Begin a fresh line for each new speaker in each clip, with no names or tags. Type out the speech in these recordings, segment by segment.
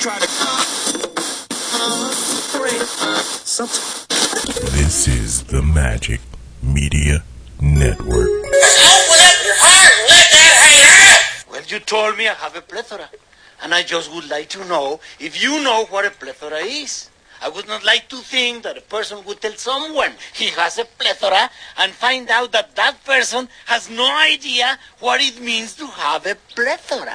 try to.
This is the Magic Media Network.
Well, you told me I have a plethora, and I just would like to know if you know what a plethora is. I would not like to think that a person would tell someone he has a plethora and find out that that person has no idea what it means to have a plethora.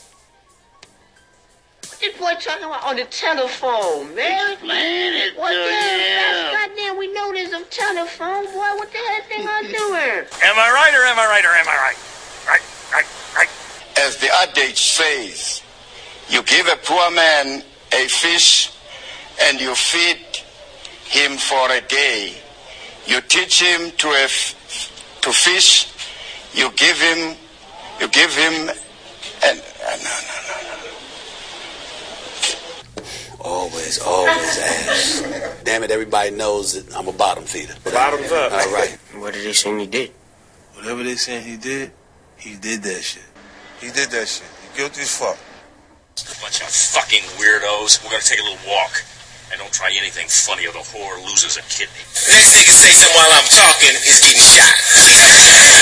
This boy talking about on the telephone, man.
Explain it
What
to
the
you.
hell? That's goddamn, we know there's a telephone, boy. What the hell thing I doing?
Am I right or am I right or am I right? Right, right, right.
as the adage says, you give a poor man a fish and you feed him for a day. You teach him to, a f- to fish, you give him, you give him, and, uh, no, no, no, no.
Always, always ass. Damn it, everybody knows that I'm a bottom feeder.
Bottoms up.
All right.
What did they say you did?
Whatever they saying he did, he did that shit. He did that shit. He guilty as fuck.
Bunch of fucking weirdos. We're gonna take a little walk. And don't try anything funny or the whore loses a kidney.
Next nigga say something while I'm talking is getting shot.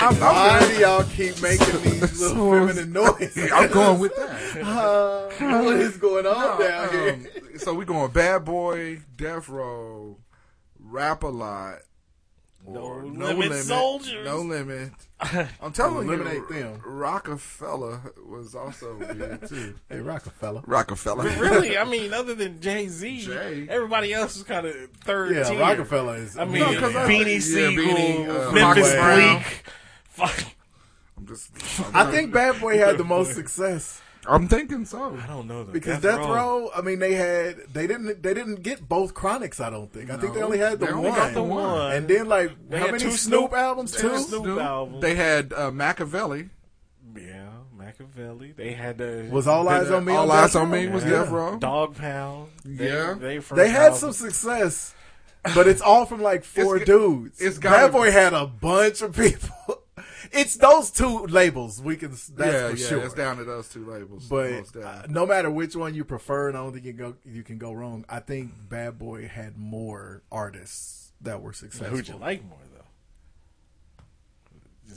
I'm, I'm glad y'all keep making these little feminine noises.
I'm going with that.
Uh, what is going on
No,
down here?
um, so we going bad boy, death row, rap a lot. or
No Limit Soldiers.
No limit. I'm telling
Eliminate
you,
them.
Rockefeller was also weird too.
Hey, Rockefeller.
Rockefeller.
But really, I mean, other than Jay Z,
Jay.
everybody else was kind of third
Yeah,
tier.
Rockefeller is.
I mean,
No, 'cause I-
Beanie
yeah,
Siegel,
Beanie, uh,
Memphis
Fox Brown.
Bleak. Fuck,
I'm just.
I think Bad Boy had the most success
I'm thinking so.
I don't know though.
because Death, Row. I mean, they had they didn't they didn't get both Chronics. I don't think. I think they
No,
only had the
they
one.
only got the
one.
And then like
They
how
had
many
two
Snoop,
Snoop-
albums?
they had
Two.
Snoop album.
They had uh, Machiavelli.
yeah, Machiavelli. They had the
Was all eyes
Did, uh,
on me?
All
on
Eyes
Death
on Me
Row?
was
Yeah.
Death Row.
Dog Pound. They,
Yeah.
they, first
They had some
album.
success, but it's all from like four
It's-
dudes.
it's gotta
Bad
be-
Boy had a bunch of people. It's those two labels we can. That's
yeah,
for
yeah,
sure.
it's down to those two labels. most
But uh,
definitely.
no matter which one you prefer, and I don't think you go you can go wrong. I think Bad Boy had more artists that were successful.
Who'd you like more though?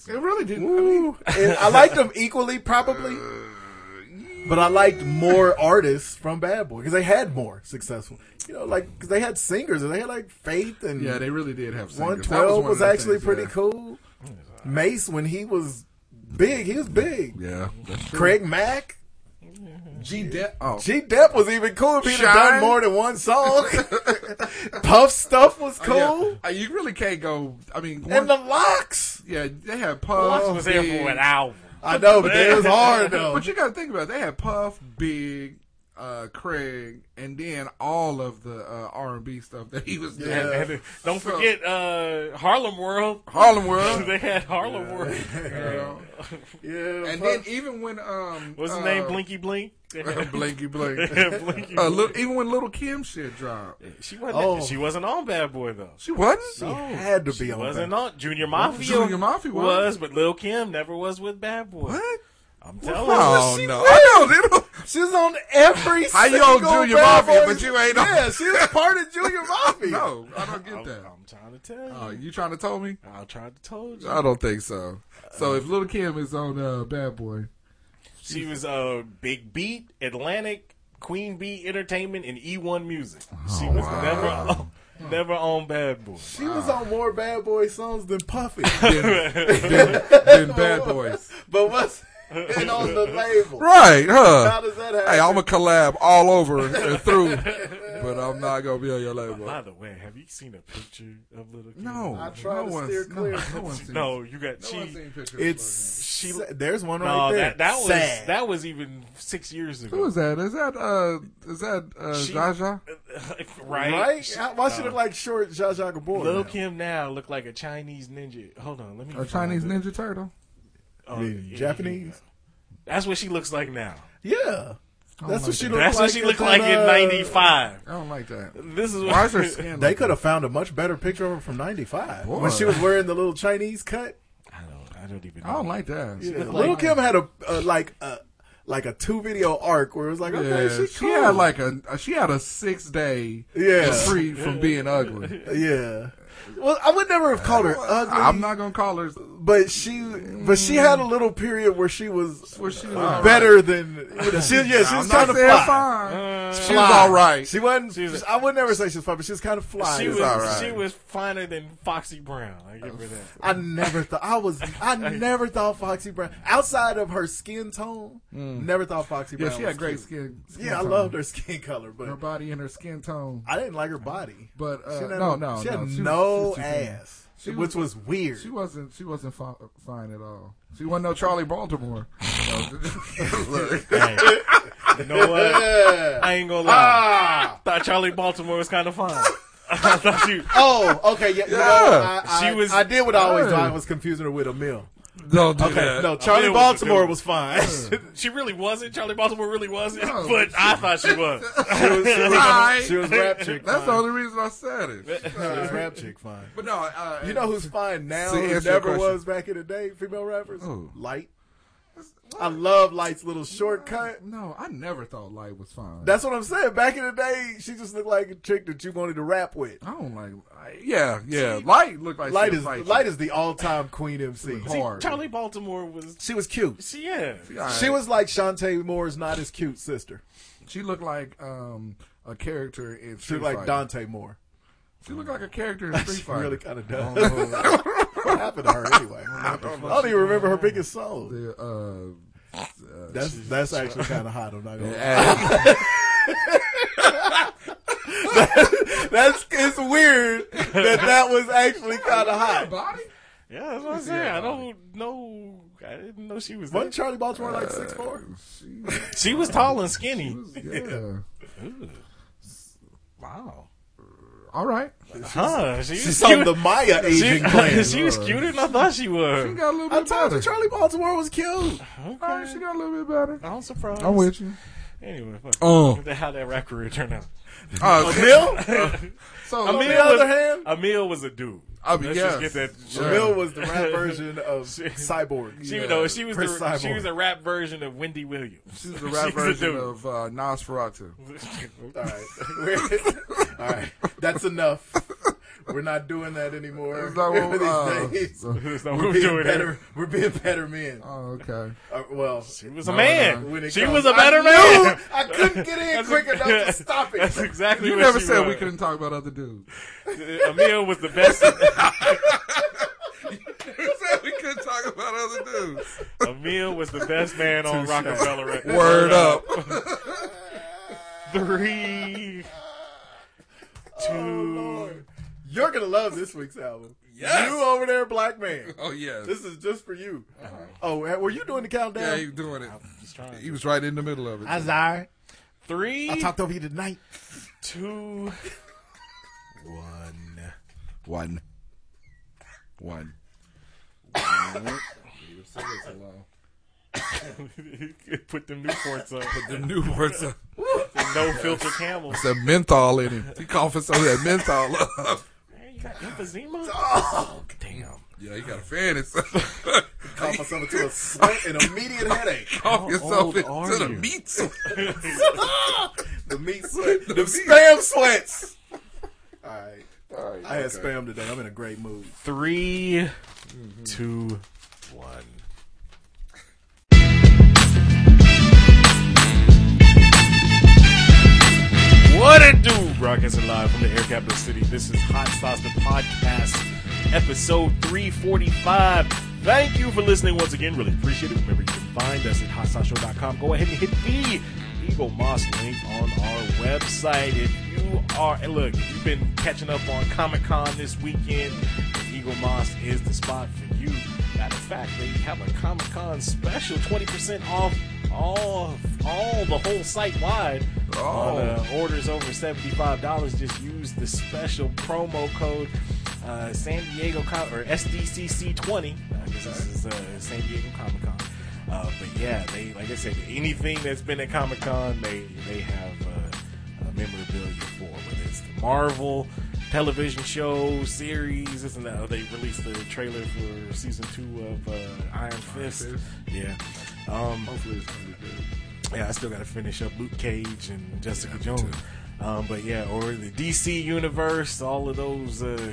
it really didn't. I mean,
Ooh. And I liked them equally, probably,
Uh,
but I liked more artists from Bad Boy because they had more successful. You know, like because they had singers and they had like Faith and
yeah, they really did have. singers.
One
That was
twelve
one
was,
of the
actually
things,
pretty
yeah.
cool. Mace when he was big, he was big.
Yeah, that's true.
Craig Mack,
G. De- oh,
G. Depp was even cool. If he'd have
Shine.
done more than one song. Puff stuff was cool,
Yeah. Uh, you really can't go. I mean, one,
and the locks.
yeah, they had
Lux
Puff.
was there
Big.
for an album.
Uh,
I know, but it was hard though.
But you got to think about it. they had Puff, Big, uh, Craig, and then all of the uh, R and B stuff that he was doing.
And- and don't
So-
forget uh, Harlem World.
Harlem World.
they had Harlem World.
you know.
yeah,
And
Puff-
then even when um,
What's his
uh,
name? Blinky Blink. They had-
Blinky
they
Blink.
had Blinky.
Uh,
Blink.
li- even when Little Kim shit dropped,
She wasn't.
Oh.
She wasn't on Bad Boy though.
she wasn't.
he had to be on.
Wasn't
that.
on Junior Mafia.
Junior Mafia was.
but Lil Kim never was with Bad Boy.
What?
I'm telling
Oh
you.
no! I know.
She's on every.
How you
single
on Junior
Bad
Mafia,
Boys-
but you ain't on-
Yeah, she was part of Junior Mafia.
No, I don't
I'm,
get that.
I'm trying to tell you.
Uh, you Oh, trying to tell me?
I tried to told you.
I don't think so. So if Little Kim is on uh, Bad Boy,
she was uh, Big Beat, Atlantic, Queen Bee Entertainment, and E1 Music. She
Oh,
was never on, never on Bad Boy.
She was on more Bad Boy songs than Puffy,
then, then, then Bad Boys,
but was and on the label.
right? Huh?
How does that happen?
Hey, I'm a collab all over and through but I'm not gonna be on your label.
By the way, have you seen a picture of Little Kim?
No, I try no to one's- steer clear. no, no one's seen-
No, you got
no
she.
one's seen pictures of
It's
she.
sa- there's one
no,
right there.
That, that was
Sad.
that was even six years ago.
Who is that? Is that uh is that uh
She-
Jaja?
right?
Right? Why should
No.
it like short Zsa Zsa Gabor?
Little
now?
Kim now look like a Chinese ninja. Hold on, let me.
A
find
Chinese
it.
Ninja Turtle?
Oh,
Yeah,
yeah, yeah, yeah.
Japanese?
That's what she looks like now.
Oh
Yeah. That's what she looked
That's
like.
what she
at
looked
that,
like in
uh,
'95.
I don't like that.
This is
Why
what
is her skin
They
like
could have found a much better picture of her from '95
Boy.
when she was wearing the little Chinese cut.
I don't. I don't even. Know.
I don't like that.
Yeah, Little Kim had a, a like a like a two video arc where it was like, okay,
Yeah,
she,
she
cool.
had like a uh, she had a six day
Yeah.
free from being ugly.
yeah. Well, I would never have called her ugly.
I'm not gonna call her.
but she, but she had a little period where she was
Where she was
uh,
alright.
better than. She, yeah, she
I'm
was
not
kind of
saying
fly.
fine. she was
Uh, Fly.
all right.
She wasn't.
She's-
I would never say she was fly, but she was kind of fly.
She
It
was.
all right.
She was finer than Foxy Brown. I give her that.
I never thought I was. I never thought Foxy Brown outside of her skin tone. Never thought Foxy
Yeah,
Brown.
she had
was
great
cute.
skin. skin
Yeah, I
tone.
loved her skin color, but
her body and her skin tone.
I didn't like her body.
But uh,
She didn't-
no, no,
she had
no, was-
no
was too thin.
ass, which was weird.
She wasn't. She wasn't fi- fine at all. She wasn't no Charlie Baltimore. Look.
You know what? I ain't gonna lie.
Ah!
Thought Charlie Baltimore was kind of fun. I thought you.
Oh, okay, yeah. you know, I, I,
She was-
I did what I always do.
Yeah.
I was confusing her with Emil.
Don't do
Okay,
that.
no, Charlie
Emil was
Baltimore
good.
was fine. she,
She really wasn't. Charlie Baltimore really wasn't.
No.
But I thought she was.
was, she, was,
Alright.
she was rap chick.
That's the
fine.
only reason I said it.
She was rap chick fine.
But no, uh,
You know who's fine now?
See,
who
answer your
never
question.
was back in the day. Female rappers.
Who?
Light. I love Light's little shortcut.
No, I never thought Light was fine.
That's what I'm saying. Back in the day, she just looked like a chick that you wanted to rap with.
I don't like. I, yeah, yeah. Light looked like
Light
she
is
was like
Light is the all time queen MC.
See,
hard.
Charlie Baltimore was.
She was cute.
She, yeah.
She was like Shantae Moore's not as cute sister.
She looked like um, a character in.
She
Street
was like
Fighter.
Dante Moore.
She looked like a character in Street
She
Fighter. Oh,
really kind of does. what happened to her anyway? I don't, even remember her biggest song.
The, uh,
That's that's actually kind of hot. I'm not gonna.
ass.
That's it's weird that that was actually kind of hot.
body.
Yeah, that's what I'm saying. I don't know. I didn't know she was. There.
Wasn't Charlie Baltimore like six four?
She was tall and skinny.
Yeah.
Wow.
All right.
Huh? She was
She's on
cuter-
the Maya
She,
aging plan.
she was cuter than I thought she
She
was.
got a little
I
bit
told
better.
you Charlie Baltimore was cute.
All right, she got a little bit better.
I'm surprised.
I'm with you.
Anyway, fuck.
Oh.
how that rap career turned out.
Uh,
Emil,
so
Emil,
on the other hand,
Emil was a dude.
I mean,
Let's
yes.
just get that.
Sure.
Emil was the rap version of Cyborg.
She, no, she was
Chris
the, she
Cyborg.
was a rap version of Wendy Williams.
she's the rap
she's a
version
dude.
of uh, Nosferatu.
All right. We're- all right. That's enough. We're not doing that anymore.
Is that what,
These
uh,
days.
That's not what
We're
we're
being
doing
better.
here.
We're being better men.
Oh, okay.
Uh, well,
She was a
when
man.
it
She
comes-
was a better
I knew
man.
I couldn't get in
That's
quick
a-
enough to stop
That's
it.
exactly
You
what
never
she
said
was.
we couldn't talk about other dudes.
Emil was the best.
you said we couldn't talk about other dudes.
Emil was the best man on Rockefeller. Records.
Word up.
Three, two.
You're gonna love this week's album.
Yes.
You over there, black man.
Oh yeah.
This is just for you. Oh, were you doing the
Yeah,
countdown?
he was doing it.
He's trying.
He was right in the middle of it.
sorry.
Three,
over you tonight.
two.
One. One.
Put them Newports on.
The new words. are-
No filter camels.
It's a menthol in him. He coughing some of that menthol up.
Man, you got emphysema? Oh, damn.
Yeah, you got a fan and stuff.
Call myself into a sweat and immediate headache.
Cough yourself
old
into
are
the
you?
meat.
The meat sweat. The
meat.
spam sweats. All right. I had spam today. I'm in a great mood.
Three, two, one. What it do? Broadcasting live from the Air Capital City. This is Hot Sauce the Podcast, episode 345. Thank you for listening once again. Really appreciate it. Remember, you can find us at hotsauceshow.com. Go ahead and hit the Eagle Moss link on our website. If you are, and look, if you've been catching up on Comic Con this weekend, Eagle Moss is the spot for you. Matter of fact, they have a Comic Con special 20% off all, all the whole site wide on uh, orders over $75. Just use the special promo code uh, San Diego Com- or SDCC20 because this is uh, San Diego Comic Con. Uh, but yeah, they like I said, anything that's been at Comic Con, they they have uh, uh, memorabilia for whether it's the Marvel television show series, this and that. Oh, They released the trailer for season two of uh, Iron Fist. Yeah, um, hopefully it's gonna be good. Yeah, I still got to finish up Luke Cage and Jessica Jones. Um, but yeah, or the DC universe, all of those uh,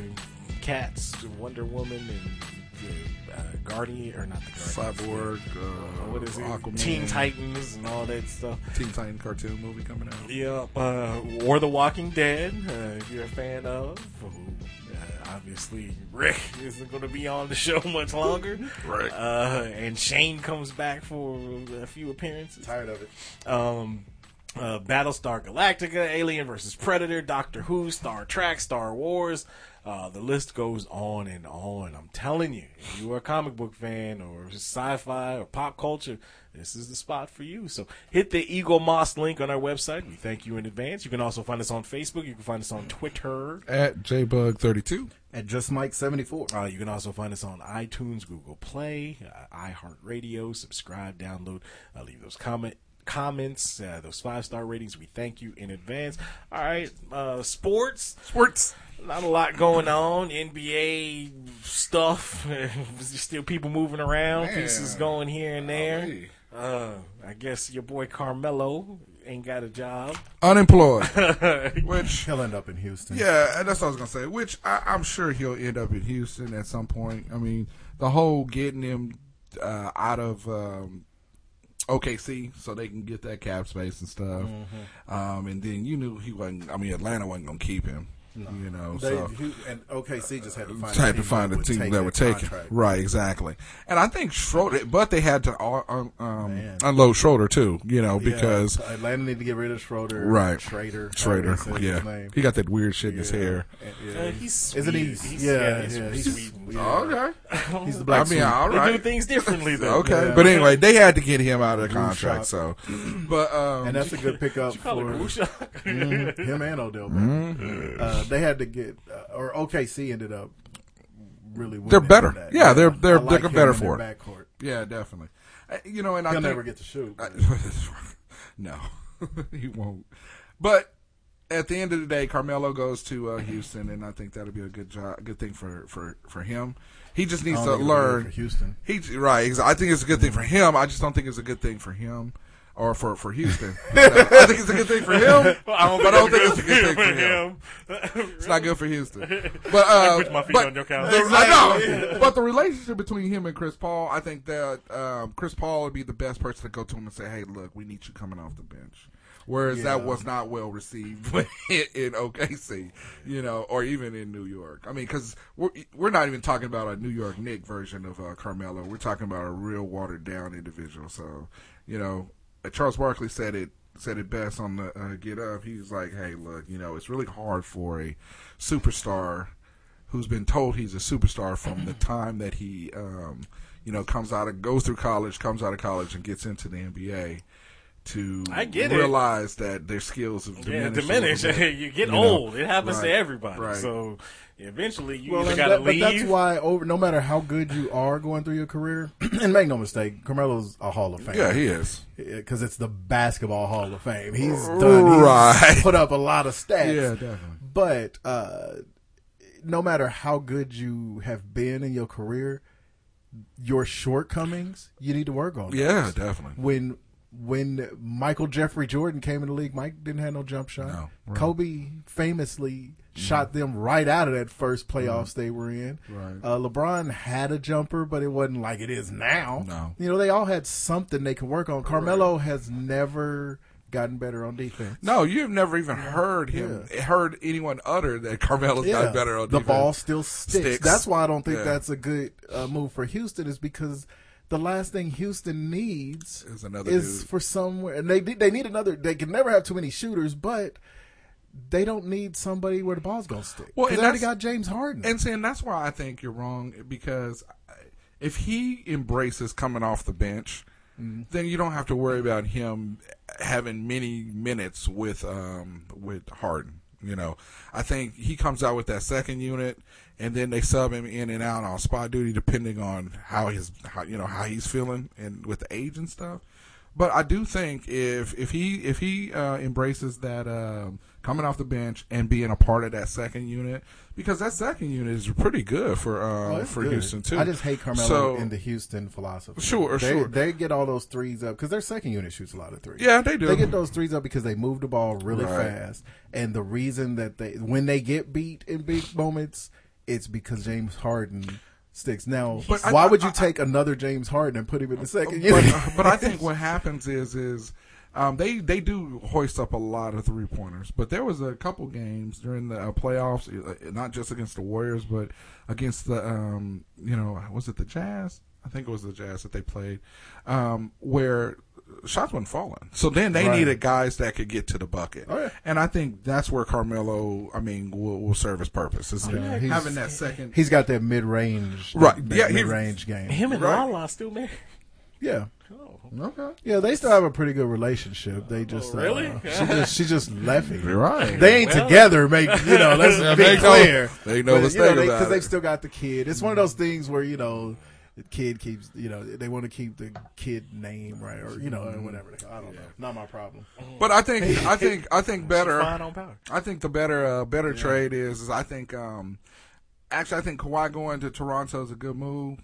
cats, Wonder Woman and uh, uh, Guardian, or not the Guardian,
Cyborg, uh,
what is it?
Aquaman.
Teen Titans and all that stuff.
Teen Titan cartoon movie coming out.
Yeah, uh, or The Walking Dead, uh, if you're a fan of. Who, uh, obviously, Rick isn't going to be on the show much longer.
Rick.
Uh, and Shane comes back for a few appearances. Tired of it. Um, uh, Battlestar Galactica, Alien versus Predator, Doctor Who, Star Trek, Star Wars. Uh, the list goes on and on. I'm telling you, if you are a comic book fan or sci-fi or pop culture, this is the spot for you. So hit the Eagle Moss link on our website. We thank you in advance. You can also find us on Facebook. You can find us on Twitter.
At JBug32.
At Just Mike 74.
Uh, you can also find us on iTunes, Google Play, uh, iHeartRadio. Subscribe, download, uh, leave those comment comments, uh, those five star ratings. We thank you in advance. All right, uh, sports,
sports.
Not a lot going on. NBA stuff. There's still people moving around.
Man.
Pieces going here and there. Uh, I guess your boy Carmelo ain't got a job.
Unemployed.
Which
he'll end up in Houston.
Yeah, and that's what I was gonna say. Which I, I'm sure he'll end up in Houston at some point. I mean, the whole getting him uh, out of um, OKC so they can get that cap space and stuff,
Mm-hmm.
um, and then you knew he wasn't. I mean, Atlanta wasn't gonna keep him. You know,
They,
so
who, and OKC just had to find
had to find a team that would take him.
contract.
Right, exactly. And I think Schroeder, but they had to uh, um, um, unload Schroeder too. You know,
Yeah,
because
Atlanta need to get rid of Schroeder.
right,
Schrader.
Schrader,
however you say his
yeah,
name.
he got that weird shit in his
Yeah.
hair.
Yeah.
Uh, he's
Isn't he?
Swede. He's-
yeah,
yeah,
yeah,
he's from
he's
Sweden.
yeah.
Okay.
He's the black.
I mean, all
They
right.
do things differently, though.
okay,
Yeah.
but anyway, they had to get him out of the
Groove
contract.
shop.
So, but um,
and that's a good pickup
you call it
for
Groove shop?
Mhm,
Mm-hmm.
him and Odell. Beckham.
Mhm.
Uh, they had to get uh, or OKC ended up really.
They're
winning
better.
that.
Yeah, they're-
I
they're-
like
they're
him
better
in their
for it.
Backcourt.
Yeah, definitely. Uh, You know, and I
He'll
think,
never get to shoot.
I- no, he won't. But at the end of the day, Carmelo goes to uh, Houston, and I think that'll be a good job, good thing for for for him. He just
I
needs to
don't think it'll be good
learn.
for Houston.
He right. exa- I think it's a good thing for him. I just don't think it's a good thing for him. Or for, for Houston, No, I think it's a good thing for him.
Well, I don't
but I don't think
think
it's a good thing for him. It's not good for Houston. But
I
uh,
put my feet
but
on your couch.
the- I know.
Exactly.
But the relationship between him and Chris Paul, I think that um, Chris Paul would be the best person to go to him and say, "Hey, look, we need you coming off the bench." Whereas that
Yeah.
was not well received in, in OKC, you know, or even in New York. I mean, because we're we're not even talking about a New York Nick version of uh, Carmelo. We're talking about a real watered down individual. So, you know, uh, Charles Barkley said it said it best on the uh, Get Up. He was like, "Hey, look, you know, it's really hard for a superstar who's been told he's a superstar from the time that he, um, you know, comes out of goes through college, comes out of college, and gets into the NBA." To
I get it.
realize that their skills have
Yeah,
diminished. a
diminish.
little bit,
you get
know?
old. It happens
Right,
to everybody.
right.
So eventually, you
Well,
either
and
got to
that- but
leave.
that's why over no matter how good you are going through your career, and make no mistake, Carmelo's a Hall of Fame.
Yeah, he is.
because it's the Basketball Hall of Fame. He's done.
Right.
He's put up a lot of stats.
Yeah, definitely.
But uh, no matter how good you have been in your career, your shortcomings you need to work on. those.
Yeah, definitely.
When when Michael Jeffrey Jordan came in the league, Mike didn't have no jump shot.
No, right. Mm-hmm.
Kobe famously shot them right out of that first playoffs they were in.
Right.
Uh, LeBron had a jumper, but it wasn't like it is now.
No.
You know, they all had something they can work on. Carmelo has never gotten better on defense.
No, you've never even heard him, heard anyone utter that Carmelo's got better on
the
defense.
ball still sticks. That's why I don't think
Yeah.
that's a good uh, move for Houston. Is because the last thing Houston needs
is another
is
dude.
for somewhere, and they they need another. They can never have too many shooters, but they don't need somebody where the ball's gonna stick. Well, they already got James Harden.
And saying that's why I think you're wrong because if he embraces coming off the bench, then you don't have to worry about him having many minutes with um with Harden. You know, I think he comes out with that second unit, and then they sub him in and out on spot duty depending on how his how you know how he's feeling and with the age and stuff. But I do think if if he if he uh, embraces that um, coming off the bench and being a part of that second unit because that second unit is pretty good for um,
Oh, it's
for
good.
Houston too.
I just hate Carmelo
So-
in the Houston philosophy.
Sure,
they,
sure.
They get all those threes up because their second unit shoots a lot of threes.
Yeah, they do.
They get those threes up because they move the ball really
Right.
fast. And the reason that they when they get beat in big moments, it's because James Harden sticks. Now,
But I-
why
I-
would you
I-
take another James Harden and put him in the second
but, uh,
unit?
but I think what happens is is um, they they do hoist up a lot of three pointers. But there was a couple games during the uh, playoffs, uh, not just against the Warriors, but against the um, you know was it the Jazz? I think it was the Jazz that they played, um, where shots weren't falling. So then they
Right.
needed guys that could get to the bucket, and I think that's where Carmelo, I mean, will, will serve his purpose. Is
Yeah, he's-
having that second.
He's got that mid range,
Right, yeah,
Yeah,
he-
mid range game.
Him and
Right.
Lala still married.
Yeah.
Okay.
Yeah, they still have a pretty good relationship.
Oh,
They just uh,
really?
she just she just left him.
You're right.
They ain't
Well-
together. Make you know. Let's
Yeah,
be
make no-
clear.
make no mistake about
Because
it.
they've still got the kid. It's one of those things where you know the kid keeps you know they want to keep the kid name right or you know or whatever. the hell. I don't know. Not my problem.
But I think I think I think better.
fine on power.
I think the better uh, better trade is, is I think um, actually I think Kawhi going to Toronto is a good move,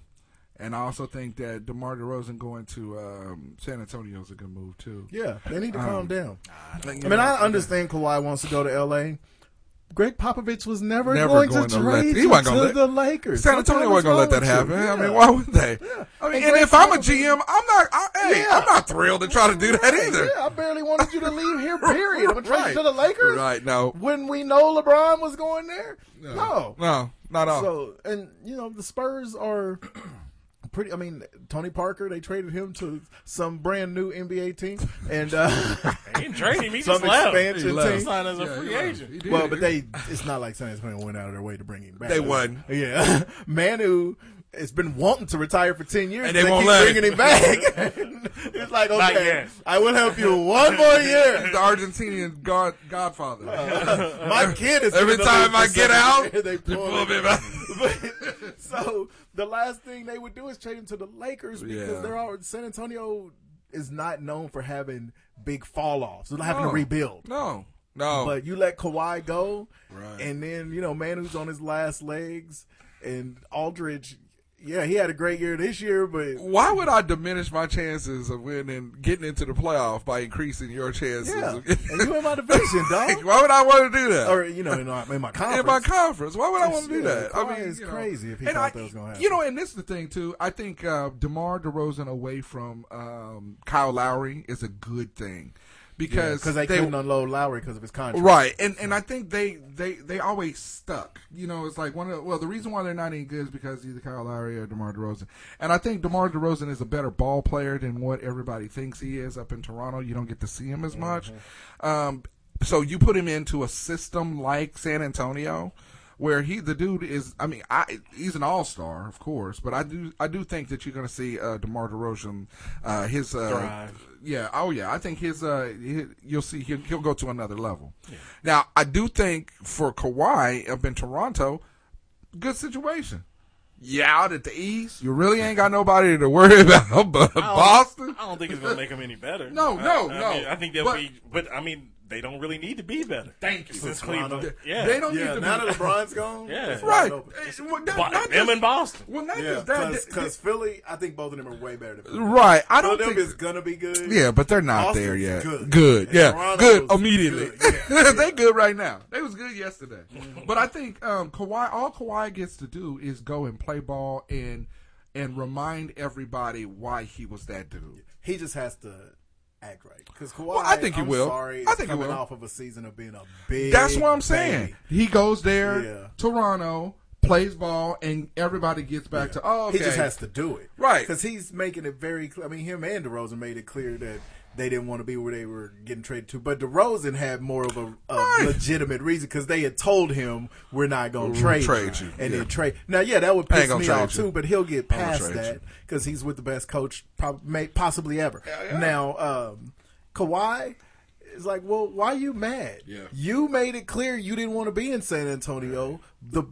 and I also think that DeMar DeRozan going to um, San Antonio is a good move too.
Yeah, they need to
Um,
calm down. I,
think-
mean, I understand Kawhi wants to go to L.A. Greg Popovich was never,
Never
going,
going
to
to let-
trade
he
you
wasn't
to
gonna let-
the Lakers.
San
What
Antonio
the
wasn't
hell
gonna
is
let that
wrong
happen.
with you?
I mean,
Yeah.
why would they? I mean,
And
and
Greg
if I'm a GM, I'm not. I, hey,
Yeah.
I'm not thrilled to try to do that either.
Yeah, I barely wanted you to leave here. Period. I'm trying
Right.
to the Lakers.
Right? No,
When we know LeBron was going there, no,
no, not at all.
So, and you know, the Spurs are pretty. I mean, Tony Parker, they traded him to some brand new NBA team, and uh,
He didn't trade him. He
some
just left.
expansion
He left.
team.
Signed as a Yeah, free you're right. agent. He did.
Well, but they. It's not like San Antonio went out of their way to bring him back.
They won.
Yeah, Manu. has been wanting to retire for ten years,
And they won't
keep
let
bringing
him.
him back. it's like
Not
okay,
yet.
I will help you one more year.
The Argentinian god, godfather.
my kid is
every
in the
time
league
I
for
get
seven
out,
years, they
they pull,
pull
me
him.
back.
so the last thing they would do is trade him to the Lakers because
Yeah.
they're all San Antonio is not known for having big fall offs, having
No.
to rebuild.
No, no.
But you let Kawhi go,
Oh. Right.
and then you know man who's on his last legs, and Aldridge. Yeah, he had a great year this year, but
Why would I diminish my chances of winning, getting into the playoff by increasing your chances?
yeah, and you in my division, dog.
Why would I want to do that?
Or you know, in, our, in my conference,
In my conference, why would I want to do
Yeah,
that? I
Kawhi
mean,
is
you know.
crazy if he
And
thought
I-
that was going to happen.
You know, and this is the thing too. I think uh, DeMar DeRozan away from um, Kyle Lowry is a good thing because
because they, couldn't unload Lowry because of his contract.
Right, and and I think they they they always stuck. You know, it's like one of the, well, the reason why they're not any good is because either Kyle Lowry or DeMar DeRozan. And I think DeMar DeRozan is a better ball player than what everybody thinks he is up in Toronto. You don't get to see him as much. Um, so you put him into a system like San Antonio. Where he, the dude is, I mean, I he's an all star, of course, but I do, I do think that you're going to see uh, Demar Derozan, uh, his uh,
Thrive.
yeah. Oh, yeah. I think his uh, he- you'll see he'll, he'll go to another level. Now, I do think for Kawhi up in Toronto, good situation. Yeah, out at the East, you really ain't got nobody to worry about, but
I don't-
Boston.
I don't think it's gonna make them any better.
No,
I-
no,
I
no.
mean, I think they'll
But-
be, but I mean, they don't really need to be better.
Thank you.
Since
Toronto.
Cleveland,
They-
yeah,
they don't need to
now
be-
that LeBron's gone,
Yeah.
it's wide
Right.
open.
Eh, well, that-
Bo-
not
them
just-
in Boston.
Well, not
Yeah,
just that.
because Philly, I think both of them are way better. Than Philly.
Right. I don't think-
Philadelphia's gonna be good.
Yeah, but they're not
Boston's
there yet.
Good,
Good, yeah, good immediately. they good right now.
They was good yesterday.
But I think um, Kawhi, all Kawhi gets to do is go and play ball and and remind everybody why he was that dude.
he just has to act right because Kawhi.
Well, I think he
I'm
will.
Sorry,
I
is
think he
coming
will.
off of a season of being a big.
That's what I'm
baby.
saying. He goes there,
Yeah.
Toronto, plays ball, and everybody gets back to oh,
He
okay.
just has to do it,
right?
Because he's making it very. clear. I mean, him and DeRozan made it clear that they didn't want to be where they were getting traded to. But DeRozan had more of a, a legitimate reason because they had told him we're not going
We'll
to trade,
trade you,
and
yeah.
then trade. Now, yeah, that would
I ain't
piss
gonna
me
trade
off
you.
too. But he'll get
I ain't gonna
past
trade
that
you.
because he's with the best coach prob- may, possibly ever.
yeah.
Now, um, Kawhi. is like, well, why you mad?
Yeah.
You made it clear you didn't want to be in San Antonio, the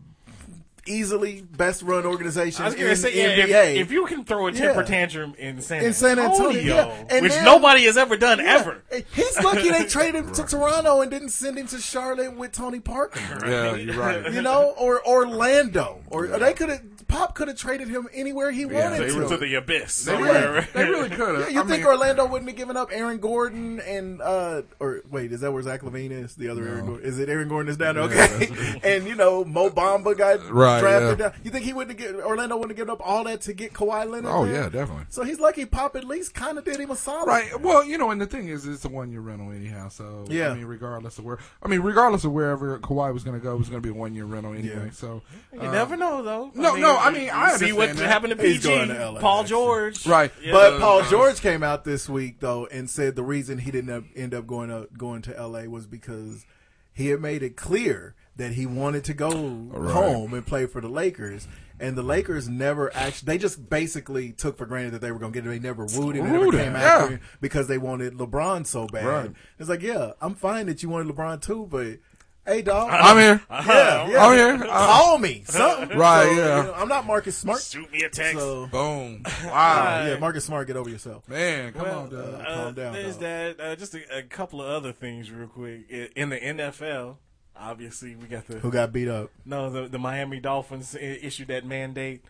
easily best run organization
I was
in
going to say, yeah,
NBA.
if, if you can throw a temper
Yeah.
tantrum in San,
in San Antonio, yeah. And
which
then-
nobody has ever done
yeah.
ever.
He's lucky they traded him to Toronto and didn't send him to Charlotte with Tony Parker.
Yeah, you're right.
You know, or Orlando, or or they could have Pop could have traded him anywhere he wanted
they
to.
were to the abyss.
They
somewhere.
really- they really could
Yeah,
have.
you think Orlando wouldn't have given up Aaron Gordon and uh or wait, is that where Zach Levine is? The other Aaron Gordon is it Aaron Gordon is down there? Okay, and you know Mo Bamba got
Right,
drafted
yeah.
down. You think he wouldn't have given, Orlando wouldn't have given up all that to get Kawhi Leonard?
Oh,
there?
yeah, definitely.
So he's lucky Pop at least kind of did him a solid,
Right. Well, you know, and the thing is, it's a one-year rental anyhow. So
Yeah.
I mean, regardless of where, I mean, regardless of wherever Kawhi was going to go, it was going to be a one-year rental anyway. So
You
uh,
never know, though.
No, no, I mean, I
see
understand
what
that.
happened to
He's
PG,
going to LA,
Paul
actually.
George,
uh, Right.
Yeah.
But
uh,
Paul George came out this week though and said the reason he didn't up- end up going up, going to L.A. was because he had made it clear that he wanted to go
right.
home and play for the Lakers. And the Lakers never actually, they just basically took for granted that they were going to get it. They never wooed him. They never
Wooed
came
him,
after
yeah.
him because they wanted LeBron so bad.
Right.
It's like, yeah, I'm fine that you wanted LeBron too, but hey, dog.
I'm here.
Yeah, yeah.
I'm here. Uh,
Call me. Something.
Right,
So,
yeah.
you know, I'm not Marcus Smart.
Shoot me a text.
So-
Boom.
Ah,
Wow.
yeah, Marcus Smart, get over yourself.
Man, come on,
uh,
dude.
calm down.
There's
dog.
that. Uh, just a, a couple of other things, real quick. I- In the NFL, obviously, we got the
Who got beat up?
no the the Miami Dolphins i- issued that mandate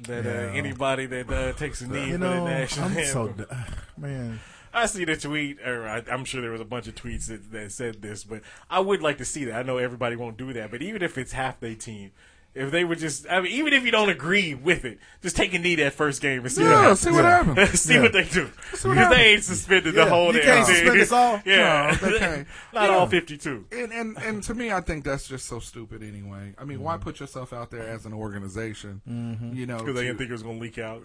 that
Yeah.
uh, anybody that uh, takes a knee
You
for
know,
the national
I'm so
anthem-
d- man.
I see the tweet, or I, I'm sure there was a bunch of tweets that, that said this, but I would like to see that. I know everybody won't do that, but even if it's half their team, if they would just, I mean, even if you don't agree with it, just take a knee that first game and see
Yeah,
what happens.
see what happens.
see
Yeah.
what they do.
what
Because they ain't suspended the
Yeah,
whole
you
damn
can't
thing.
suspend us all?
Yeah.
No, they can't.
Not
Yeah.
all 52.
and, and and to me, I think that's just so stupid. Anyway, I mean, why put yourself out there as an organization? You know,
Because they didn't
to-
think it was going to leak out.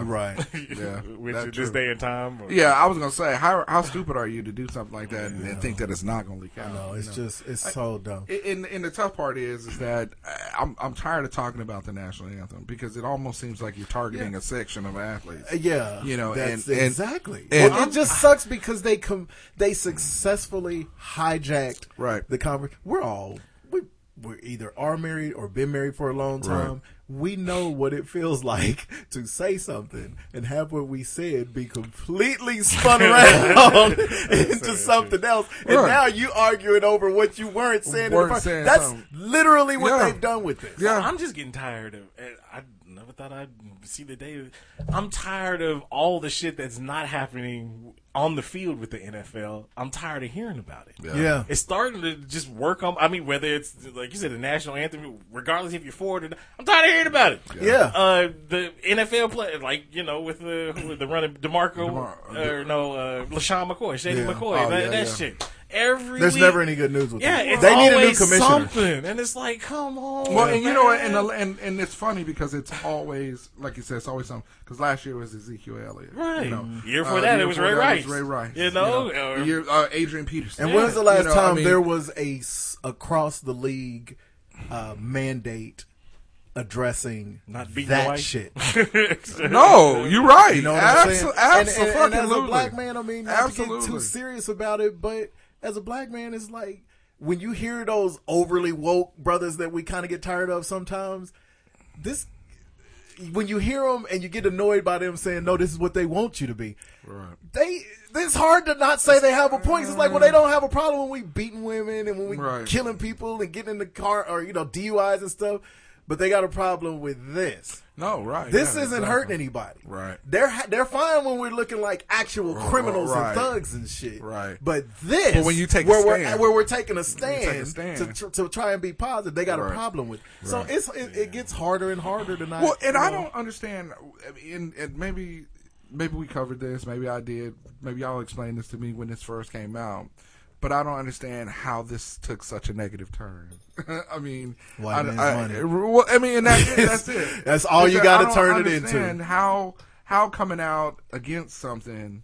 Right.
Yeah,
Which
that
at this
true.
day and time. or-
Yeah, I was gonna say, how how stupid are you to do something like that and, and think that it's not gonna leak out?
No,
you
it's
know?
just it's so dumb.
I- And, and the tough part is, is that I- I'm I'm tired of talking about the national anthem because it almost seems like you're targeting a section of athletes.
Uh, Yeah,
you know,
that's
and, and-
exactly.
and-
Well, it just sucks because they com- they successfully hijacked
Right.
the conversation. We're all we we either are married or been married for a long time. We know what it feels like to say something and have what we said be completely spun around into something else, and
Right.
now you arguing over what you weren't saying. in the
Weren't
first-
saying
That's
something.
literally what
Yeah.
they've done with this.
yeah,
I'm just getting tired of. and I never thought I'd see the day. I'm tired of all the shit that's not happening on the field with the NFL. I'm tired of hearing about it.
Yeah.
It's starting to just work on. I mean, whether it's like you said, the national anthem, regardless if you're for it or not, I'm tired of hearing about it.
Yeah.
Uh, the NFL play, like you know, with the with the running Demarco
DeMar-
or no, uh, LaShawn McCoy, Shady
Yeah.
McCoy,
Oh,
that,
yeah,
that
yeah.
shit. Every
There's
week-
never any good news with
Yeah,
them.
it's
They need a new
always
commissioner.
something, and it's like, come on.
Well, and you know what, and,
man.
the- and and it's funny because it's always like you said, it's always something. Because last year was Ezekiel Elliott,
Right.
You know,
Mm-hmm.
Uh,
Year before that, it was
before
Ray
that
Rice.
Ray Rice,
You know, or-
the year, uh, Adrian Peterson.
And when's the last
You know, I
time
mean,
there was a s- across the league uh, mandate addressing
Not beating
that
white.
shit?
No, you're right.
You know what I'm saying?
Abso-
And- and, and
abso-
as a
fucking-lutely.
black man, I mean, not to get too
Absolutely.
serious about it, but as a black man, it's like when you hear those overly woke brothers that we kind of get tired of sometimes. This, when you hear them and you get annoyed by them saying, "No, this is what they want you to be."
Right.
they it's hard to not say they have a point. 'cause It's like well, they don't have a problem when we beating women and when we
Right.
killing people and getting in the car or you know DUIs and stuff, but they got a problem with this.
No, right.
This isn't
yeah, exactly.
hurting anybody.
Right.
They're ha- they're fine when we're looking like actual criminals
right.
and thugs and shit.
Right.
But this,
But when you take a
where we're
stand-
where we're taking a stand,
take a stand.
to tr- to try and be positive, they got a
Right.
problem with. It. So it's it, it gets harder and harder to not.
Well, and
you
I
know.
don't understand. I mean, And, and maybe, maybe we covered this. Maybe I did. Maybe y'all explained this to me when this first came out. But I don't understand how this took such a negative turn. I mean,
White
I,
man's
I-
money.
well, I mean, and that's it. That's, it.
That's all you
Because
gotta
I don't
turn it into.
understand How how coming out against something,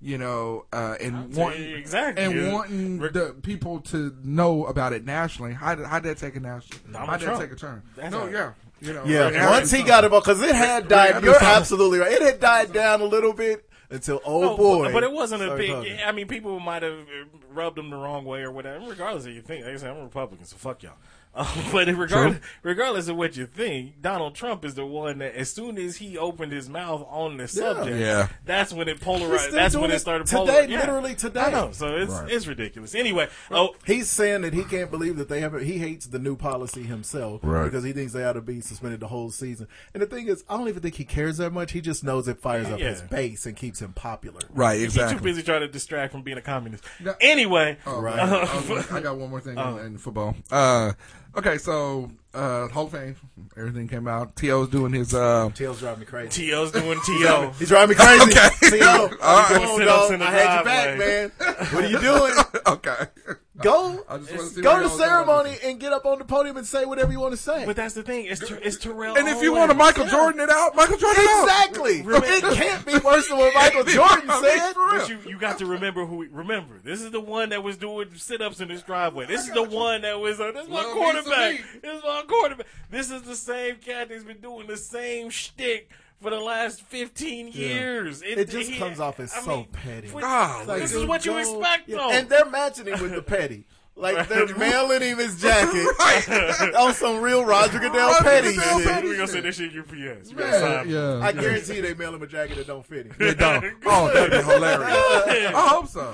you know, uh, and
tell
wanting
you exactly.
and
Yeah.
wanting the people to know about it nationally. How did how did that take a national?
Donald
how did
Trump.
that take a turn?
That's
no,
a-
yeah, you know, Rick
Yeah,
Ashley
once he
Trump.
got it, because it had
Rick
died.
Ashley
You're
Trump.
absolutely right. It had died down a little bit until old
No,
boy.
but- Oh, But it wasn't a
started
big.
talking.
I mean, people might have uh, rubbed them the wrong way or whatever. Regardless of you think, like I said, I'm a Republican, so fuck y'all. Um, but regardless, regardless of what you think, Donald Trump is the one that, as soon as he opened his mouth on the subject,
Yeah.
that's when it
He's still
polarized. That's when
doing
it started
today,
polarizing. Yeah.
literally today.
I know, so it's
Right.
it's ridiculous. Anyway, oh,
He's saying that he can't believe that they haven't. He hates the new policy himself
Right.
because he thinks they ought to be suspended the whole season. And the thing is, I don't even think he cares that much. He just knows it fires up
Yeah.
his base and keeps him popular.
Right,
He's too
exactly.
busy trying to distract from being a communist. Anyway,
Oh,
Right.
uh,
Oh, I got one more thing
Oh.
in, in football. Uh, okay, so uh, Hall of Fame, everything came out. T.O.'s doing his. Uh,
Tails driving me crazy.
T.O.'s doing T.O.
He's driving me crazy.
Okay.
T.O.
All
come
right.
on,
Sit-ups
dog.
in the
I had your back,
driveway.
man. What are you doing?
okay.
Go.
I just wanna see where
Go to
y'all was going
ceremony and get up on the podium and say whatever you want to say.
but that's the thing. It's Ter- it's Terrell.
And if you want to
Owens.
Michael Jordan it out, Michael Jordan it out.
Exactly. it can't be worse than what Michael Jordan
I mean,
said.
for real.
But you, you got to remember who. Remember, this is the one that was doing sit ups in his driveway. This is the one that was. Uh, this is my
Love me
quarterback.
some
This is my quarterback. This is the same cat that's been doing the same shtick for the last fifteen years.
It just comes off as so petty.
what-
God,
Like,
this
dude,
is what you
go-
expect,
Yeah,
though.
And they're matching him with the petty. Like they're mailing him his jacket on some real Roger Goodell
Roger
petty
Goodell
shit.
petty.
We're gonna send this shit UPS. You gotta
yeah,
sign it.
yeah.
I guarantee you they mail him a jacket that don't fit him.
They don't. Oh, that'd be hilarious. I hope so.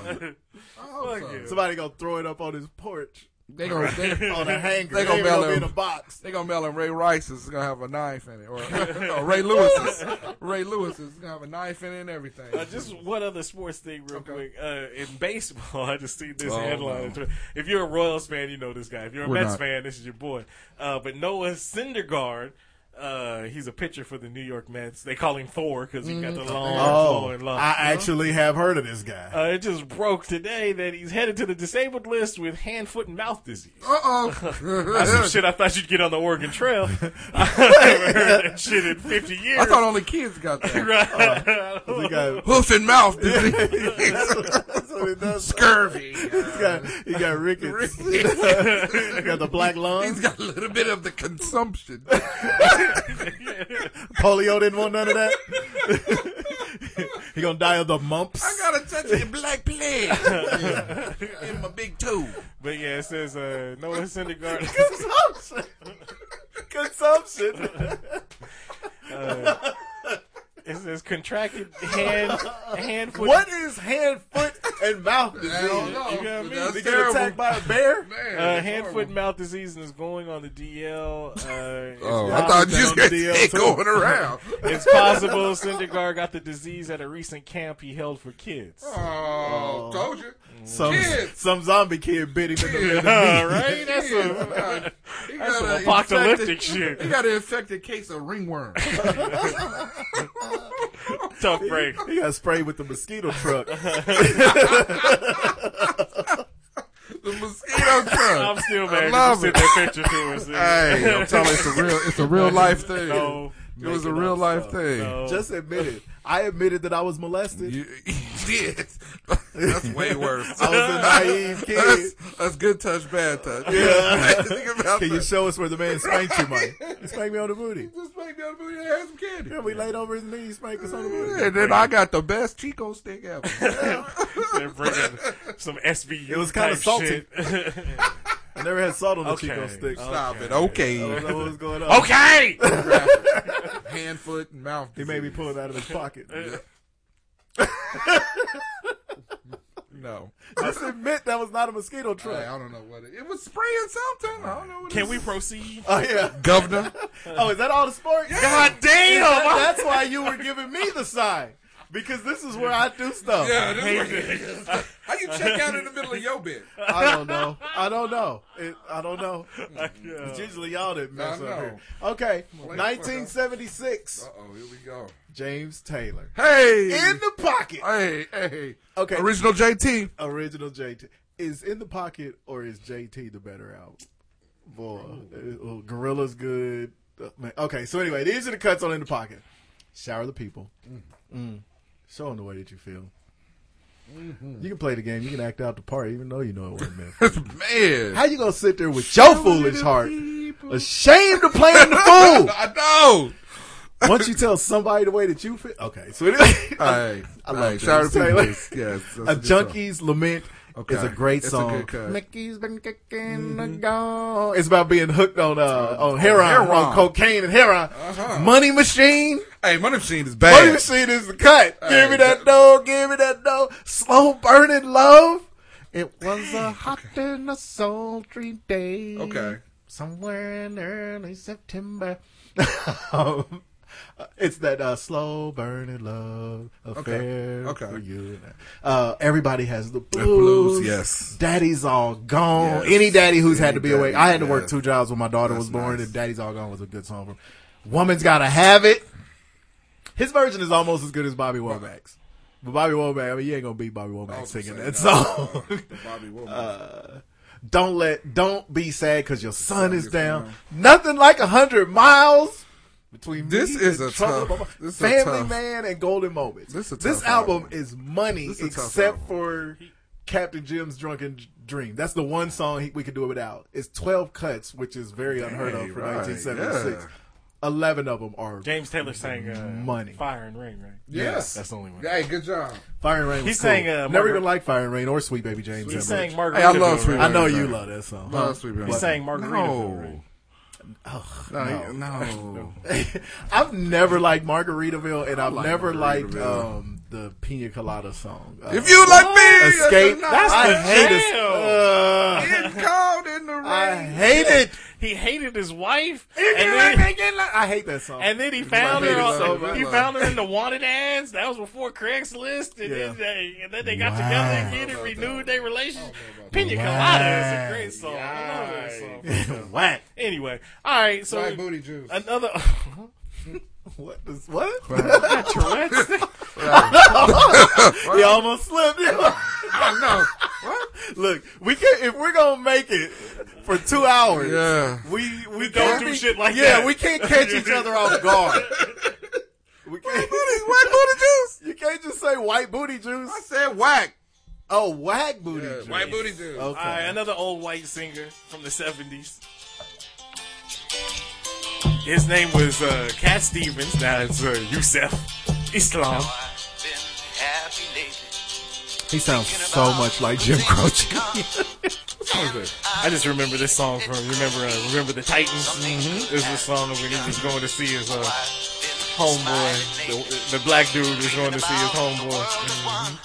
Fuck you.
Somebody gonna throw it up on his porch
They gonna they,
on a hanger.
They
They gonna
gonna mail
mail him
him.
in a box.
they gonna mail him Ray Rice's is gonna have a knife in it, or, or Ray Lewis's. Ray Lewis's is gonna have a knife in it and everything.
Uh, just one other sports thing, real quick. Uh, in baseball, I just see this
Oh,
headline. If you're a Royals fan, you know this guy. If you're a
We're
Mets
not.
fan, this is your boy. Uh, but Noah Syndergaard, uh, he's a pitcher for the New York Mets. They call him Thor because he got the long,
Oh,
flowing long.
I actually have heard of this guy.
uh, it just broke today that he's headed to the disabled list with hand, foot, and mouth disease.
uh oh.
That's some shit I thought you'd get on the Oregon Trail. I haven't heard that shit in 50 years.
I thought only kids got that.
right.
He got,
Hoof and mouth disease.
that's what he does.
Scurvy.
He got, he got rickets. he got the black
He's
lungs.
got a little bit of the consumption.
Polio didn't want none of that. he gonna die of the mumps.
I got a touch of the black plague in my big toe.
But yeah, it says uh, Noah Syndergaard. Oh,
consumption. consumption.
It says contracted hand, hand, foot.
What is hand, foot, and mouth disease?
I don't know.
You got me.
That's
They get
terrible.
attacked by a bear?
Man,
Uh,
that's
hand, foot,
horrible.
and mouth disease and is going on the DL. Uh, it's,
Oh, I
Wow.
thought you just
Down
got
DL
it
too.
going around.
it's possible Syndergaard got the disease at a recent camp he held for kids.
Oh, told you.
Some
Kids.
some zombie kid bit him in the middle.
All right, that's a, uh,
a, he
that's
got
some
a
apocalyptic
infected-
shit.
He got an infected case of ringworm.
tough break.
He got sprayed with the mosquito truck.
the mosquito
I'm
truck.
still
I
mad.
love
Just send that picture to us.
Hey, I'm telling you, it's a real, it's a real life thing.
No,
it was a
making
real
up
life
stuff.
thing.
No.
Just admit it. I admitted that I was molested.
You, yes, that's way worse.
I was a naive kid.
That's, that's good touch, bad touch.
Yeah.
Think about
Can you
that.
show us where the man spanked you, Mike? He spanked me on the booty.
Just make me on the booty and have some candy.
Yeah, we laid over his knees, spanked us on the booty.
And then I got the best Chico stick ever.
They're bringing some SBU.
It was kinda
type
salty.
shit.
I never had salt on the
Okay.
Chico stick.
Stop it.
I
Okay.
don't know what's going on.
okay.
Hand, foot, and mouth.
He made me pull it out of his pocket.
No.
Just admit that was not a mosquito
Hey,
truck.
I don't know what it, it was spraying something. I don't know what
Can
it
we
was.
proceed?
Oh yeah.
Governor.
Oh, is that all the sport?
God damn!
That- that's why you were giving me the sign because this is where I do stuff.
Yeah, this is where- How you check out in the middle of your bed?
I don't know. I don't know. It, I don't know. It's usually y'all that mess
I
up
know.
here. Okay, 1976.
Uh oh, here we go.
James Taylor
Hey!
in the pocket.
hey, hey.
Okay.
Original JT.
Original JT. is in the pocket or is JT the better album? Boy, uh, uh, Gorilla's good. Uh, man, Okay, so anyway, these are the cuts on in the pocket. Shower the people. Mm. Show them the way that you feel. You can play the game. You can act out the part, even though you know it wasn't meant. for you.
Man.
how you gonna sit there with your foolish heart, ashamed of playing the fool?
I know.
Once you tell somebody the way that you feel, okay. So anyway,
Alright,
I
alright,
love
shower
this.
the people
Taylor.
is- yes, that's a
a
good song.
junkie's lament is
Okay,
a great
it's a
song.
good cut. Mm-hmm.
Mickey's been kicking the gone. It's about being hooked on uh, on heroin,
heroin.
on cocaine and heroin.
Uh-huh.
Money machine.
Hey, Money Machine is bad.
Money machine is the cut.
Hey,
give me that dough. Give me that dough. Slow burning love. It was a hot and a sultry day.
Okay.
Somewhere in early September. Um, it's that uh, slow burning love affair
Okay.
for you. Uh, everybody has the blues.
blues, yes.
Daddy's all gone.
Yes.
Any daddy who's had
Any
to be
daddy,
away. I had to work
yes.
two jobs when my daughter
That's
was born,
nice.
and Daddy's all gone was a good song for. Woman's gotta have it. His version is almost as good as Bobby Womack's. But Bobby Womack, I mean, you ain't gonna beat Bobby Womack
was gonna
singing
say,
that
no,
song.
Oh, no, Bobby Womack.
Uh, don't let, don't be sad because your son is
is
down.
down.
Nothing like a hundred miles between
This
me
is
and
a
Trouble
tough-
Mama.
this is a
Family
tough-
Man and Golden Moments.
This
This,
is a tough
album is money
This is a tough
except for Captain Jim's Drunken J- Dream. That's the one song he, we could do it without. It's twelve cuts, which is very unheard
Dang,
of for
right,
1976.
yeah.
Eleven of them are
James Taylor sang uh,
money.
Fire and Rain, right?
Yes.
That's the only one.
Hey, good job.
Fire and Rain.
He
was
sang,
cool.
uh,
Never
Margaret-
even liked Fire and Rain or Sweet Baby James.
He
that
sang
much.
Margaret-
Hey, I love
Margaritaville,
Sweet
right?
I know
Baby
you
Jane.
love that song.
Love
Huh?
Sweet Baby
He
Jane.
sang Margaritaville, right?
No.
No,
no.
I've never liked Margaritaville, and I've
like
never liked
Margaritaville.
um, the Pina Colada song. Uh,
If you like me,
Escape,
That's
I
the
hate
jam.
it. Ugh.
Getting cold in the rain.
I hate it.
He hated his wife,
If
and
you
then,
like me, get like- I hate that song.
and then he found
my
her.
favorite
on-
song.
he found her in the wanted ads. That was before Craigslist, and
Yeah.
then they and then they got
Wow.
together again and renewed their relationship. Pina Colada is a great song. I love that song.
Whack.
Anyway, all right. So
Black booty juice.
another
What? Does, what?
Tourette's.
he almost slipped.
I
Look, we can if we're gonna make it for two hours.
know. Yeah.
We we
don't
can't
do
be-
shit like
yeah,
that.
we can't catch each other off guard. We can't,
White booty juice.
you can't just say white booty juice.
I said whack.
Oh, whack booty
Yeah,
juice.
white booty juice.
Okay.
All right, another old white singer from the 70s. His name was uh, Cat Stevens. Now it's uh, Youssef Islam.
He sounds so much like Jim Croce.
I just remember this song from Remember uh, Remember the Titans. Mm-hmm. This was a song that when he was going to see his uh, homeboy, the, the black dude was going to see his homeboy. Mm-hmm.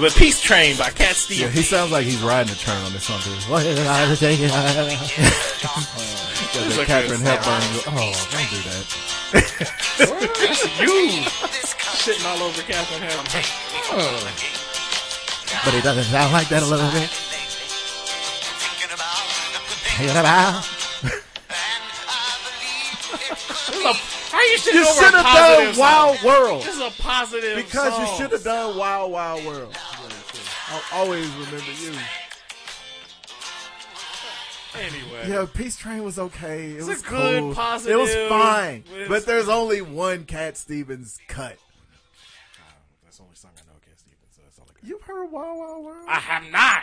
But Peace Train by Cat
yeah,
Stevens.
he sounds like he's riding a train on this song. too. yeah,
It's
the
like
Catherine
a-
Hepburn. Oh, don't do that.
you shitting all over Catherine Hepburn.
But he doesn't sound like that a little bit. Thinking about.
How you shitting
You
over
should
a
have
positive
done
song?
Wild World
This is a positive
because you
song.
should have done Wild Wild World. I'll always remember you.
Anyway.
Yeah, Peace Train was okay. It
It's a
was
good,
cool.
positive-
It was fine,
but it's-
but there's only one Cat Stevens cut.
That's the only song I know Cat Stevens, so that's all I got.
You've heard Wild Wild World?
I have not.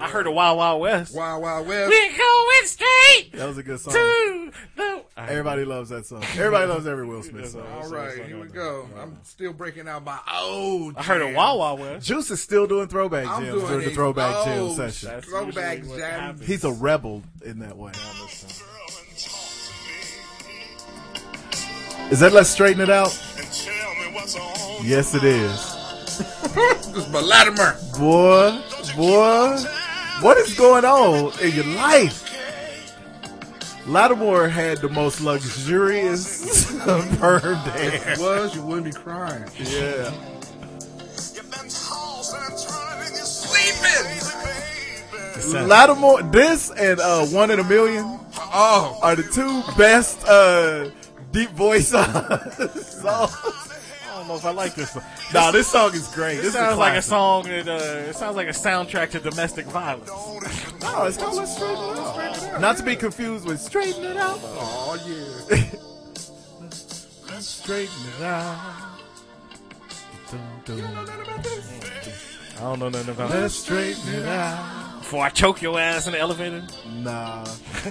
I heard a Wild Wild West.
Wild Wild West.
We're going straight
That was a good song.
to the.
Everybody loves that song. Everybody loves every Will Smith song.
All right, here we go. I'm still breaking out my old.
I heard a
jams.
Wild Wild West.
Juice is still doing throwback
I'm
jams
doing
during the
these
throwback jam
oh,
old
session.
Throwback
usually what
jam.
happens.
He's a rebel in that way. Is that let's straighten it out? Yes, it is.
This is my Latimer.
Boy, boy, what is going on in your life? Lattimore had the most luxurious perm
If
dance.
it was, you wouldn't be crying.
Yeah. Lattimore, this and uh, One in a Million
Oh,
are the two best uh, deep voice songs.
I don't know if I like this song.
Nah, this song is great.
It
This is a
sounds like a
classic.
song that uh, it sounds like a soundtrack to domestic violence.
No, it's called Let's Straighten It Out. Not to be confused with Straighten It Out. Oh, yeah. Let's Straighten It Out.
I don't know nothing about
Let's
that.
straighten it out.
Before I choke your ass in the elevator.
Nah.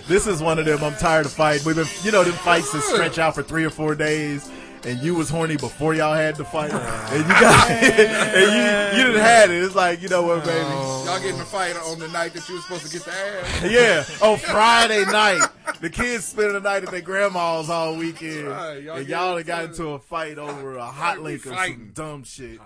This is one of them I'm tired of fighting. We've been, you know, them fights that stretch out for three or four days. And you was horny before y'all had the fight, and you got, and you you didn't had it. It's like you know what, baby.
Y'all getting a fight on the night that you were supposed to get the ass.
Yeah, on Friday night, the kids spend the night at their grandma's all weekend,
Right, y'all
and
get
y'all done got into a fight over a hot
we
link or some
fighting?
dumb shit.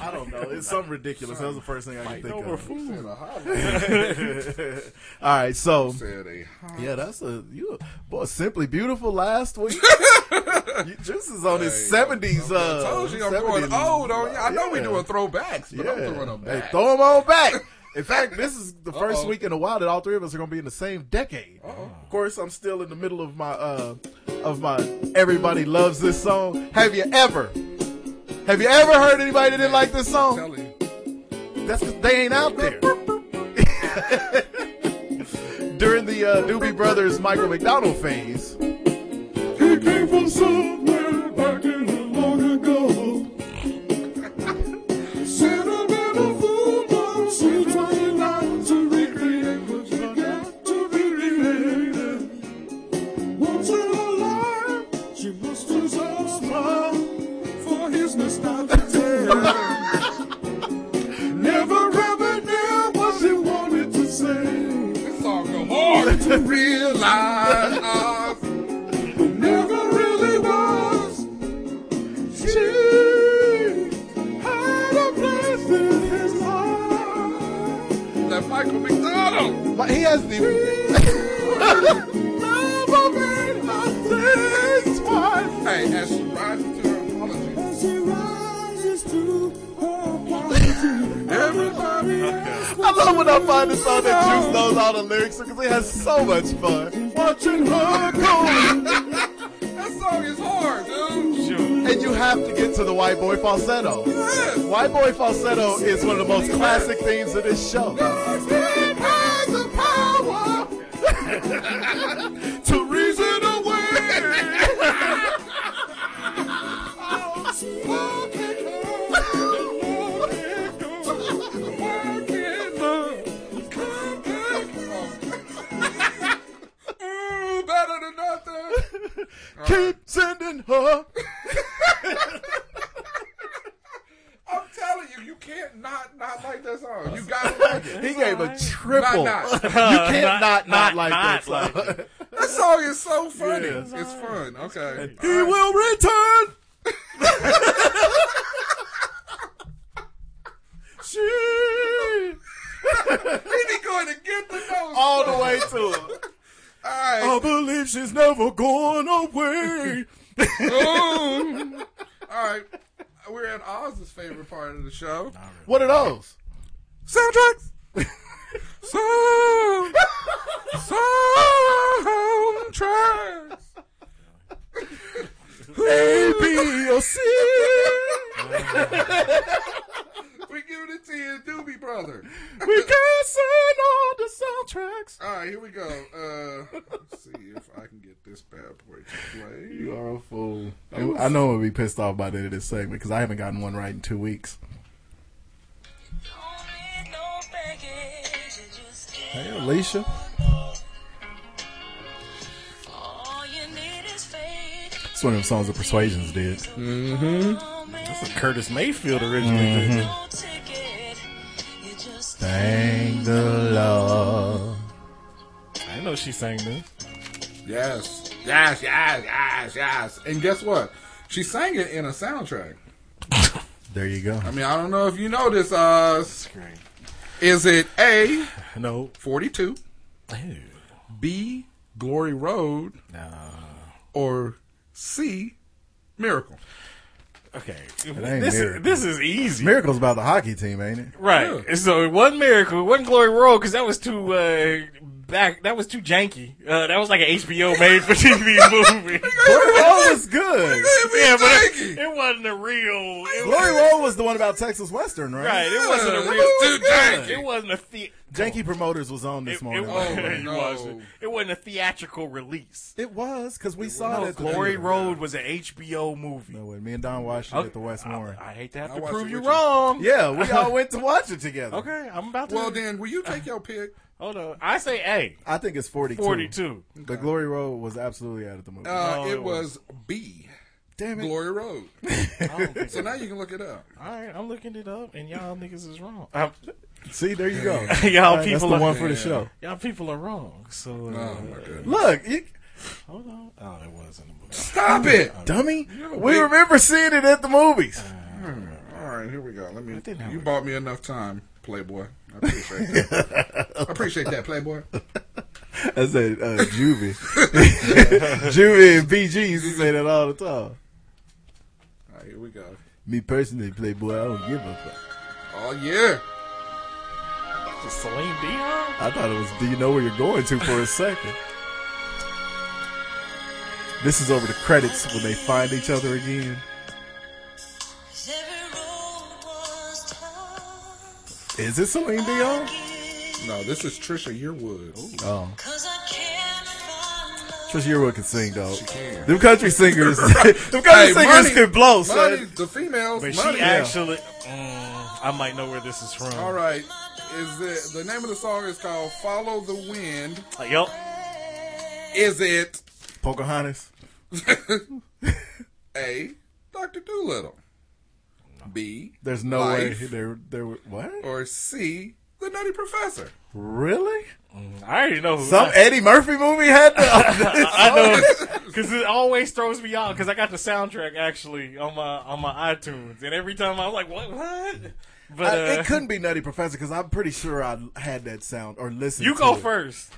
I don't know. It's something ridiculous. That was the first thing I could
Fighting
think
over
of.
food. A hot link.
All right, so
Said a hot-
yeah, that's a you boy. Simply beautiful last week. You- Juice is on his seventies.
I
Uh,
told you I'm going
70s.
old on you. I know we
Yeah.
doing throwbacks, but I'm throwing them
Hey,
back.
throw them all back. In fact, this is the 1st
Uh-oh.
week in a while that all three of us are going to be in the same decade. Of course, I'm still in the middle of my uh, of my everybody loves this song. Have you ever? Have you ever heard anybody that didn't like this song? That's 'cause they ain't out there. During the uh, Doobie Brothers Michael McDonald phase,
He came from somewhere back in the long ago. Said I've been a fool, but she trying not to recreate what you got to be related. Once in her life, she must deserve smile for his misdirection. Never ever knew what she wanted to say. This song go hard to realize. I never really was. She had a place in his heart. That Michael McDonald.
he hasn't even.
never made my things fine. Hey, as she rises to her apology. As she rises to her apology. Everybody.
I love when I find a song that Juice knows all the lyrics because he has so much fun. Watching her go.
That song is hard, dude.
And you have to get to the white boy falsetto. White boy falsetto is one of the most classic themes of this show.
It has the power to reason away. Spoken word, working love, Ooh, better than nothing.
Keep sending her.
I'm telling you, you can't not not like that song. You gotta like it.
He gave a triple.
Not, not.
You can't not not,
not,
like
not
that song.
That song is so funny.
Yeah.
It's fun. Okay.
He will return. she.
he be going to get the nose.
All the way to her. I believe she's never going away.
Ooh. All right. We're at Oz's favorite part of the show.
What are those?
Soundtracks. so, soundtracks.
A, B, or C.
We giving it to you, Doobie Brother.
We can send all the soundtracks.
All right, here we go. Uh, let's see if I can get this bad boy to play.
You are a fool. I know I'm gonna be pissed off by the end of this segment because I haven't gotten one right in two weeks. Hey, Alicia. It's one of them songs that Persuasions did.
Mm-hmm. That's a Curtis Mayfield originally. did.
Thank the Lord.
I didn't know she sang this.
Yes, yes, yes, yes, yes. And guess what? She sang it in a soundtrack.
There you go.
I mean, I don't know if you know this, Oz. Is it A,
No.
42, B, Glory Road, or C, Miracle?
Okay,
It ain't
this is,
Miracle.
this is easy,
Miracle's about the hockey team, ain't it?
right? So it wasn't miracle, it wasn't glory roll because that was too uh, back. That was too janky. Uh, that was like an HBO made for TV movie.
Glory Roll was good.
yeah, but it, it wasn't a real. It
Glory
was,
Roll was the one about Texas Western, right?
right. It wasn't a
Yeah,
real.
it was good.
It wasn't a the.
Janky Promoters was on this
It,
morning.
wa-
Oh,
it wasn't. It wasn't a theatrical release.
It was because we saw
No,
it. At the
Glory
theater.
Road was an HBO movie.
No way. Me and Don watched it
Okay.
at the Westmore.
I hate to have
I
to
watched
prove
it
you
with you.
wrong.
Yeah, we all went to watch it together.
Okay, I'm about to.
Well, then, will you take your pick?
Hold on. I say A.
I think it's 42.
42.
The Glory Road was absolutely out of the movie.
Uh,
No,
it
it
was B.
Damn it.
Glory Road.
think
so now you can look it up.
All right, I'm looking it up, and y'all niggas is wrong. I'm-
See, there you go.
y'all
All
people
right, That's the
are,
one for the show.
Y'all people are wrong. So uh,
Look, you,
hold on. Oh, it wasn't a movie.
Stop it.
dummy.
You're
We
weak.
remember seeing it at the movies.
All right, here we go. Let me.
didn't have
You
it.
bought me enough time, Playboy. I appreciate that. I appreciate that, Playboy.
I said uh, Juvie. Juvie and BG used to say that all the time.
All right, here we go.
Me personally, Playboy, I don't give a fuck.
Oh yeah.
Is it Celine Dion.
I thought it was, do you know where you're going to for a second? This is over the credits when they find each other again. Is it Celine Dion?
No, this is Trisha Yearwood.
Oh. Trisha Yearwood can sing, though.
can.
Them country singers, them country
Hey,
singers
money-
can blow,
money,
son.
The females.
But
money.
she actually. Mm, I might know where this is from.
All right. Is it the name of the song is called "Follow the Wind"?
Uh, yup.
Is it
Pocahontas.
A. Doctor Doolittle? B.
There's no
Life,
way. There, there. were- What?
Or C. The Nutty Professor.
Really?
I already know who.
Some
I,
Eddie Murphy movie had the. uh,
I know because it always throws me out because I got the soundtrack actually on my on my iTunes, and every time I'm like, what? What? But
I-
uh,
it couldn't be Nutty Professor because I'm pretty sure I had that sound or listened.
You
to
go
it.
first,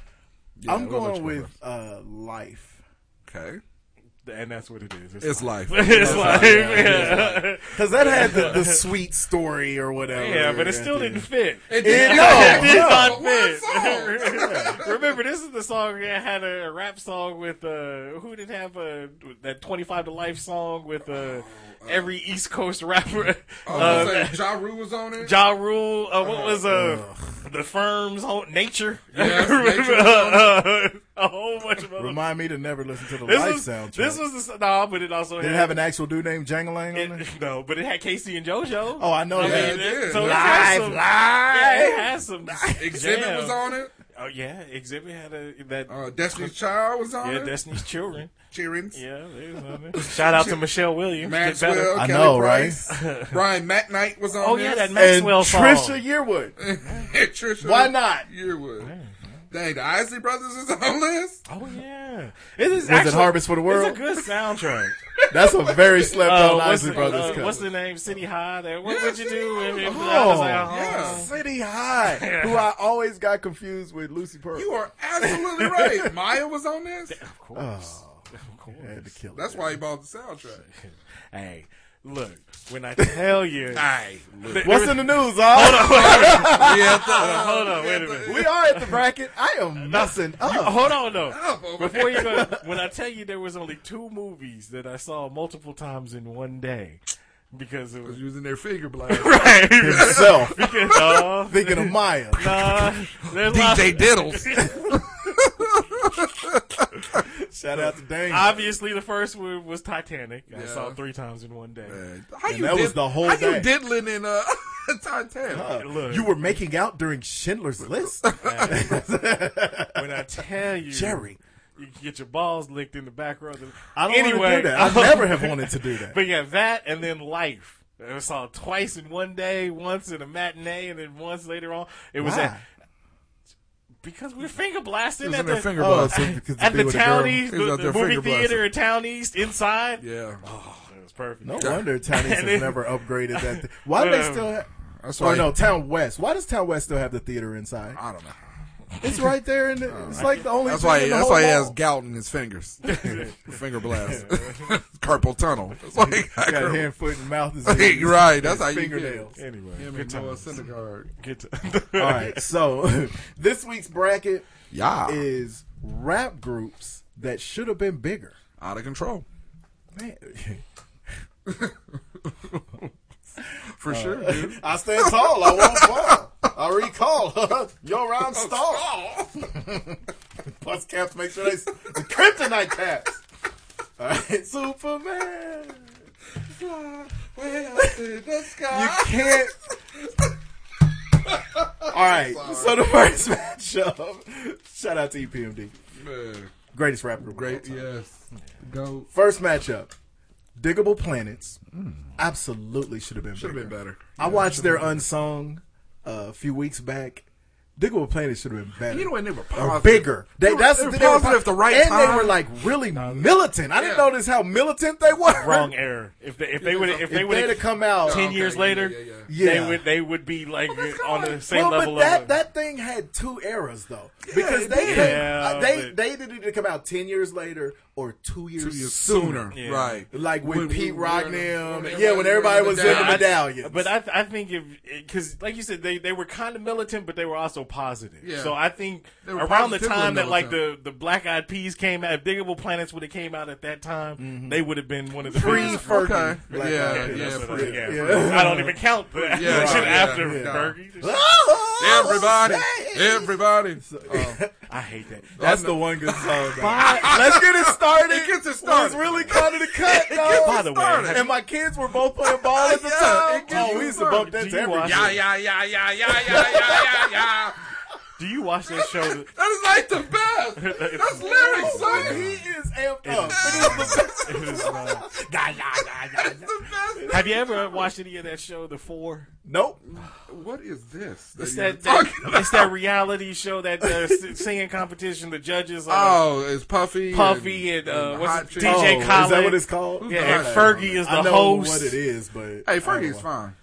I'm
we'll let
going
you go
with uh, Life
Okay.
and that's what it is. It's,
It's life.
it's like, yeah,
because that had the, the sweet story or whatever.
yeah, but it still
Yeah.
didn't fit.
It-
It
no,
did
no.
not
One
fit.
song.
Remember, this is the song that had a, a rap song with uh, who did have uh that twenty five to life song with uh, every East Coast rapper.
Oh,
Uh,
I
that-
was gonna say, Ja Rule was on it.
Ja Rule. Uh, what was uh, the firm's whole nature?
Yes, Nature
Remember, uh, a whole bunch of other.
Remind me to never listen to the
This
Life
was,
soundtrack.
this was the s- nah, but it also
Did
had,
it have an actual dude named Jangalang on it?
it- no, but it had Casey and JoJo.
Oh, I know
I
that.
mean,
Yeah,
it-
yeah.
so it
Live,
had some, yeah, it had some
Exhibit
jam.
was on it.
Oh yeah, Exhibit had a that.
Uh-huh.
Uh, Destiny's Child was on
yeah,
it.
Destiny's Children.
Cheerings.
Yeah, they was on there. shout out to Michelle Williams. Get better.
Maxwell.
I
Kelly
know,
Price, right? Brian McKnight was on
Oh
this.
yeah, that
And
Maxwell song.
Trisha Yearwood.
Trisha
Why not?
Yearwood. Dang, the Isley Brothers is on this?
Oh yeah, it is. Was
it Harvest for the World?
It's a good soundtrack.
That's a very slept
Uh,
on
what's,
Isley
the,
Brothers
uh,
cut.
what's the name? City High. That what
Yeah,
would you
City
do?
High.
If, if, I was
Oh,
like, oh,
yeah.
City High, who I always got confused with Lucy Pearl.
You are absolutely right. Maya was on this?
Of course, of course.
I had to kill it.
That's why he bought the soundtrack.
Hey, look. When I tell you,
Aye.
What's in the news, huh?
Yeah, the- uh,
hold on, wait a minute.
We are at the bracket. I am messing
You-
up.
hold on though.
Oh,
Up over
Before you go, when I tell you there was only two movies that I saw multiple times in one day, because it was
using their finger blast.
right.
Himself.
because, no,
Thinking of Maya.
nah, there's lots-
DJ Diddles.
Shout out to Dane.
Obviously, the first one was Titanic. I saw
Yeah.
it three times in one day.
How
And that was the whole
How
day.
you diddling in uh, Titanic?
Look,
You were making out during Schindler's List?
when I tell you,
Jerry.
you can get your balls licked in the back row. of the-
I don't
anyway, um,
want to do that. I never have wanted to do that.
But yeah, that and then life. I saw it twice in one day, once in a matinee, and then once later on. It was
Why?
at because we were finger blasting
was
at
in their
the
finger
Oh,
blast.
so because
at
to be
the
with a girl.
town east,
It was
the,
out there
the movie
finger blasting.
theater at town east inside.
Yeah.
It was perfect.
No wonder Town East
And
has
then-
never upgraded that. Th- why do they
Um,
still have...
That's
Or
why.
no, Town West. Why does Town West still have the theater inside?
I don't know.
It's right there, and
Oh,
it's like the only.
That's
thing
why.
in the
that's
whole
why he
wall.
has gout in his fingers. Finger blast. Carpal tunnel. It's like
Got hand, foot, and mouth disease.
Hey, you're right. That's how you
Fingernails.
Get. it.
Anyway,
Him
good
and Noah
times.
uh, Syndergaard.
Good t-
All right, so this week's bracket
Yeah.
is rap groups that should have been bigger.
Out of control.
Man.
For
Uh,
sure, dude.
I stand tall. I won't fall. I recall. Yo, round Oh, stall. Plus caps, make sure they the kryptonite caps. All right, Superman. You can't. All right, so the first matchup. Shout out to E EPMD.
Man.
Greatest rapper. of all
Great.
time.
Yes. Go.
First matchup. Diggable Planets absolutely should have been
Should have
bigger.
been better.
I watched their unsung uh, a few weeks back. Diggable Planet should have been better.
You know, and they were
Or
positive.
bigger. They,
They were-
that's
they
the
were
thing. They were
positive
po-
the right
and they
time.
were like really militant. I didn't notice how militant they were.
Wrong error. If they if they would if
If
they
they'd
would
have come out-
ten
Oh, okay,
years
yeah,
later,
yeah, yeah, yeah.
they
Yeah.
would they would be like on the same
well,
level
but that
of
that thing had two eras though, because
it
they
did.
came-
Yeah,
uh, they
but-
they didn't come out ten years later or two years,
years
sooner,
sooner, Yeah. right.
Like with
When we
Pete
were
Rock
in
and
the-
them,
when
yeah, when everybody
everybody
was
was
in the
in the
medallions.
But I, I think if because like you said, they, they were kind of militant, but they were also positive.
Yeah.
So I think
They were
around the
positively
time that like the, the Black Eyed Peas came out, if Diggable Planets would have came out at that time, they would have been one of the
Free
biggest-
Fergie.
Okay.
Black
Mm-hmm. Yeah,
Eyed Peas.
yeah,
that's what I-
free-
yeah,
yeah.
free. I don't even count the
Yeah,
yeah, shit
yeah,
after
yeah.
Fergie.
Everybody. Everybody.
I hate that.
Oh,
That's the one good song. though.
By-
Let's get it started.
It gets it
Well, It's
started.
really kind of the cut,
It
dog.
gets By the way, started. have
and my kids were both playing ball at the
Yeah,
time.
it gets
Oh, we used to bump that
Do
to
you
every
watch
Yeah,
it?
yeah, yeah, yeah, yeah, yeah, yeah, yeah, yeah.
Do you watch that show?
That is like the best. That's lyrics,
So
son.
he is amped
It
up.
Oh.
is- It is not.
Nah, nah, nah, nah, nah.
Have you ever watched any of that show, The Four?
Nope.
What is this? That
It's
you're
that, that-
talking
it's that reality show that uh, s- singing competition. The judges are
Oh, it's Puffy.
Puffy and, uh, what's
Hot
it,
Chick.
DJ
is
Khaled.
that what it's called?
Yeah,
Okay.
and Fergie is
I
the
know
host.
what it is, but
Hey,
I don't
Oh.
Fergie's
know.
fine.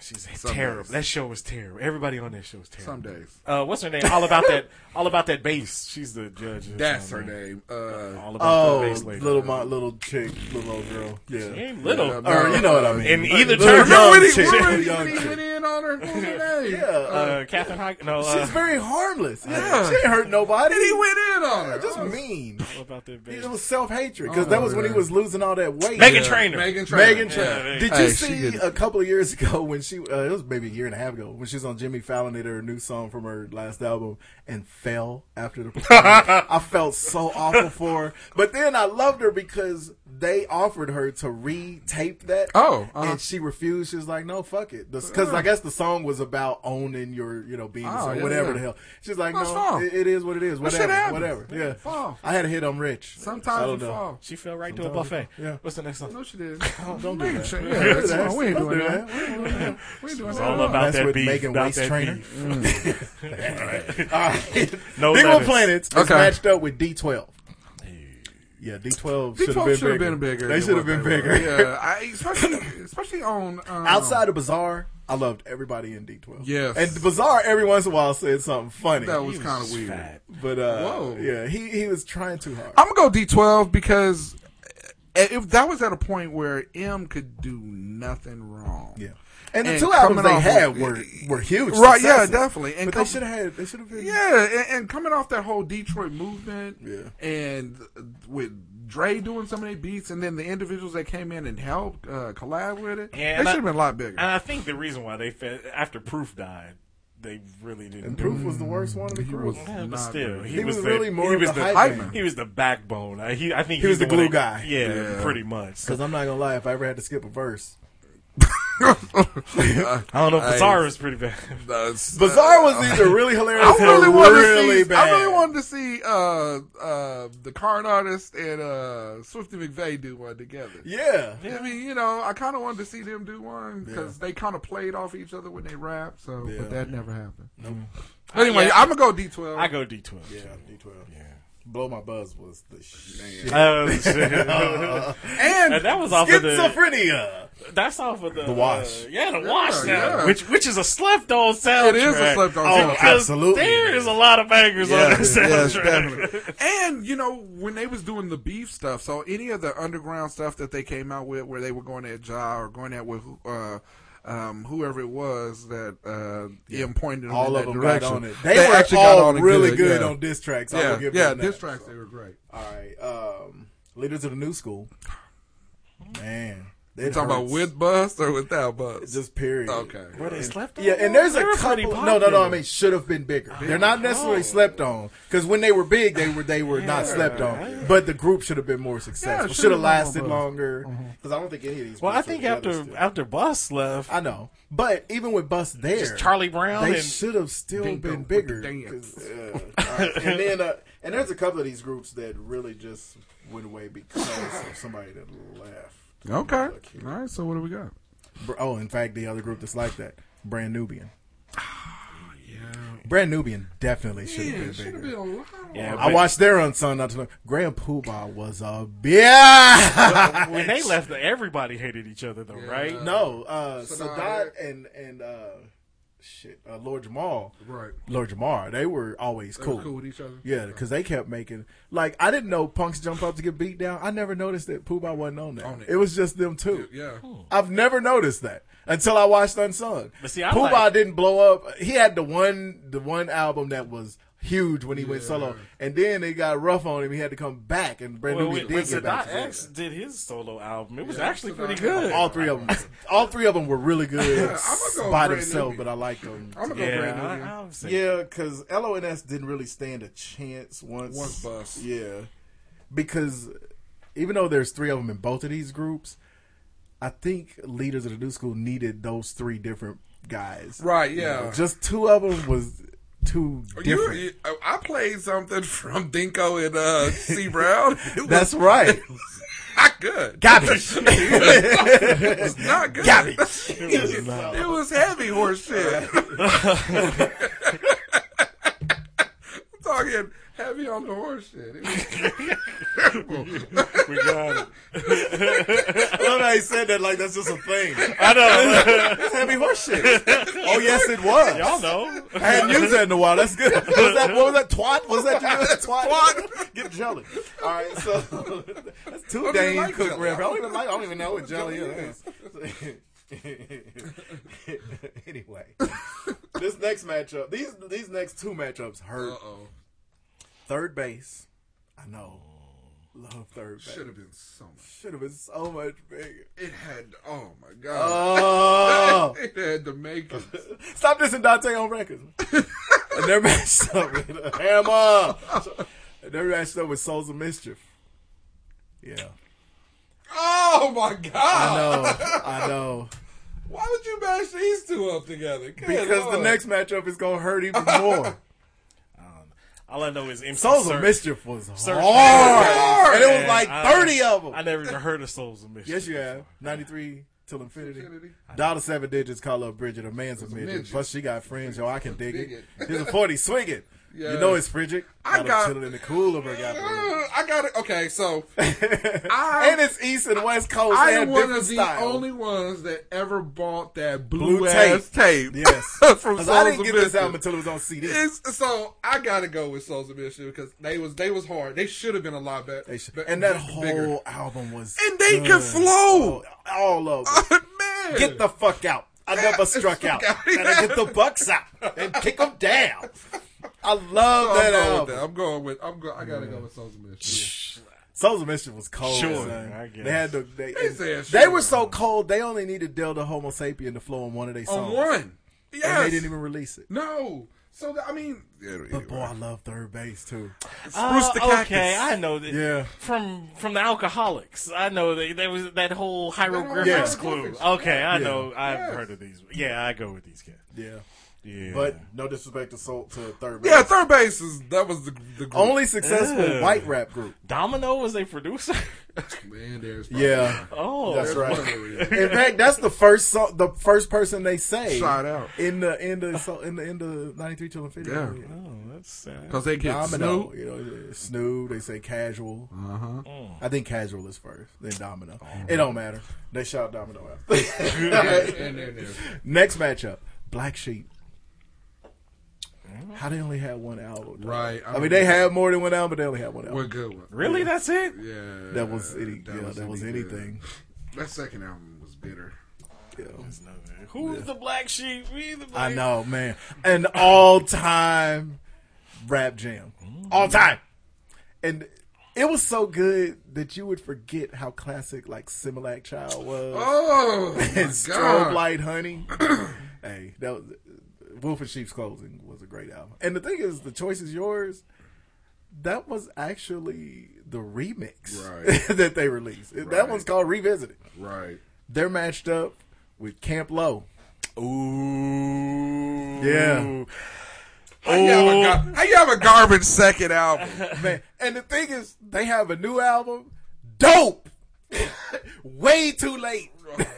she's
Some
terrible.
days.
That show was terrible. Everybody on that show is
Some
terrible.
days.
Uh, what's her name? All about that. All about that bass. She's the judge. of
That's
the
her
show, Oh, man.
name. Uh,
All about
Oh,
that bass lady.
little my little chick, little old girl. Yeah,
She ain't little. uh,
Yeah,
or you know what I mean.
In either
Little
term.
young
Remember when he,
chick,
remember when he-
little
when
young
he
chick.
went in on her? What was her name?
Yeah, uh,
uh, Catherine Hawk. No, uh,
she's very harmless. Yeah,
Yeah.
she ain't hurt nobody.
uh, And he went in on her.
just
Oh,
mean.
all about that bass.
It was self hatred because that was when he was losing all that weight.
Megan
yeah.
Trainor.
Megan Trainor.
Megan
Yeah.
Trainor.
yeah.
Did you
Hey, she
see
did-
a couple of years ago when she uh, it was maybe a year and a half ago when she was on Jimmy Fallon did her new song from her last album and fell after the performance? I felt so awful for her, but then I loved her because they offered her to re-tape that.
Oh, uh-huh.
and she refused. She was like, "No, fuck it," because I guess the song was about owning your you know being
Oh,
or
yeah,
whatever
yeah.
the hell. She's like,
That's
"No,
fine.
it, it is what it is.
shit
Whatever,
happens.
whatever."
Yeah,
Yeah,
fall.
I had to hit. I'm rich. I
Sometimes you
don't know.
fall.
She fell right to a buffet.
Yeah.
What's the next song?
No, she did.
Don't do
Megan
that.
Trainor.
Don't
Yeah,
do
that's
that.
fine. We ain't
Don't
doing
do
that.
that.
We ain't doing that. We ain't doing
It's
that.
all
at
about
Oh, That's
that
with
beef.
Megan
about
Waist
that
Trainor.
beef.
All right.
No
Big One
lettuce.
Planets is
Okay.
matched up with D12. Yeah, D12 should have
D12
been,
should
bigger.
have been bigger.
They
than
should have been
what they
bigger.
were. Yeah, I, especially especially on um,
Outside of Bizarre, I loved everybody in D12.
Yes.
And Bizarre every once in a while said something funny.
That was kind of weird.
but uh
Whoa. Uh,
yeah, he he was trying too hard.
I'm gonna go D12 because eh, if that was at a point where M could do nothing wrong.
yeah. And the
And
two albums
coming
they
off
had
of-
were were huge.
Right, yeah,
successes.
definitely. And
but
com-
they should have had they should have been
Yeah, and, and coming off that whole Detroit movement,
Yeah.
and with Dre doing some of their beats, and then the individuals that came in and helped uh, collab with it,
Yeah,
they
and
should
I-
have been a lot bigger.
And I think the reason why they fed, after Proof died, they really didn't.
And
do
Proof was the worst one of the crew.
was-
Yeah, but
Not
still,
really.
he,
He
was,
was
the,
really more
he
of
was
the
the,
hype
man.
he was the backbone. I, he, I think
He was
he's
the
one
glue
that-
guy.
Yeah,
Yeah.
pretty much. So,
Because I'm not gonna lie, if I ever had to skip a verse,
I don't know.
I-
Bizarre was pretty bad.
That's-
Bizarre was either Uh, really hilarious
I really
or
wanted
really
to see.
bad.
I really wanted to see uh, uh, the Karn artist and uh, Swifty McVeigh do one together.
Yeah.
I mean, you know, I kind of wanted to see them do one because they kind of played off each other when they rap. So,
Yeah.
but that never happened. Anyway, I'm gonna go D12.
I go D twelve.
Yeah, D12.
yeah.
Blow My Buzz was the Uh, shit.
Oh, shit.
Uh,
and,
And that was off of the-
Schizophrenia.
That's off of the,
The Wash.
uh, yeah, the wash now,
yeah.
which which is a slept on soundtrack.
It is a slept-on
Oh,
soundtrack.
because
Absolutely.
There is a lot of bangers on that
Yes, yes,
soundtrack.
definitely. and you know when they was doing the beef stuff, so any of the underground stuff that they came out with, where they were going at Ja or going at with uh, um, whoever it was that uh, M pointed them in
All
that
of them
direction.
got on it. They, were actually all
it
really good,
yeah.
on diss tracks. I
Yeah,
will give
yeah,
them that.
diss tracks they were great.
All right, um, leaders of the new school. Man,
You talking about with bust or without bust?
Just period.
Okay.
Where they
slept
Yeah, and there's a
They were pretty
couple. No, no, no.
popular.
I mean, should have been bigger.
Big
They're not necessarily
time.
slept on because when they were big, they were they were not slept on. But the group should have been more successful.
it
should have
should've been
lasted
more- Uh-huh.
longer because I don't think any of these.
Well, I
groups
think
were together
after
still.
after Bus left,
I know, but even with Bus there,
Just Charlie Brown
they
and-
should have still
Dingo
been
with
bigger.
the dance.
'cause, uh, all right. And then, uh, and there's a couple of these groups that really just went away because of somebody that left.
Okay. All right. So what do we got?
Br- Oh, in fact, the other group that's like that, Brand Nubian. Brand Nubian definitely should have
Yeah,
been
it should
bigger.
have been a lot.
Yeah,
I
but-
watched their unsung not too long. Grand Poobah was a bitch.
when they left, everybody hated each other though, right?
No, uh,
Sadat.
Sadat and and uh, shit, uh, Lord Jamal,
Right.
Lord Jamar, they were always
They were
cool.
cool with each other?
Yeah, because they kept making like I didn't know punks jump up to get beat down. I never noticed that Poobah wasn't on that.
On
it.
it.
was just them two.
Yeah.
I've never noticed that until I watched Unsung.
But see, I
Pooh Bah
like-
didn't blow up. He had the one the one album that was huge when he went solo, and then they got rough on him. He had to come back, and Brand
Well,
New
when,
did
when
get back.
Sadat
to
X did his solo album, it was
Yeah,
actually
Sadat
pretty
X.
good.
all three of them, all three of them were really good
I'ma go
by
Brand
themselves,
Nubian.
but I like them.
I'ma go
Yeah,
Brand
I-
Nubian.
I would say-
Yeah, because LONS didn't really stand a chance once.
Once bust.
Yeah. Because even though there's three of them in both of these groups, I think leaders of the new school needed those three different guys.
Right,
You
yeah. Oh,
know, just two of them was too
You,
different.
you, I played something from Dinko and uh, C Brown. It was
That's right.
not good.
Garbage.
it was not good.
Garbage.
It was, it was heavy horse shit. I'm talking heavy on the horse shit. It was terrible.
We got it.
I love how he said that like that's just a thing.
I know.
That's heavy horse shit. Oh, yes, it was.
Y'all know.
I hadn't used that in a while. That's good. What was that, what was that twat? What was that twat? twat. Get jelly. All right, so that's
I
two
don't
Dane
even like
Cook
jelly.
reference. I don't even like. I don't even know what jelly is. anyway, this next matchup, these these next two matchups hurt.
Uh-oh.
Third base, I know. Love third base.
Should have been so much.
Should have been so much bigger.
It had, oh my
Uh.
God.
Oh,
It had the makings.
stop this and Dante on records. and they're matched up with uh, Hammer. And they're matched up with Souls of Mischief. Yeah.
Oh my
I
God.
know. I know.
Why would you mash these two up together? Good
Because the
Lord.
next matchup is gonna hurt even more.
All I know is MC
Souls
Surf-
of Mischief was
Surf-
hard, and it was
Man,
like
I-
thirty of
I
them.
never even heard of Souls of Mischief.
Yes, you have ninety three till infinity.
Infinity.
Dollar seven digits. Call up Bridget. A man's a midget.
midget.
Plus she got friends. Yo, I can dig
Dig
it.
it.
Here's a forty. Swing it.
Yes.
You know it's Bridget.
I
Got 'em
got-
chilling in the cooler. But got Bridget.
Uh, I got it. Okay, so I-
and it's East and West Coast.
I am
and
one
different
of the
styles.
only ones that ever bought that blue,
Blue
ass tape.
Yes,
from
'Cause
Souls
I didn't
of
get this
Mischief.
album until it was on CD.
It's, so I gotta go with Souls of Mission because they was they was hard. They should have been a lot better.
They should-
be-
and that
be-
whole
bigger.
album was.
And they
good.
can flow.
all over. it.
man.
Get the fuck out! I never struck out.
out.
Gotta get the bucks out and kick them down. I love
So I'm
that
going with
album.
that. I'm going with. I'm going. I gotta go with Souls of Mission.
Souls of Mischief was cold.
Sure,
son.
I guess.
They had the they,
They
and
said
they
sure.
were so cold. They only needed Del the Homo Sapien to flow on one of their songs,
On one. Yes.
and they didn't even release it.
no. So that, I mean,
But boy, I love third base too.
Uh,
the Cactus.
Okay, I know that.
Yeah.
From from the alcoholics, I know that there was that whole hieroglyphics
Yeah.
clue. Okay, I
Yeah.
know. I've
Yes.
heard of these. Yeah, I go with these guys.
Yeah,
Yeah.
but no disrespect to Soul to third base.
yeah, third base is that was the the group.
only successful
Ugh.
white rap group.
Domino was a producer.
man. There's
Yeah.
oh,
That's right.
right.
In fact, that's the first so- the first person they say
Shout out.
in the in the so, in the in the ninety three till infinity.
Yeah.
Oh, that's uh,
Because they get
Domino,
Snoop.
You know, Snoop. They say casual.
Uh-huh. Oh,
Mm.
I think casual is first, then Domino. It don't matter. They shout Domino out.
And they're there.
Next matchup: Black Sheep. How they only had one album? dog?
Right.
I, mean, they had more than one album, but they only had one album.
We're good one.
Really?
Yeah.
That's it?
Yeah.
That was any- yeah, that was
uh, any
anything.
good. That second album was bitter.
Yeah.
Who's the black sheep? We the black
I know, man. An all-time rap jam,
Mm.
all time, and it was so good that you would forget how classic like Similac Child was.
Oh, my
and
God.
Strobe Light Honey. hey, that was Wolf and Sheep's Clothing was a great album. And the thing is, the choice is yours. That was actually the remix
Right.
that they released. That
Right.
one's called Revisited.
Right.
They're matched up with Camp Low.
Ooh.
Yeah.
How you, have a gar- how you have a garbage second album?
Man, and the thing is, they have a new album. Dope. Way too late.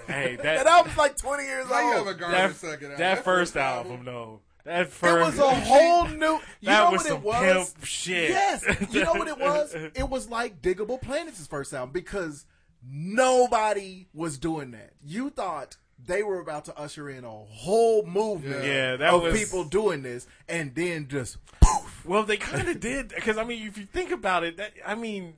Hey,
That,
that
album's like 20 years
How you
old.
have a garbage
that,
second album?
that first album though. That
It
first
was a whole new. You
That
know
was
what
some
it was?
pimp shit.
Yes. You know what it was? It was like Diggable Planets' first album because nobody was doing that. You thought they were about to usher in a whole movement
Yeah. Yeah, that
of
was-
people doing this, and then just
Well, they kind of did because I mean, if you think about it, that I mean,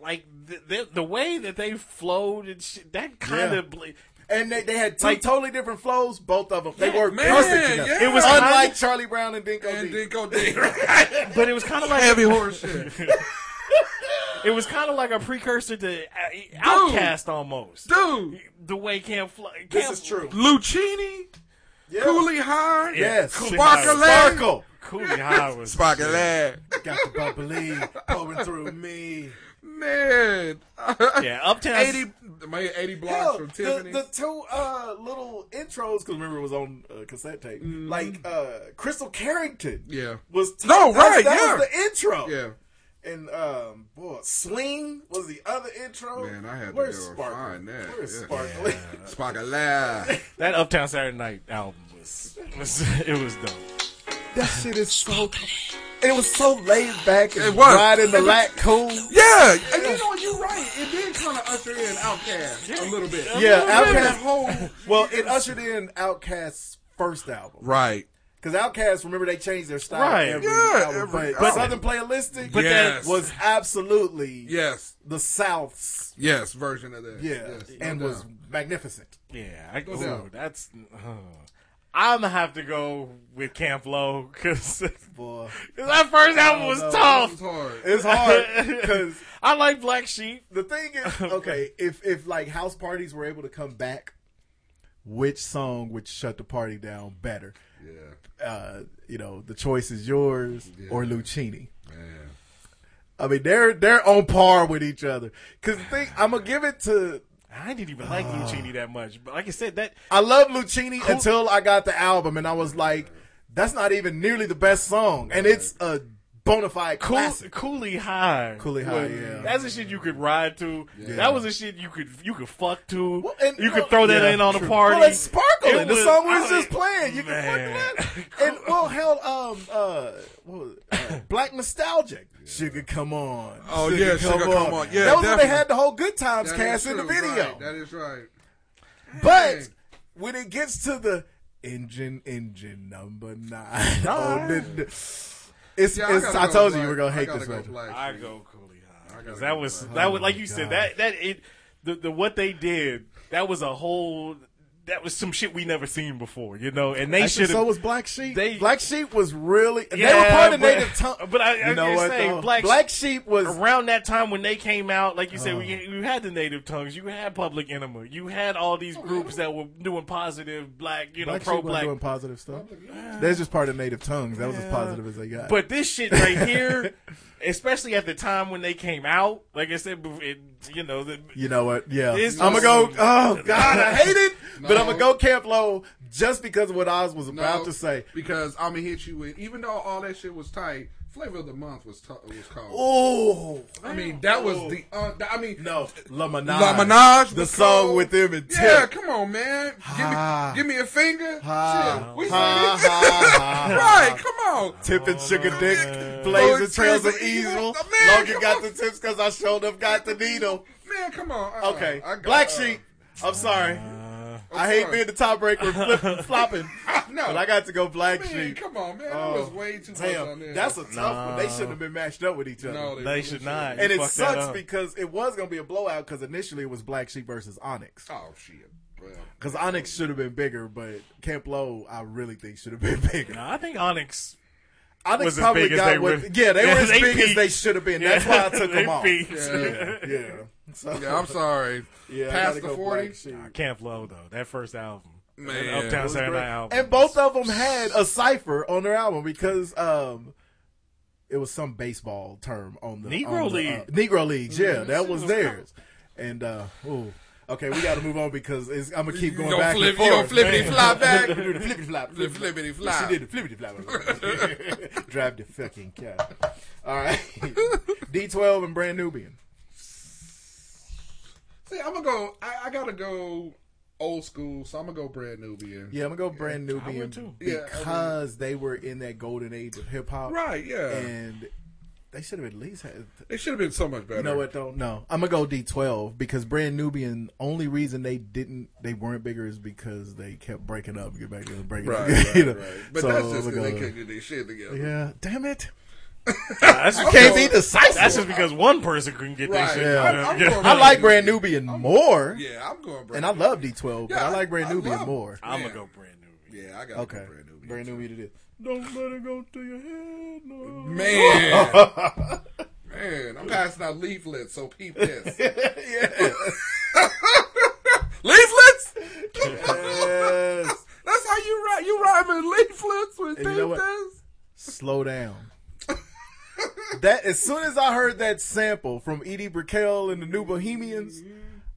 like the the, the way that they flowed and shit, that kind
Yeah.
of bl-
and they, they had two
Like-
totally different flows. Both of them they
Yeah.
worked
Man,
perfect together.
yeah.
It was
unlike
kinda-
Charlie Brown and Dinko
And
D.
Dinko D.
but it was kind of like
Heavy horse shit.
it was kind of like a precursor to Outcast almost.
Dude.
The way Camp Flo- Camp,
This is true.
Lucini.
Yeah.
Coolie High.
Yes.
Cooley
Sparkle.
Sparkle.
Cooley High was
Sparkle. Lab.
Got the bubbly pouring through me.
Man.
Yeah, Uptown.
80, my 80 blocks
Hell,
from
the,
Tiffany.
the two uh, little intros, because remember it was on uh, cassette tape. Like uh, Crystal Carrington,
Mm-hmm. Yeah.
was
No,
that's-
right,
That
yeah.
was the intro.
yeah.
and um, boy, Swing was the other intro.
Man, I had to
Where's
go and
Sparkle?
find that,
Where's
yeah.
Sparkle?
Sparkle. Lab.
that Uptown Saturday Night album was was it was dope.
that shit is so. And it was so laid back and
It was.
riding the
It was-
lack cool.
Yeah, and you know you're right. It did kind of usher in Outkast a little bit.
Yeah,
that
Outkast.
whole
Well, it ushered in Outkast's first album.
right.
Because Outkast, remember they changed their style
Right.
every
Yeah,
album,
every
but,
album.
Southern Playalistic
But Yes. that-
was absolutely
Yes,
the South's
yes, version of that.
yeah,
yes, no
and
doubt.
was magnificent.
Yeah, I go
down.
That's uh, I'm gonna have to go with Camp Low because
Boy,
that first album was
know.
It was
tough.
hard.
it's hard because
I like Black Sheep.
the thing is, okay, if if like house parties were able to come back, which song would shut the party down better?
Yeah,
Uh, you know, the choice is yours or Lucini.
man.
I mean, they're they're on par with each other. Because the thing, I'm gonna give it to
I didn't even like Lucini that much, but like I said, that
I love Lucini until I got the album and I was like, that's not even nearly the best song. And it's a bona fide
cool,
classic.
Cooley High,
Cooley High,
was-
yeah.
that's the shit you could ride to. That was the shit you could you could fuck to.
Well, and-
you
well,
could throw that
yeah,
in on a
true.
party.
Well, that's sparkling.
It
the
was-
song we was
I-
just playing. You can
Man.
fuck with that. And well, hell, um, uh, what was it? Uh, Black Nostalgic. Sugar, come on.
Oh, yeah, Sugar Come On. Yeah,
that was when they
definitely.
had the whole Good Times
That
cast
is
in the
true,
video.
right, That is right.
But when it gets to the engine, engine number nine, oh, the- the- it's,
Yeah,
it's,
gotta
I told
go
you
Black-
you were gonna
I
hate
gotta
this
go
one.
Black
I
Sheep.
go Cooley High
I gotta
'Cause
go
that was
Black
that was like you
my
said
God.
that that it the, the what they did that was a whole that was some shit we never seen before you know and they
Actually,
should
so
have
was Black Sheep.
they-
Black Sheep was really they were
Yeah,
part of
but-
Native Tongue.
but I- I was gonna say,
though?
Black
Black, Oh.
Sheep-
Sheep was
around that time when they came out like you said we, you had the native tongues you had Public Enema you had all these groups that were doing positive black you know
Oh, Black
pro
Sheep wasn't
black
doing positive stuff. They're just part of Native Tongues. That was as
Yeah.
positive as they got.
but this shit right here especially at the time when they came out like I said bef- it, you know the,
you know what? Yeah,
This
I'm gonna
was
go.
some-
Oh God, I hate it. But I'm gonna go Camp Low just because of what Oz was about to say.
Because I'm gonna hit you with, even though all that shit was tight, flavor of the month was t- was called.
Oh,
I mean that was the. Uh, I mean
no, La Minaj,
La Minaj
the
was
song
cold.
with him and
Yeah,
Tip.
come on, man. Give
Ha.
me, give me a finger.
Ha.
Shit, we
Ha,
seen it.
ha, ha.
right, come on.
Tip
Oh,
and Sugar Dick,
Lord,
Blaze and Trails of
Trails of
Easel.
Man,
Logan
come
got the tips because I showed up, got the needle.
Man, come on. Uh,
Okay,
I got-
Black
uh,
Sheep. I'm sorry. I hate
sorry.
being the tiebreaker and flip and flopping,
No.
but I got to go Black
Man,
Sheep.
come on, man.
Oh,
that was way too much on
Damn,
there.
that's a tough one. They
Nah.
shouldn't have been matched up with each other.
No,
They
really
should not.
and
You
it
fucked that
sucks
up.
because it was gonna be a blowout because initially it was Black Sheep versus Onyx.
Oh shit. Well,
Because Onyx should have been bigger, but Camp Low, I really think should have been bigger.
Nah, I think Onyx.
Onyx
was as
probably
big as
got
they
what.
were.
Yeah, they
Yeah,
were as
they
big as they
peaked.
should have been.
Yeah,
That's why I took
they
them off.
peaked.
Yeah, yeah. So,
yeah, I'm sorry.
Yeah, I
Past
gotta
the
go
40?
Black Sheep.
Nah, Camp Low though, that first album,
Man,
That
it
Uptown
was
Saturday
great.
Night album,
And both of them had a cipher on their album because um, it was some baseball term on the
Negro
on the, uh,
League.
Negro Leagues, yeah,
Yeah,
that
shit
was
was
theirs. And uh, ooh, okay, we got to move on because it's, I'm gonna keep
You
going
gonna
back
flip-
and forth.
you gonna flippity
man.
flop back?
You do the flippity flop,
Flip- flippity flop.
She did the flippity flop. Drive the fucking car. All right, D12 and Brand Nubian.
See, I'm gonna go. I, I gotta go old school, so I'm gonna go brand Nubian.
Yeah, I'm gonna go Brand Nubian
too.
Yeah, I would.
because they were in that golden age of hip hop,
Right, yeah.
and they should have at least had
It should have been so much better.
You know what though? No, I'm gonna go D12 because Brand Nubian. Only reason they didn't, they weren't bigger is because they kept breaking up, get back together, breaking
Right,
up.
right,
you know?
right. But
So,
that's just
I'm
because they
gonna-
can't get their shit together.
Yeah, damn it!
that's
I can't be decisive.
That's just because one person couldn't get
Right.
that shit.
Yeah.
done.
I'm- I'm
Yeah.
going
I like Brand Nubian more,
Yeah, I'm going brand.
and I love D12, but
Yeah,
I like Brand
I
Nubian
love-
more.
I'm gonna
Yeah.
go brand new.
yeah, I gotta
Okay,
go brand Nubian.
Brand Nubian it is. Don't let it go to your head. no.
Man, man, I'm passing out leaflets, so peep this.
yeah.
leaflets?
Yes.
That's how you write. You rhyming leaflets
And
with
you know
peep
what?
this?
slow down. that as soon as I heard that sample from Edie Brickell and the New Bohemians,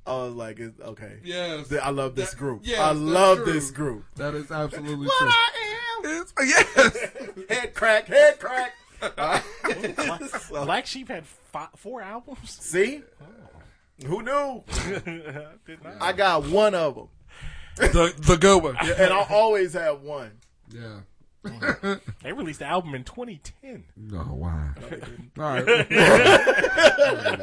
I was like, it's- okay,
Yes.
Th- I love this
That-
group.
yes,
I
that's
love
true.
this group.
That is absolutely true. It's, yes.
Head crack, head crack. So,
Black Sheep had five, four albums.
see, who knew?
Did not.
I got one of them,
the the good one. Yeah.
and I always have one.
yeah.
They released the album in 2010.
Oh wow. All right. No, they didn't.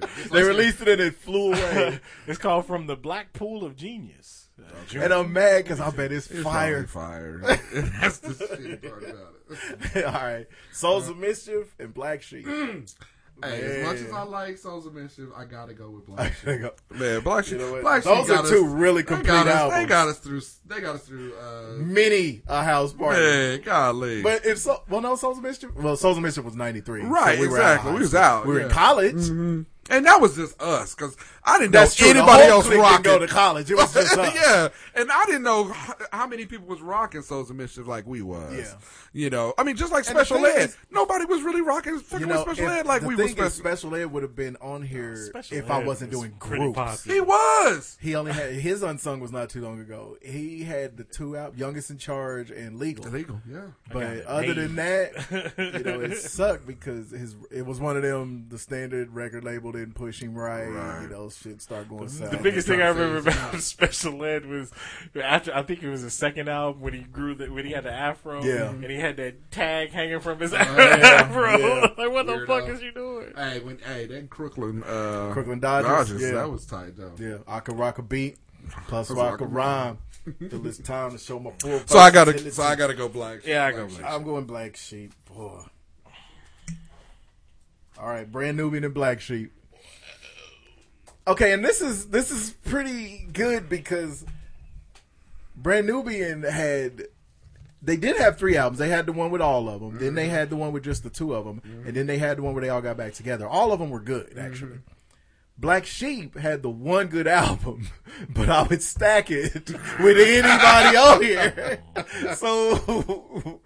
Just
They
like-
released it and it flew away,
It's called From the Black Pool of Genius. Uh, June-
and I'm mad because I bet it's
Probably
fire.
Fire. That's the shitty part about it.
All right, Souls of Mischief and Black Sheep.
Mm. Hey, as much as
Man.
I like Souls of Mischief, I gotta go with Black Sheep.
Go.
Man, Black Sheep.
You know what?
Black Sheep
Those
got
are
us-
two really
they
complete
got us- They
albums.
got us through. They got us through. Uh,
Many a house party.
man, golly.
But if so, well, no, Souls of Mischief. Well, Souls of Mischief was ninety three,
Right, exactly. We was out,
We were in
yeah.
college.
and that was just us because I didn't
That's
know
true. The
anybody
whole
else
clique
rocking.
didn't go to college. It was just us.
yeah, and I didn't know h- how many people was rocking Souls of Mischief like we was.
Yeah.
You know, I mean, just like
And the
Special
thing
Ed,
is-
nobody was really rocking fucking
You know,
with Special
if-
Ed like
the
we
thing
were
is,
special.
special ed would have been on here
Special
if I
Ed
wasn't
was
doing
pretty
groups.
popular.
he was.
He only had his unsung was not too long ago. He had the two out, youngest in charge and legal.
Illegal, yeah.
But
it
other than
made.
that, you know, it sucked because his it was one of them. The standard record label didn't push him right. You know, shit start going south.
The biggest thing I
trying to
remember
say
about Special Ed was after I think it was his second album when he grew the when he had the afro
Yeah. Oh,
and he had that tag hanging from his afro.
yeah.
like what the
Weirdo.
fuck is you doing?
Hey, when hey that Crooklyn uh,
Crooklyn Dodgers, yeah.
that was tight though.
Yeah, I can rock a beat, plus I can rhyme. Till it's time to show my full.
So I gotta, so I gotta go black.
Yeah, I
Black
go
Sheep.
Black
I'm going black sheep. Boy. All right, brand newbie and black sheep. Okay, and this is this is pretty good because Brand Nubian had they did have three albums. They had the one with all of them. Then
Mm-hmm.
they had the one with just the two of them, and then they had the one where they all got back together. All of them were
Mm-hmm.
good actually. Black Sheep had the one good album, but I would stack it with anybody on here. So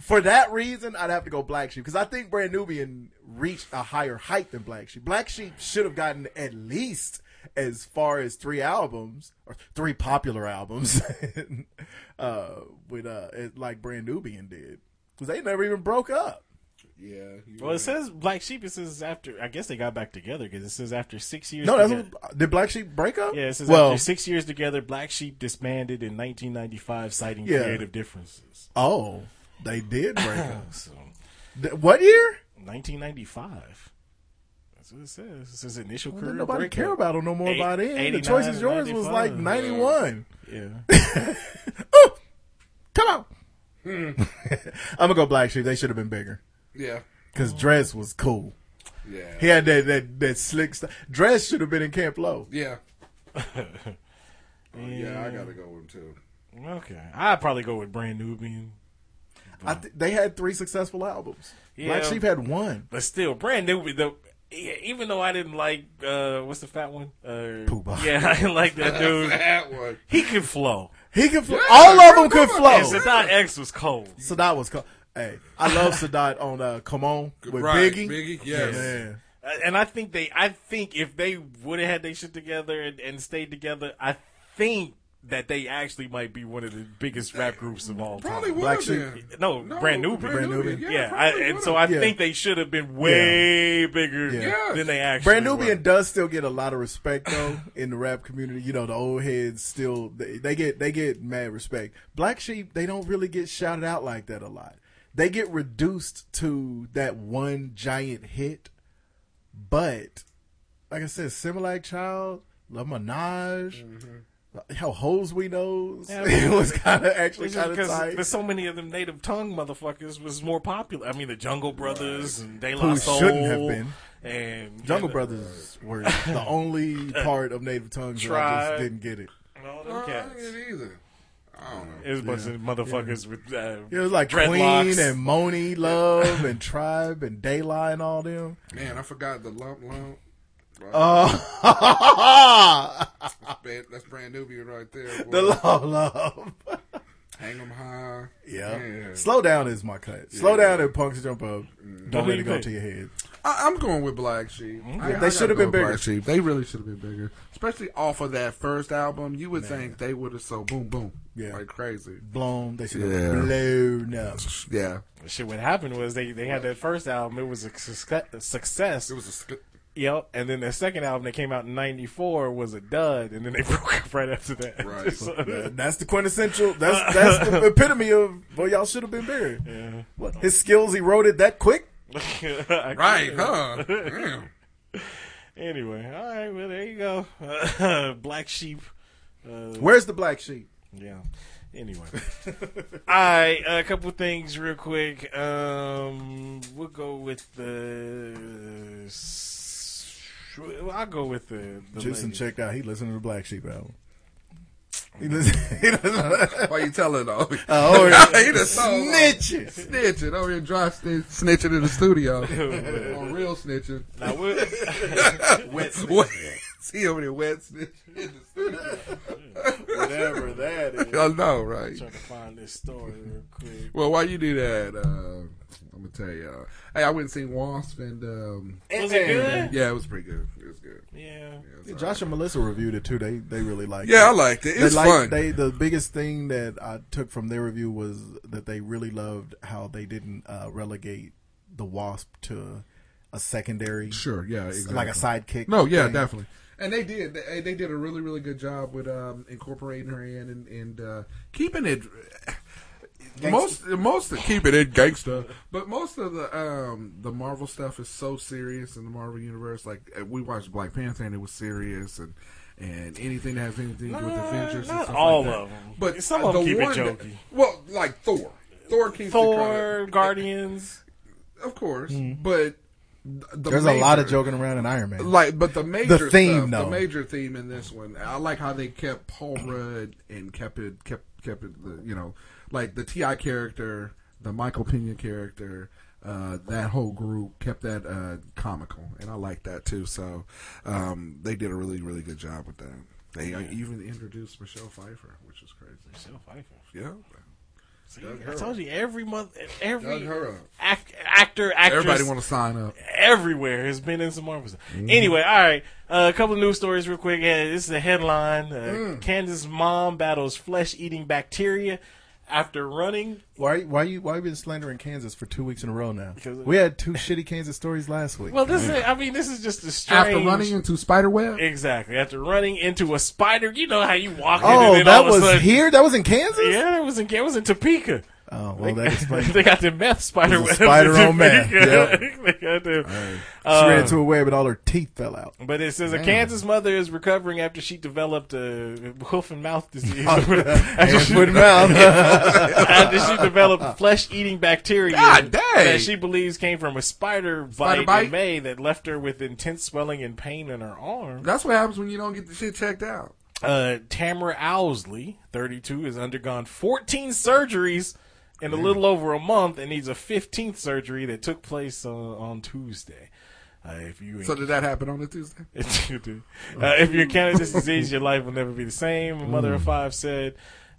for that reason, I'd have to go Black Sheep because I think Brand Nubian reached a higher height than Black Sheep. Black Sheep should have gotten at least as far as three albums or three popular albums uh, with uh, it- like Brand Nubian did, because they never even broke up.
Yeah. you're
Well, it
right.
says Black Sheep. It says after. I guess they got back together because it says after six years.
No, that's
together-
what, did Black Sheep break up?
Yeah, it says
well,
after six years together, Black Sheep disbanded in 1995, citing
Yeah.
creative differences.
oh, they did break up.
So,
Th- What year?
1995. That's what it says. It says initial
Well,
career.
then nobody
breakup.
care about him no more
Eight-
by then. The
89,
Choice Is Yours was like 91.
Yeah.
Ooh, come on. I'm gonna Hmm. go Black Sheep. They should have been bigger.
Yeah.
Cause Dress was cool.
Yeah.
He had that that, that slick stuff. Dress should have been in Camp Low.
Yeah. Oh, yeah. I gotta go with him too.
Okay, I'd probably go with Brand Nubian.
I th- they had three successful albums. Black
Yeah.
Sheep had one.
But still, Brand Nubian. The, e- even though I didn't like uh, what's the fat one? Uh,
Bah.
Yeah, I didn't like that dude.
That one.
He could flow.
He could fl- all of them could flow.
And Sadat X was cold.
Sadat was cool. Hey, I love Sadat on uh, Come On with
Right,
Biggie.
Biggie, yes.
Man.
Uh, And I think they, I think if they would have had their shit together and, and stayed together, I think that they actually might be one of the biggest rap groups of all
Probably
time.
would
Black
have
Sheep.
been.
No, brand new,
Brand Nubian,
Yeah,
yeah,
I,
probably
and
would
so I
have.
Yeah.
think they should have been way bigger
Yeah.
than they actually.
Brand
were.
Nubian does still get a lot of respect though in the rap community. You know, the old heads still they, they get they get mad respect. Black Sheep they don't really get shouted out like that a lot. They get reduced to that one giant hit, but like I said, Similac Child, La Minaj, how hoes we knows,
Yeah,
it
but-
was kind of actually
Which is
kind of
because
tight.
there's so many of them native tongue motherfuckers was more popular. I mean, the Jungle Brothers and De La
Who
Soul
shouldn't have been.
And
Jungle
and,
Brothers were the only part of Native Tongues that I
Tribe.
just didn't get it.
and all
No,
them
I didn't
cats.
get it either. I don't know.
It was a bunch of motherfuckers with uh,
It was like
dreadlocks.
Queen and Moni Love and Tribe and Daylight and all them.
Man, I forgot the lump lump.
Oh,
That's bad- that's brand newbie right there.
the
boy.
love, love.
Hang 'em high.
Yeah.
Man.
Slow down is my cut. Slow
Yeah.
down and punks jump up. Don't
Who
let
Mm. you
it go
pick?
to your head.
I, I'm going with Black Sheep.
Mm-hmm.
I-
Yeah,
I
they
gotta
should've been
go with
bigger.
Black Sheep. They really should have been bigger, especially off of that first album. You would think they would have so boom boom,
Yeah.
like crazy.
Blown. They should
Yeah.
have blown up.
Yeah,
Shit, what happened was they, they had that first album. It was a success. A success.
it was a sc-
Yep. And then their second album that came out in '94 was a dud, and then they broke up right after that.
Right.
So-
Yeah, That's the quintessential. That's that's the epitome of well, y'all should have been bigger. What, his skills eroded that quick.
I
right,
couldn't-
huh? Damn.
Anyway, all right. Well, there you go. Black sheep. Uh,
Where's the black sheep?
Yeah. Anyway, all right. A couple things real quick. Um, we'll go with the. s- well, I'll go with the, the
Juice and
lady.
checked out. He listened to the black sheep album. He listened. He listened
Why you telling though?
oh, yeah.
he done sold out.
Snitches.
snitching over here, dry snitch, snitching in the studio, on real snitching.
Now, we'll-
Wet snitching. See over there, wet snitching in the studio.
whatever that is.
I know, right?
trying to find this story real quick.
Well, while you do that, uh, I'm gonna tell you. Uh, hey, I went and seen Wasp, and um,
Was it good?
yeah, it was pretty good. It was good.
Yeah.
It was
Yeah,
all right.
Josh and Melissa reviewed it too. They they really liked
Yeah, I
it.
liked it. It
They
was
liked-
fun.
They the biggest thing that I took from their review was that they really loved how they didn't uh, relegate the wasp to a secondary,
Sure, yeah, exactly.
like a sidekick.
No, yeah,
thing.
definitely. And they did. They, they did a really, really good job with um, incorporating her in and, and uh, keeping it. Most, most of, keeping it gangster, but most of the um, the Marvel stuff is so serious in the Marvel universe. Like uh, we watched Black Panther and it was serious, and and anything that has anything to do with
Nah,
Avengers. and
not
stuff
all
like that.
of 'em.
but
Some
uh,
of 'em
the
keep it
one that-
jokey.
well, like Thor. Thor keeps it
Thor, Mm-hmm.
kinda-
Guardians.
of course, but. th- The
There's a lot of
major-
joking around in Iron Man.
like, but the major
theme,
stuff,
though.
the major theme in this one, I like how they kept Paul Rudd and kept it, kept, kept it, the, you know, like the Ti character, the Michael Pena character, uh, that whole group kept that uh, comical, and I like that too. So um, they did a really, really good job with that. They uh, even introduced Michelle Pfeiffer, which is crazy.
Michelle Pfeiffer.
Yeah,
See,
Doug
I
Hurrell.
told you every month, every
Doug Hurrell.
ac- actor, actress.
Everybody wanna sign up.
Everywhere has been in some Marvel stuff. Anyway, all right. Uh, a couple of news stories real quick. Yeah, this is a headline. Uh,
Mm.
Candace's mom battles flesh-eating bacteria after running
Why why you why you been slandering Kansas for two weeks in a row now? We had two shitty Kansas stories last week.
Well, this is, I mean, this is just a strange.
After running into spider web,
Exactly. After running into a spider, you know how you walk in
Oh,
and then
that
all of a
was
sudden-
here? That was in Kansas?
Yeah, it was in, it was in Topeka.
Oh, well, that explains-
they got the meth spider
There's a
webs.
spider
in
on meth.
Topeka.
Yep.
they got them.
she
Uh,
ran into a web and all her teeth fell out.
But it says a
Damn.
Kansas mother is recovering after she developed a hoof and mouth disease.
Oh,
After
hand,
she-
foot, and mouth.
after she developed flesh-eating bacteria that she believes came from a spider bite,
Spider
in
bite?
May that left her with intense swelling and pain in her arm.
that's what happens when you don't get the shit checked out.
Uh, Tamara Owsley, 32, has undergone 14 surgeries in a little over a month and needs a 15th surgery that took place uh, on Tuesday. Uh, if you
So did that happen on a Tuesday?
uh, if you encounter this disease, your life will never be the same. A mother
Mm.
of five said.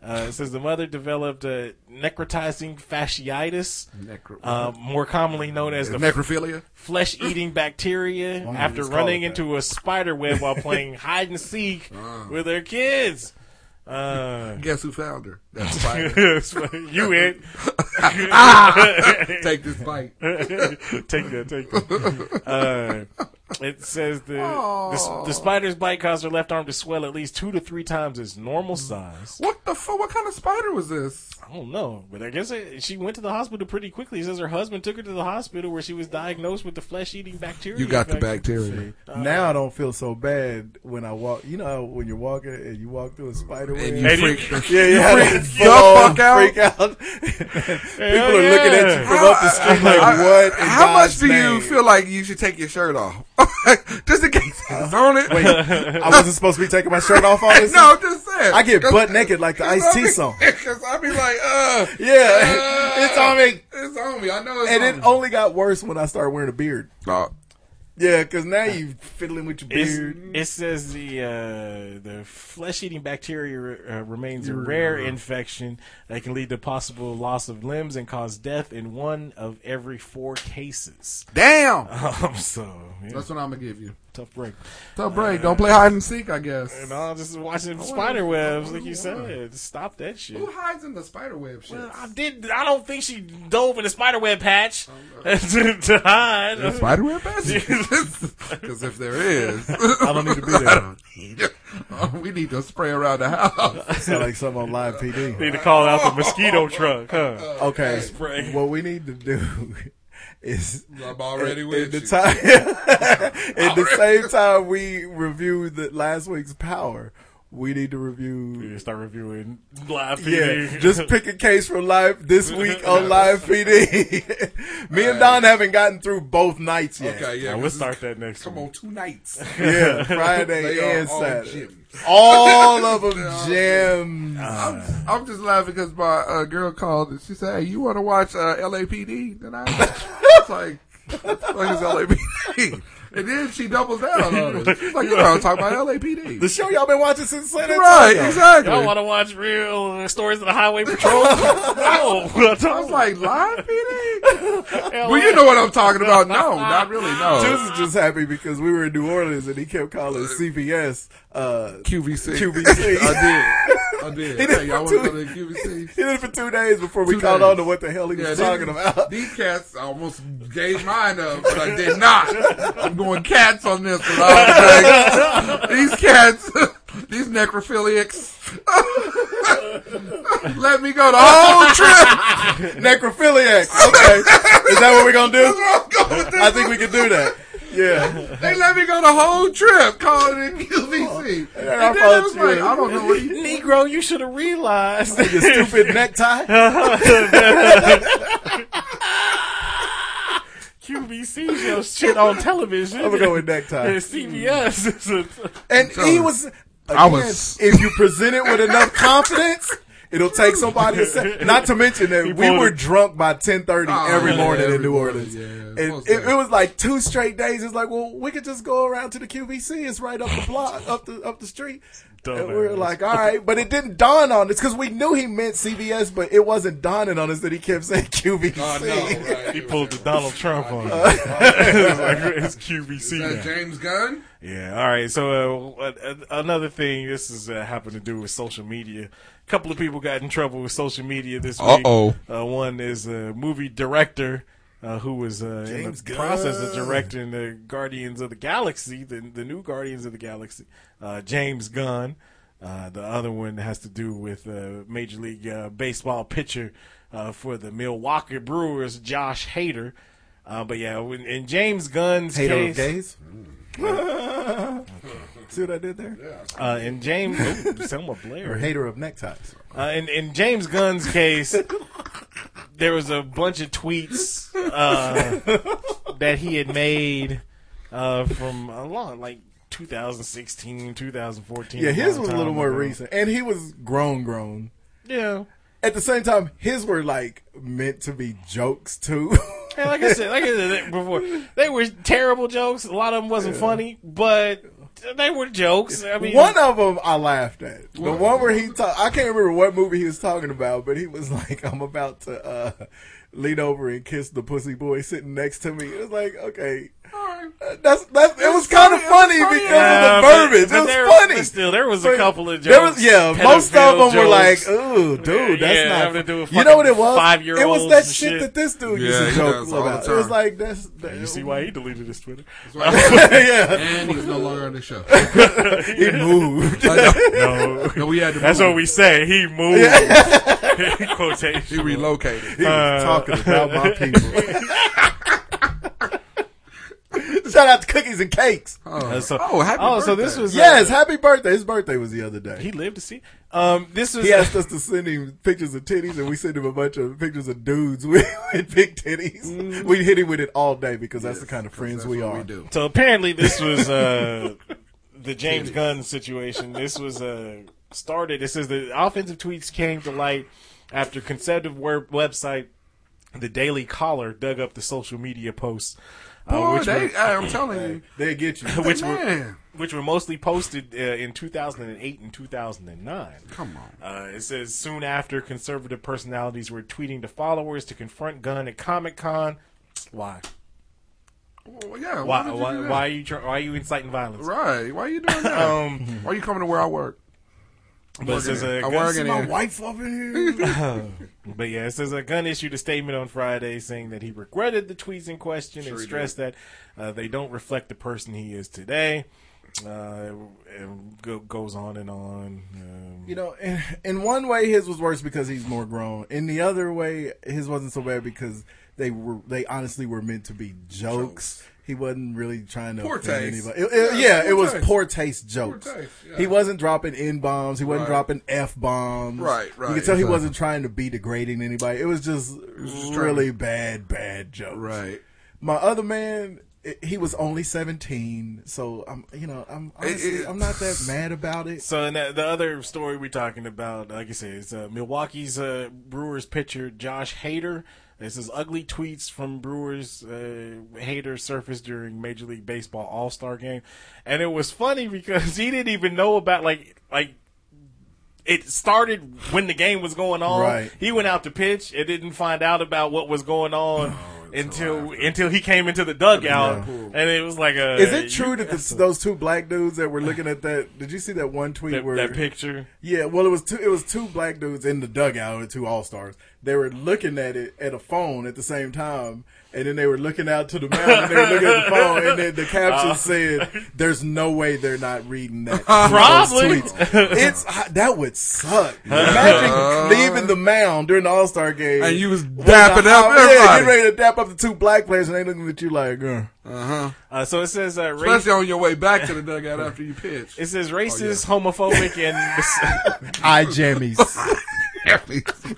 Uh, it says the mother developed uh, necrotizing fasciitis,
Necro-
uh, more commonly known as the
Necrophilia?
flesh-eating bacteria,
Why
after
just call it
running
that? Ah.
into a spider web while playing hide and seek with her kids. Uh,
Guess who found her? That
spider. you it.
Ah! Take this bite.
take that. Take that. Uh, it says the, the
Aw.
the spider's bite caused her left arm to swell at least two to three times its normal size.
Hmm. What the fuck? What kind of spider was this?
I don't know, but I guess it, she went to the hospital pretty quickly. It says her husband took her to the hospital where she was diagnosed with the flesh-eating bacteria. infection.
now I don't feel so bad when I walk. You know how when you're walking and you walk through a spider web,
And you And you- freak-
yeah,
you
yeah,
freak
full
the
on
fuck out.
freak out. People are
yeah.
looking at you from up the street like
How-
what? in
How
God's
much do
name?
you feel like you should take your shirt off? just in case it's
Uh-huh.
on it.
Wait, I wasn't supposed to be taking my shirt off on this.
No, I'm just saying.
I get
Cause-
butt naked like the Ice T song.
Because I'd be like, uh.
Yeah, it's on me.
It's on me. I know it's
And
on
it only got worse when I started wearing a beard.
Oh.
Yeah, because now you fiddling with your
It's-
beard.
It says the uh, the flesh-eating bacteria uh, remains a rare infection that can lead to possible loss of limbs and cause death in one of every four cases.
Damn.
Um, so yeah.
That's what I'm going to give you.
tough break.
Tough break. Don't play hide and uh, seek, I guess.
And I'm just watching spider webs, like you said. Stop that shit.
Who hides in the spider web shit?
I did. I don't think she dove in the spider web patch to, to hide.
There's spider web patch? Because if there is,
I don't need to be there.
I don't need- Oh, we need to spray around the house.
Sound like something on live PD.
Need to call out the mosquito truck, huh?
Okay.
Spray.
What we need to do is
I'm already
at,
with
at the
you.
time at the
Already.
same time we reviewed the last week's power. We need to review.
Start reviewing live PD.
Yeah, just pick a case from live this week on live PD. Me and Don haven't gotten through both nights yet.
Okay, yeah.
Now, we'll
'cause
start that next
Come
week.
on, two nights.
Yeah, Friday
They are
and
all
Saturday.
gems.
All of
They
them
are
gems.
I'm, I'm just laughing because my uh, girl called and she said, "Hey, you want to watch uh, LAPD?" Then I was like, "What the fuck is LAPD?" And then she doubles down on it. She's like, "You know, I'm talking about LAPD."
The show y'all been watching since San Antonio.
Right, exactly.
Y'all want to watch real uh, stories of the Highway Patrol? no,
I was like, "Live PD?" well, you know what I'm talking about. No, not really.
Juice
No,
is just happy because we were in New Orleans and he kept calling CBS uh,
QVC.
QVC.
I did. I did.
He did
Hey, y'all want
for
to
two-
go to QVC?
He did it for two days before we
Two
caught
days.
on to what the hell he was
these-
talking about.
These cats I almost gave mine up, but I did not. I'm going cats on this one. I was like, These cats, these necrophiliacs, let me go the whole trip.
Necrophiliac. Okay, is that what we're gonna do?
I'm going with
I think we can do that. Yeah.
this. They let me go the whole trip calling in QVC. And
I
then it was
thought you-
like, I don't know what he
Negro, you should have realized.
Your stupid necktie.
QVC shows shit on television.
I'm gonna go with necktie.
And CBS is a-
And he was.
I
Again,
was-
If you present it with enough confidence, it'll take somebody. A sec- not to mention that we
pulled
were
it.
drunk by ten thirty
Oh,
every
yeah,
morning in
every
New
morning,
Orleans,
yeah,
and
most
it, it
definitely.
was like two straight days. It's like, well, we could just go around to the QVC. It's right up the block, up the up the street. And we were like, all right, but it didn't dawn on us because we knew he meant CVS, but it wasn't dawning on us that he kept saying QVC.
Oh,
he pulled the Donald Trump on
Uh,
us. it's, like, it's QVC.
Is that
now.
James Gunn?
Yeah. All right. So uh, a- a- another thing, this is uh, happened to do with social media. A couple of people got in trouble with social media this week.
Uh-oh.
Uh, one is a movie director uh, who was uh, in the
James Gunn.
process of directing the Guardians of the Galaxy, the the new Guardians of the Galaxy. Uh, James Gunn. Uh, the other one has to do with uh, Major League uh, Baseball pitcher uh, for the Milwaukee Brewers, Josh Hader. Uh, but yeah, when, in James Gunn's
Hater
case,
of gays? See what I did there?
uh, in James ooh, Selma Blair
Or hater of neckties.
Uh, in in James Gunn's case, there was a bunch of tweets uh, that he had made uh, from a long like 2016, 2014.
Yeah, his
long
was a
time
little more
ago.
recent, and he was grown, grown.
Yeah.
At the same time, his were like meant to be jokes too.
Yeah, like I said, like I said before, they were terrible jokes. A lot of them wasn't funny, but they were jokes. I mean,
one of them I laughed at. The one where he talked, I can't remember what movie he was talking about, but he was like, I'm about to uh, lean over and kiss the pussy boy sitting next to me. It was like, okay. Uh, That's, that's, it was kind of funny because
Uh,
of the
but-
verbiage.
but
it was
there-
funny.
but still, there was a
But
couple of
there was-
jokes,
yeah, most of them
pedophile
were like, uh,
jokes.
"Ooh, dude, that's
Yeah,
not."
having to do with
you know what it
fucking
was?
five-year-olds
It was that
and
shit
shit.
that this dude
Yeah,
used to
he
joke
does all the
about. It was
time.
like that's. That,
you see why he deleted his Twitter?
yeah.
And he's no longer on the show.
He moved.
no,
No, we had to
That's
move.
what we say. He moved. Quotation.
He relocated.
He was
Uh,
talking about my people. Shout out to cookies and cakes.
Uh, so- Oh, happy oh, so this birthday. was, uh,
yes, happy birthday. His birthday was the other day.
He lived to see. Um, this was
He asked us to send him pictures of titties, and we sent him a bunch of pictures of dudes with, with big titties.
Mm.
We hit him with it all day because that's the kind of friends we are.
So apparently, this was uh, the James Gunn situation. This was uh, started. It says the offensive tweets came to light after conservative web- website The Daily Caller dug up the social media posts. uh,
Boy,
were-
they- I'm telling you.
they get you.
which
Man.
were which were mostly posted uh, in 2008 and 2009.
Come on.
Uh, it says soon after conservative personalities were tweeting to followers to confront Gunn at Comic Con. Why?
Well, yeah.
why?
did you
Why,
do that?
why are you? Try, why are you inciting violence?
Right. Why are you doing that?
Um,
why are you coming to where I work? I'm
But it says
working
a
here.
gun-
I'm working here.
up in here.
but yeah, it says a gun issued a statement on Friday saying that he regretted the tweets in question
Sure
and
he
stressed that uh, they don't reflect the person he is today. Uh, and go, goes on and on. Um,
You know, in, in one way, his was worse because he's more grown. In the other way, his wasn't so bad because they were they honestly were meant to be jokes. He wasn't really trying to
Poor
offend
taste.
anybody. It- it-
Yeah,
yeah,
poor
it was
taste.
poor taste jokes.
taste, yeah.
He wasn't dropping n bombs. He wasn't
Right.
dropping f bombs.
Right,
You
right,
could tell he
exactly.
wasn't trying to be degrading anybody. It was just,
just
really
trying to-
bad, bad jokes.
Right.
My other man. i- He was only seventeen, so I'm, you know, I'm honestly,
it-
I'm not that mad about it.
So and the, the other story we're talking about, like I said, is uh, Milwaukee's uh, Brewers pitcher Josh Hader. This is ugly tweets from Brewers uh, Hader surfaced during Major League Baseball All Star Game, and it was funny because he didn't even know about like like. It started when the game was going on.
Right.
He went out to pitch and didn't find out about what was going on until until he came into the dugout, and it was like a.
Is it true that the, those two black dudes that were looking at that? Did you see that one tweet
that,
where
that picture?
Yeah, well, it was two. It was two black dudes in the dugout, the two all stars. They were looking at it at a phone at the same time, and then they were looking out to the mountain. and they were looking at the phone, and then the caption
Uh.
said, "There's no way they're not reading that."
Probably.
Those tweets. it's uh, that would suck. Imagine leaving the mound during the All Star game,
And you was
With
dapping
the-
up
Yeah,
everybody.
getting ready to dap up the two black players, and they looking at you like, "Uh
Uh-huh.
Uh, so it says uh, race-
Especially on your way back to the dugout after you pitch.
It says racist, homophobic, and
eye jammies."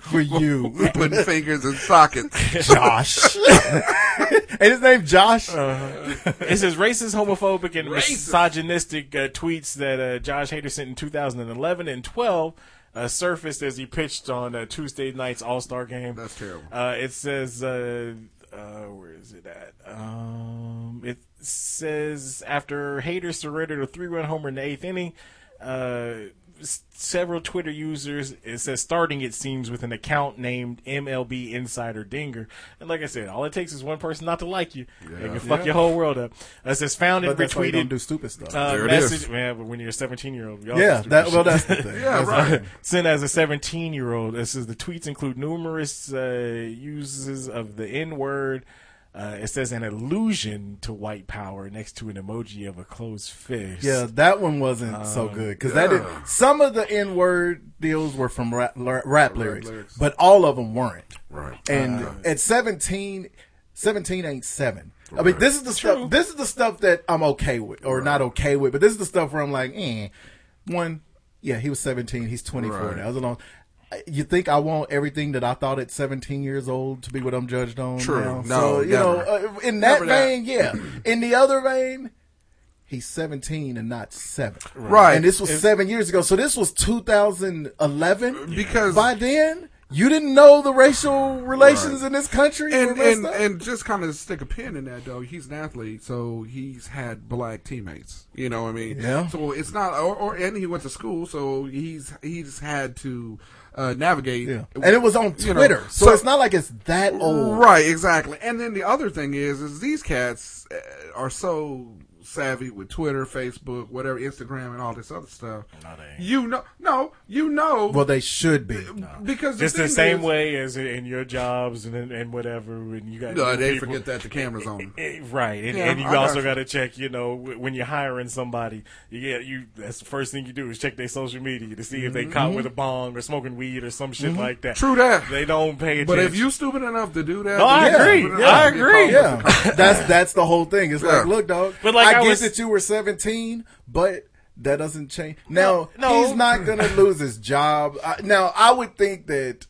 For you,
putting fingers in sockets.
Josh. and his name Josh. Uh-huh.
it says racist, homophobic, and misogynistic uh, tweets that uh, Josh Hader sent in 2011 and 12 uh, surfaced as he pitched on uh, Tuesday night's All Star game.
That's terrible.
Uh, it says, uh, uh, where is it at? Um, it says after Hader surrendered a three-run homer in the eighth inning. uh, s- several Twitter users. It says starting it seems with an account named MLB Insider Dinger, and like I said, all it takes is one person not to like you, and you can fuck
Yeah.
your whole world up. It says founded,
But that's why you
retweeted,
don't do stupid stuff.
Uh,
There it
message,
is.
man. But when you're a 17 year old,
Yeah, that- well, that's the thing.
yeah,
That's right.
right. Sent as a 17 year old. It says the tweets include numerous uh, uses of the N word. Uh, it says an allusion to white power next to an emoji of a closed fist.
Yeah, that one wasn't so
Um,
good because that
yeah.
did, some of the N word deals were from rap, lar- rap lyrics,
lyrics.
but all of them weren't.
Right.
And
Uh,
at 17, 17 ain't seven. I mean, this is the
True.
stuff. This is the stuff that I'm okay with, or not okay with, but this is the stuff where I'm like, eh. One, yeah, he was 17. He's 24
Right.
now. That was a long. You think I want everything that I thought at 17 years old to be what I'm judged on?
True.
now?
No,
So, you know,
never.
uh, in that
Never that.
vein, yeah. In the other vein, he's 17 and not seven.
Right.
And this was
If-
seven years ago. So this was
Uh,
2011. Because by then, you didn't know the racial relations in this country. were
And
messed
and,
up.
and just kind of stick a pin in that though. He's an athlete, so he's had black teammates. You know what I mean?
Yeah.
So it's not, or, or and he went to school, so he's he's had to uh, navigate. Yeah.
And it was on Twitter. so, it's not like it's that old.
Right, exactly. And then the other thing is, is these cats uh, are so savvy with Twitter, Facebook, whatever, Instagram, and all this other stuff. You know, no, you know.
Well, they should be.
Uh, because
it's
the,
the
thing
same
is-
way as in- in your jobs and and whatever, and you got
No,
new
they
people.
forget that the camera's on.
Eh, Right, and,
Yeah,
and you
I
also
got
got to check. You know, wh- when you're hiring somebody, you get you. That's the first thing you do is check their social media to see if they caught
Mhm.
with a bong or smoking weed or some shit
Mhm.
like that.
True that.
They don't pay attention.
But if you stupid enough to do that,
No, I
then you're
agree.
stupid
Yeah,
enough
I
to get
agree.
caught.
Yeah, that's that's the whole thing. It's
Yeah.
like, look, dog.
But like
I,
I
get
was-
that you were seventeen, but that doesn't change. Now
No, no.
he's not gonna lose his job. I, now I would think that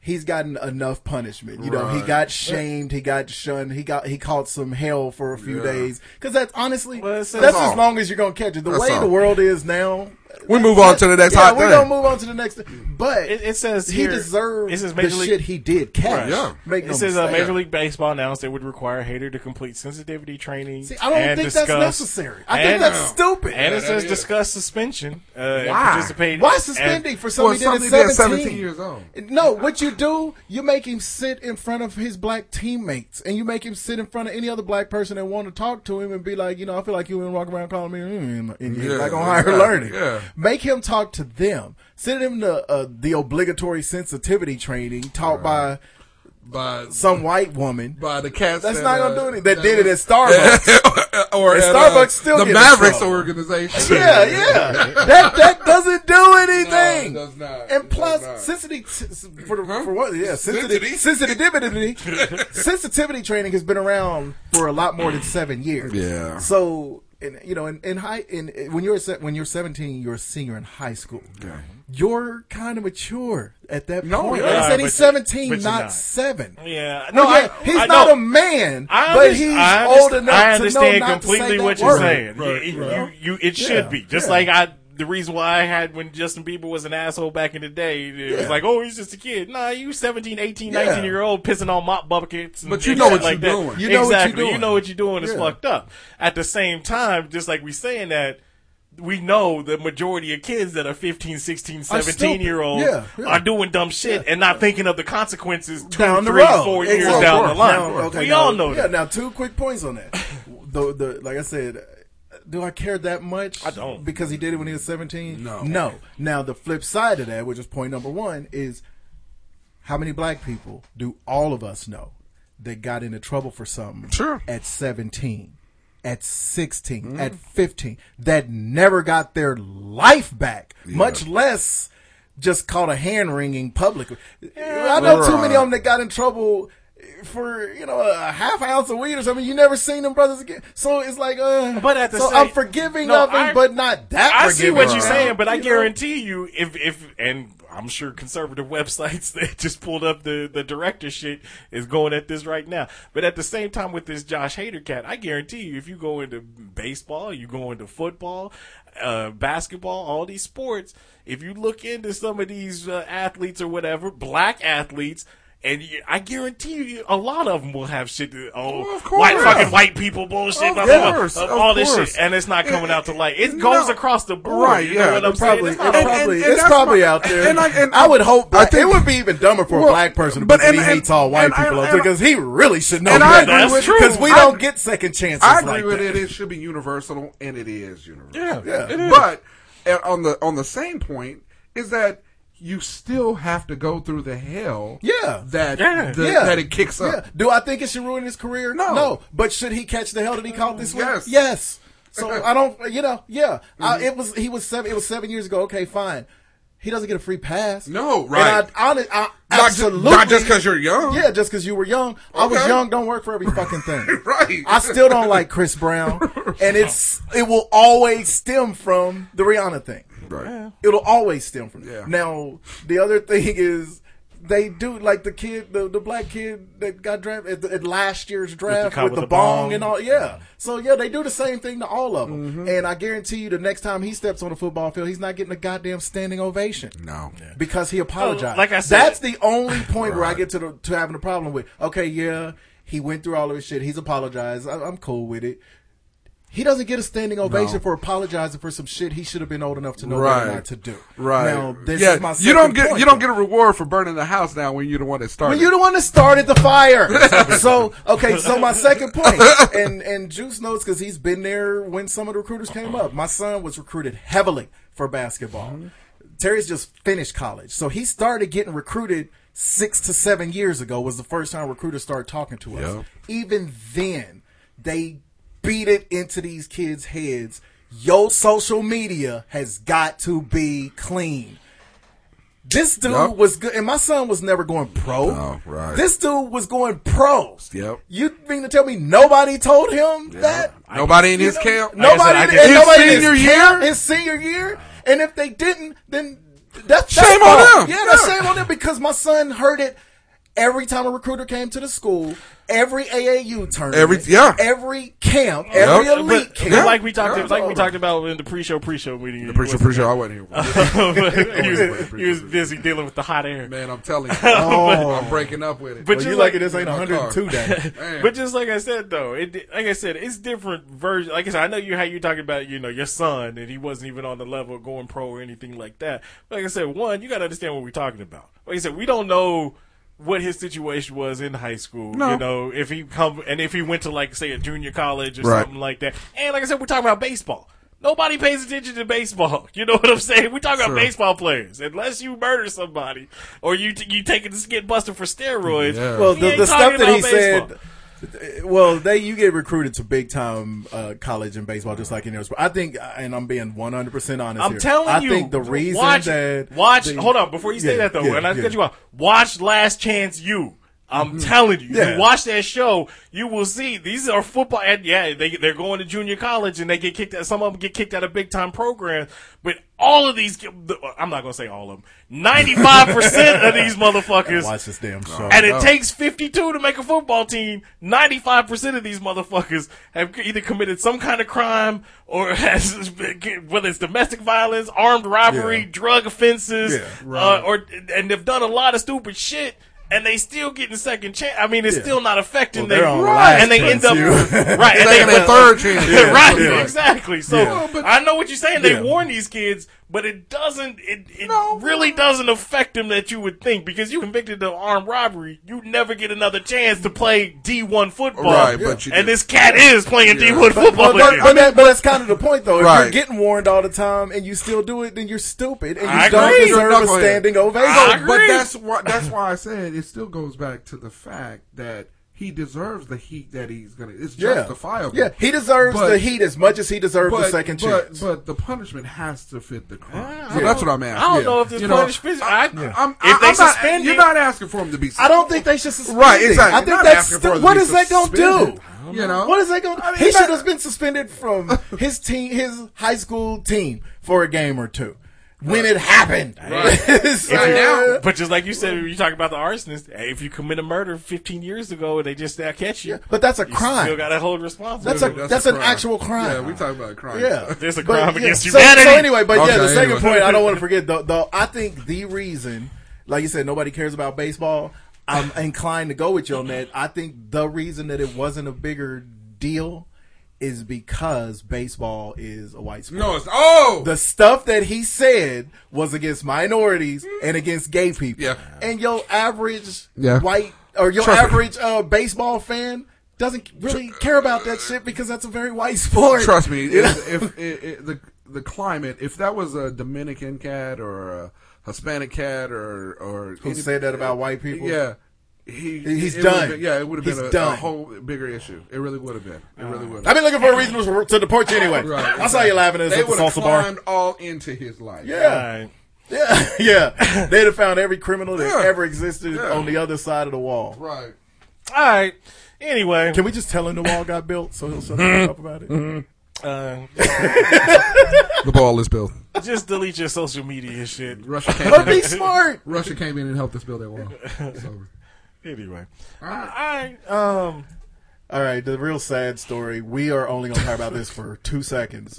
he's gotten enough punishment. You know, he
Right.
got shamed, he got shunned, he got he caught some hell for a few
Yeah.
days. Because that's honestly that's,
that's all.
as long as you're gonna catch it. The
That's
way
all.
the world is now.
We move on to the next
yeah,
hot
we
thing.
don't move on to the next. But
it, says
he
here-
deserved
it says
the
Major League-
shit he did catch.
Right.
Make
it
no
says uh,
mistake.
Major League Baseball announced it would require Hater to complete sensitivity training.
I don't
and
think that's
discuss,
necessary. I think
and-
that's stupid.
And
Yeah,
it
that
says
is.
discuss suspension. Uh, and
Why?
participate
Why
and-
suspending for something,
For
he
something
did
he
at
did
17?
17 years old.
No, what you do, you make him sit in front of his black teammates, and you make him sit in front of any other black person that want to talk to him and be like, you know, I feel like you and walk around calling me mm, and you're
Yeah,
like on higher
exactly,
learning.
yeah.
Make him talk to them. Send him the uh, the obligatory sensitivity training taught by.
By
some white woman,
by the cats.
That's
that,
not
uh,
gonna do anything. That
that-
did it at Starbucks,
or
And
at, uh,
Starbucks still
the
get in
Mavericks
trouble.
organization.
Yeah, yeah. that that doesn't do anything.
No, it does not.
Oh,
And plus,
does not.
sensitivity for the, for what? Yeah, sensitivity
Sensitivity?
sensitivity sensitivity training has been around for a lot more than seven years.
Yeah.
So. And, you know, in, in high, in when you're se- when you're 17, you're a senior in high school. You're kind of mature at that
No,
point.
you're
Like I
not,
said
but you-
he's 17,
but you're
not,
not.
seven.
Yeah,
no,
no, I-
he's
I-
not
no.
a man,
I
but
underst-
he's
I
old
underst-
enough.
I understand
to know not to say
completely
that
what you're
word.
saying. You- you, you, it should
Yeah,
be just
yeah.
like I. The reason why I had when Justin Bieber was an asshole back in the day, it was
Yeah.
like, oh, he's just a kid. Nah, you 17, 18,
Yeah.
19 year old pissing on mop buckets. And,
But you
and
know
shit
what
like
you're
that.
doing. You know what you're
exactly.
doing.
You know what you're doing is
Yeah.
fucked up. At the same time, just like we saying that, we know the majority of kids that are 15, 16,
Are
17
stupid.
year olds
Yeah, yeah.
are doing dumb shit and not thinking of the consequences two,
down the
three,
road,
four years
Exactly.
down the line.
Now, okay,
we
now-
all know
yeah,
that.
Now, two quick points on that. the, the, like I said, do I care that much? I don't because he did it when he was seventeen. No, no. Now the flip side of that, which is point number one, is how many black people do all of us know that got into trouble for something? Sure. At seventeen. At 16,
Mm.
at 15, that never got their life back, much less just caught a hand wringing publicly. I know too many of them that got in trouble for you know a half ounce of weed or something. You never seen them brothers again. So it's like, uh,
But at the
so
same-
I'm forgiving
No,
of them,
I-
but not that.
I see
forgiving
what
of
you're
them.
saying, but I
You know?
guarantee you, if if and I'm sure conservative websites that just pulled up the the director shit is going at this right now. But at the same time, with this Josh Hader cat, I guarantee you, if you go into baseball, you go into football, uh, basketball, all these sports, if you look into some of these uh, athletes or whatever, black athletes. And you, I guarantee you, a lot of them will have shit. That, oh,
of course.
white fucking white people bullshit,
Of
blah, blah, blah,
course,
of
of
all this
course.
shit, and it's not coming out to light. It goes across the board,
Right,
You know
yeah,
what I'm
it probably-
saying? not
it
all-
probably- it's probably out there. I would hope black- it would be even dumber for a black person to put he hates all white people up to, 'cause he really should know
And I
better.
agree That's with- true.
Because we
I-
don't get second chances.
I agree
like
with
that.
it. It should be universal, and it is universal.
Yeah, yeah, it is.
But uh, on the on the same point is that you still have to go through the hell.
Yeah,
that the-
Yeah.
that it kicks up.
Yeah. Do I think it should ruin his career?
No.
no. But should he catch the hell that he caught this week?
Yes.
yes. Mm-hmm. So I don't, you know, yeah. I, it was he was seven. It was seven years ago. Okay, fine. He doesn't get a free pass.
No,
And
right.
I, honest, I
Not ju-
absolutely
not just 'cause you're young.
Yeah, just because you were young. I was
Okay.
young. Don't work for every fucking thing.
right.
I still don't like Chris Brown, and it's it will always stem from the Rihanna thing.
Right.
It'll always stem from it.
Yeah.
Now the other thing is they do like the kid, the, the black kid that got drafted at, the, at last year's draft
cop
with the,
with the
bong,
bong.
and all. Yeah. So yeah, they do the same thing to all of them, and I guarantee you, the next time he steps on the football field, he's not getting a goddamn standing ovation.
No.
Because he apologized.
Oh, like I said-
that's the only point where I get to the, to having a problem with. Okay, yeah, he went through all of his shit. He's apologized. I, I'm cool with it. He doesn't get a standing ovation
No.
for apologizing for some shit he should have been old enough to know
right.
better not to do.
Right.
Now, this
yeah.
is my
you don't
second
get
point,
you don't get a reward for burning the house down when you're the one that started.
when you're the one that started the fire. so okay, so my second point, and and Juice knows because he's been there when some of the recruiters came up. My son was recruited heavily for basketball. Terry's just finished college, so he started getting recruited six to seven years ago. Was the first time recruiters started talking to us.
Yep.
Even then, they beat it into these kids' heads. Your social media has got to be clean. This dude
Yep.
was good, and my son was never going pro.
Oh, right.
This dude was going pro.
Yep.
You mean to tell me nobody told him that?
Nobody in
You
his
know,
camp.
Nobody.
Like I
in-
said, I
and
get-
nobody
His
in his
senior
camp,
year?
His senior year. And if they didn't, then that's, that's
Shame on
fault.
them.
Yeah, that's
Yeah.
shame on them because my son heard it every time a recruiter came to the school, every AAU tournament,
Every- yeah.
every camp, every
But-
elite
but
camp.
like we talked,
Yeah.
like we talked about in the pre-show, pre-show meeting. The
pre-show, pre-show, I wasn't
here. he, was, he was busy dealing with the hot air.
Man, I'm telling you,
Oh.
I'm breaking up with it.
But just like,
My car. Man.
but just like I said though, it like I said, it's different version. Like I said, I know you how you talking about you know your son and he wasn't even on the level of going pro or anything like that. But like I said, one you got to understand what we're talking about. Like I said, we don't know what his situation was in high school.
No.
You know if he come and if he went to like say a junior college or
Right.
something like that. And like I said, we're talking about baseball. Nobody pays attention to baseball. You know what I'm saying? We're talking
Sure.
about baseball players. Unless you murder somebody or you t- you taking this get busted for steroids.
Yeah.
Well,
He
the,
ain't
the
talking
stuff that he
about baseball.
said. Well, they you get recruited to big time uh, college in baseball, just like any other sport. I think, uh, and I'm being 100 percent honest.
I'm
here,
telling
I
you,
think the reason
watch,
that
watch.
the-
hold on, before you say
Yeah,
that though,
yeah,
and I
yeah. Mm-hmm.
cut you off. Watch Last Chance You. I'm telling you,
Yeah.
you watch that show, you will see these are football. And yeah, they they're going to junior college and they get kicked out. Some of them get kicked out of big time programs, but all of these, I'm not gonna say all of them. Ninety five percent of these motherfuckers
Watch this damn show.
and it
No.
takes 52 to make a football team. 95% of these motherfuckers have either committed some kind of crime or has, whether it's domestic violence, armed robbery,
Yeah.
drug offenses,
Yeah,
uh, or, and they've done a lot of stupid shit. And they still getting second chance. I mean, it's still not affecting
Well, they're
them,
on last
and they end
chance,
up
you.
right.
They're
and they
taking their third chance. Yeah,
right?
yeah.
Exactly. So
Yeah. But-
I know what you're saying. They
Yeah.
warn these kids, but it doesn't. It, it really doesn't affect them that you would think because you convicted of armed robbery, you never get another chance to play D1 football.
Right, but you
and
do.
this cat is playing D1
But,
football.
but, but,
again.
but that, but that's kind of the point, though. If you're
Right.
getting warned all the time and you still do it, then you're stupid and you
I
don't
agree.
deserve
You're a
a
knucklehead.
standing ovation.
I
But
agree.
that's why that's why I said it still goes back to the fact that he deserves the heat that he's gonna. It's
Yeah.
justifiable.
Yeah, he deserves
But-
the heat as much as he deserves the second
but,
chance.
But the punishment has to fit the crime.
Yeah.
So that's what I'm asking.
Ah, I don't know if this
You know,
punishment. I,
I'm,
if they
I'm not-
suspend
you're
it-
not asking for him to be.
I don't think they should suspend
Right,
him.
exactly.
I think
Not
that's
asking for it
stu-
to
what
be
is that going to do?
suspended. I don't You know? know.
what is that going? to
I mean,
He
not-
should have been suspended from his team, his high school team, for a game or two when it happened. So-
If you- but just like you said, you talk about the arsonist. hey, If you commit a murder 15 years ago and they just now catch you,
but that's a
you
crime.
Still got to hold responsible.
That's a
That's
that's,
a
an
crime.
actual crime.
Yeah, we talking about crime.
Yeah,
There's a
But,
crime
yeah,
against
so,
humanity.
So anyway, but yeah, the
Okay,
second
anyway.
point I don't want to forget though, though. I think the reason, like you said, nobody cares about baseball. I'm inclined to go with you on that. I think the reason that it wasn't a bigger deal is because baseball is a white sport.
No, it's- oh!
the stuff that he said was against minorities and against gay people.
Yeah.
and your average
Yeah.
white or your
Trust me.
average uh, baseball fan doesn't really care about that shit because that's a very white sport.
Trust me,
You
if,
know?
if, i i the the climate, if that was a Dominican cat or a Hispanic cat or or
Who said that about white people?
yeah, he
He's
it would've
done.
been- yeah, it would have
He's
been a, a
done.
whole bigger issue. It really would have been. It really would.
I've been looking for a reason to, to deport you anyway. I saw you laughing at us
They
at the
would've
salsa bar.
climbed all into his life.
Yeah. Yeah, yeah. They'd have found every criminal that
Yeah.
ever existed
Yeah.
on the other side of the wall.
right.
All right. Anyway,
Can we just tell him the wall got built so he'll shut the fuck up about it?
Uh,
The ball is built.
just delete your social media shit.
Russia came
But
in.
be smart.
Russia came in and helped us build that wall. It's over.
Anyway,
All right.
um,
all right. The real sad story. We are only going to talk about this for two seconds.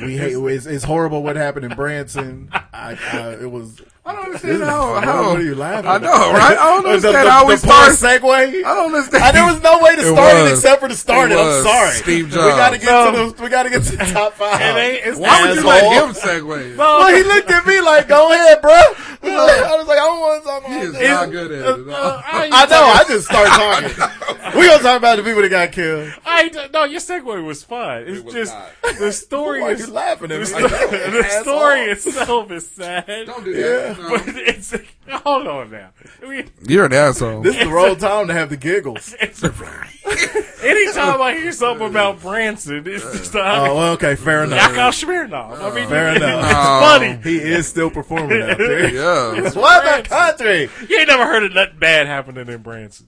We hate, it's, it's horrible what happened in Branson. I, I, it was.
I don't
This
understand
is-
how.
what,
how
what are you laughing?
I know,
about? Uh,
right? I don't
The-
understand
the,
how
the
we
poor
started.
segue.
I don't understand.
I- there was no way to
It
start it
was.
except for to start it.
It
I'm
was.
sorry,
Steve
We got to
Jobs.
get to the. We got to get to the top five.
it ain't, it's
Why would you let
Asshole.
him segue?
No,
Well, he looked at me like, "Go ahead, bro." I was like, "I don't want to talk
He
about
is
this."
not good at it. at all.
I, ain't
I know. I just start talking. we gonna talk about the people that got killed.
I ain't- no, your segue was fine. It's
was
just
not.
the story
Why
is
you laughing
The,
at me?
sto- the
Asshole.
story itself is sad.
Don't do that. No.
But it's hold on now. I mean,
You're an asshole.
This is the wrong time to have the giggles.
it's, anytime I hear something about Branson, it's just
Oh,
uh,
well, okay, fair enough.
Yakov Smirnoff. I mean,
Fair enough. Um,
it's funny.
He is still performing out there.
yeah,
What the country?
You ain't never heard of nothing bad happening in Branson.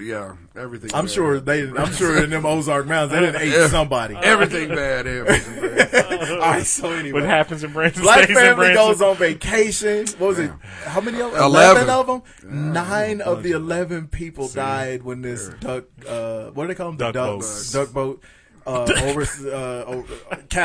yeah, everything.
I'm
bad.
sure they. I'm sure in them Ozark Mountains they didn't
Yeah.
ate somebody.
everything bad happens.
All right, so
What
anyway.
happens in Branson
Black
stays in
family
Branson.
goes on vacation. What was it? How many of 11,
11.
of them? Nine of the 11 people died when this duck, uh, what do they call them? The
Duck boats.
duck boat, uh, over, uh, over,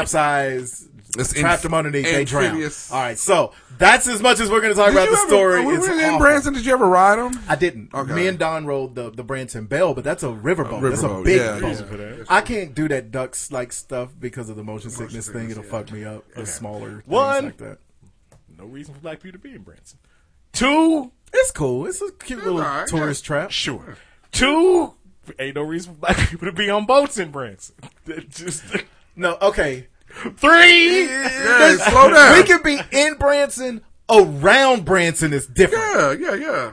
capsized.
It's
trapped
amph-
them underneath. They drowned.
amphibious.
All right, so that's as much as we're going to talk
Did
about
you
the
ever-
story.
When we
It's
were in
awful.
Branson, did you ever ride them?
I didn't.
Okay.
Me and Don rode the the Branson Bell, but that's a riverboat. that's a
riverboat,
big
yeah.
boat.
Yeah. For that.
I can't do that ducks like stuff because of the motion, sickness, thing. It'll fuck me up. The smaller
One.
things like that.
No reason for black people to be in Branson. Two,
It's cool. It's a cute little
all right,
tourist trap.
sure. Two, ain't no reason for black people to be on boats in Branson. That Just
No, okay.
three.
Yeah, slow down.
We can be in Branson. Around Branson is different.
yeah, yeah, yeah.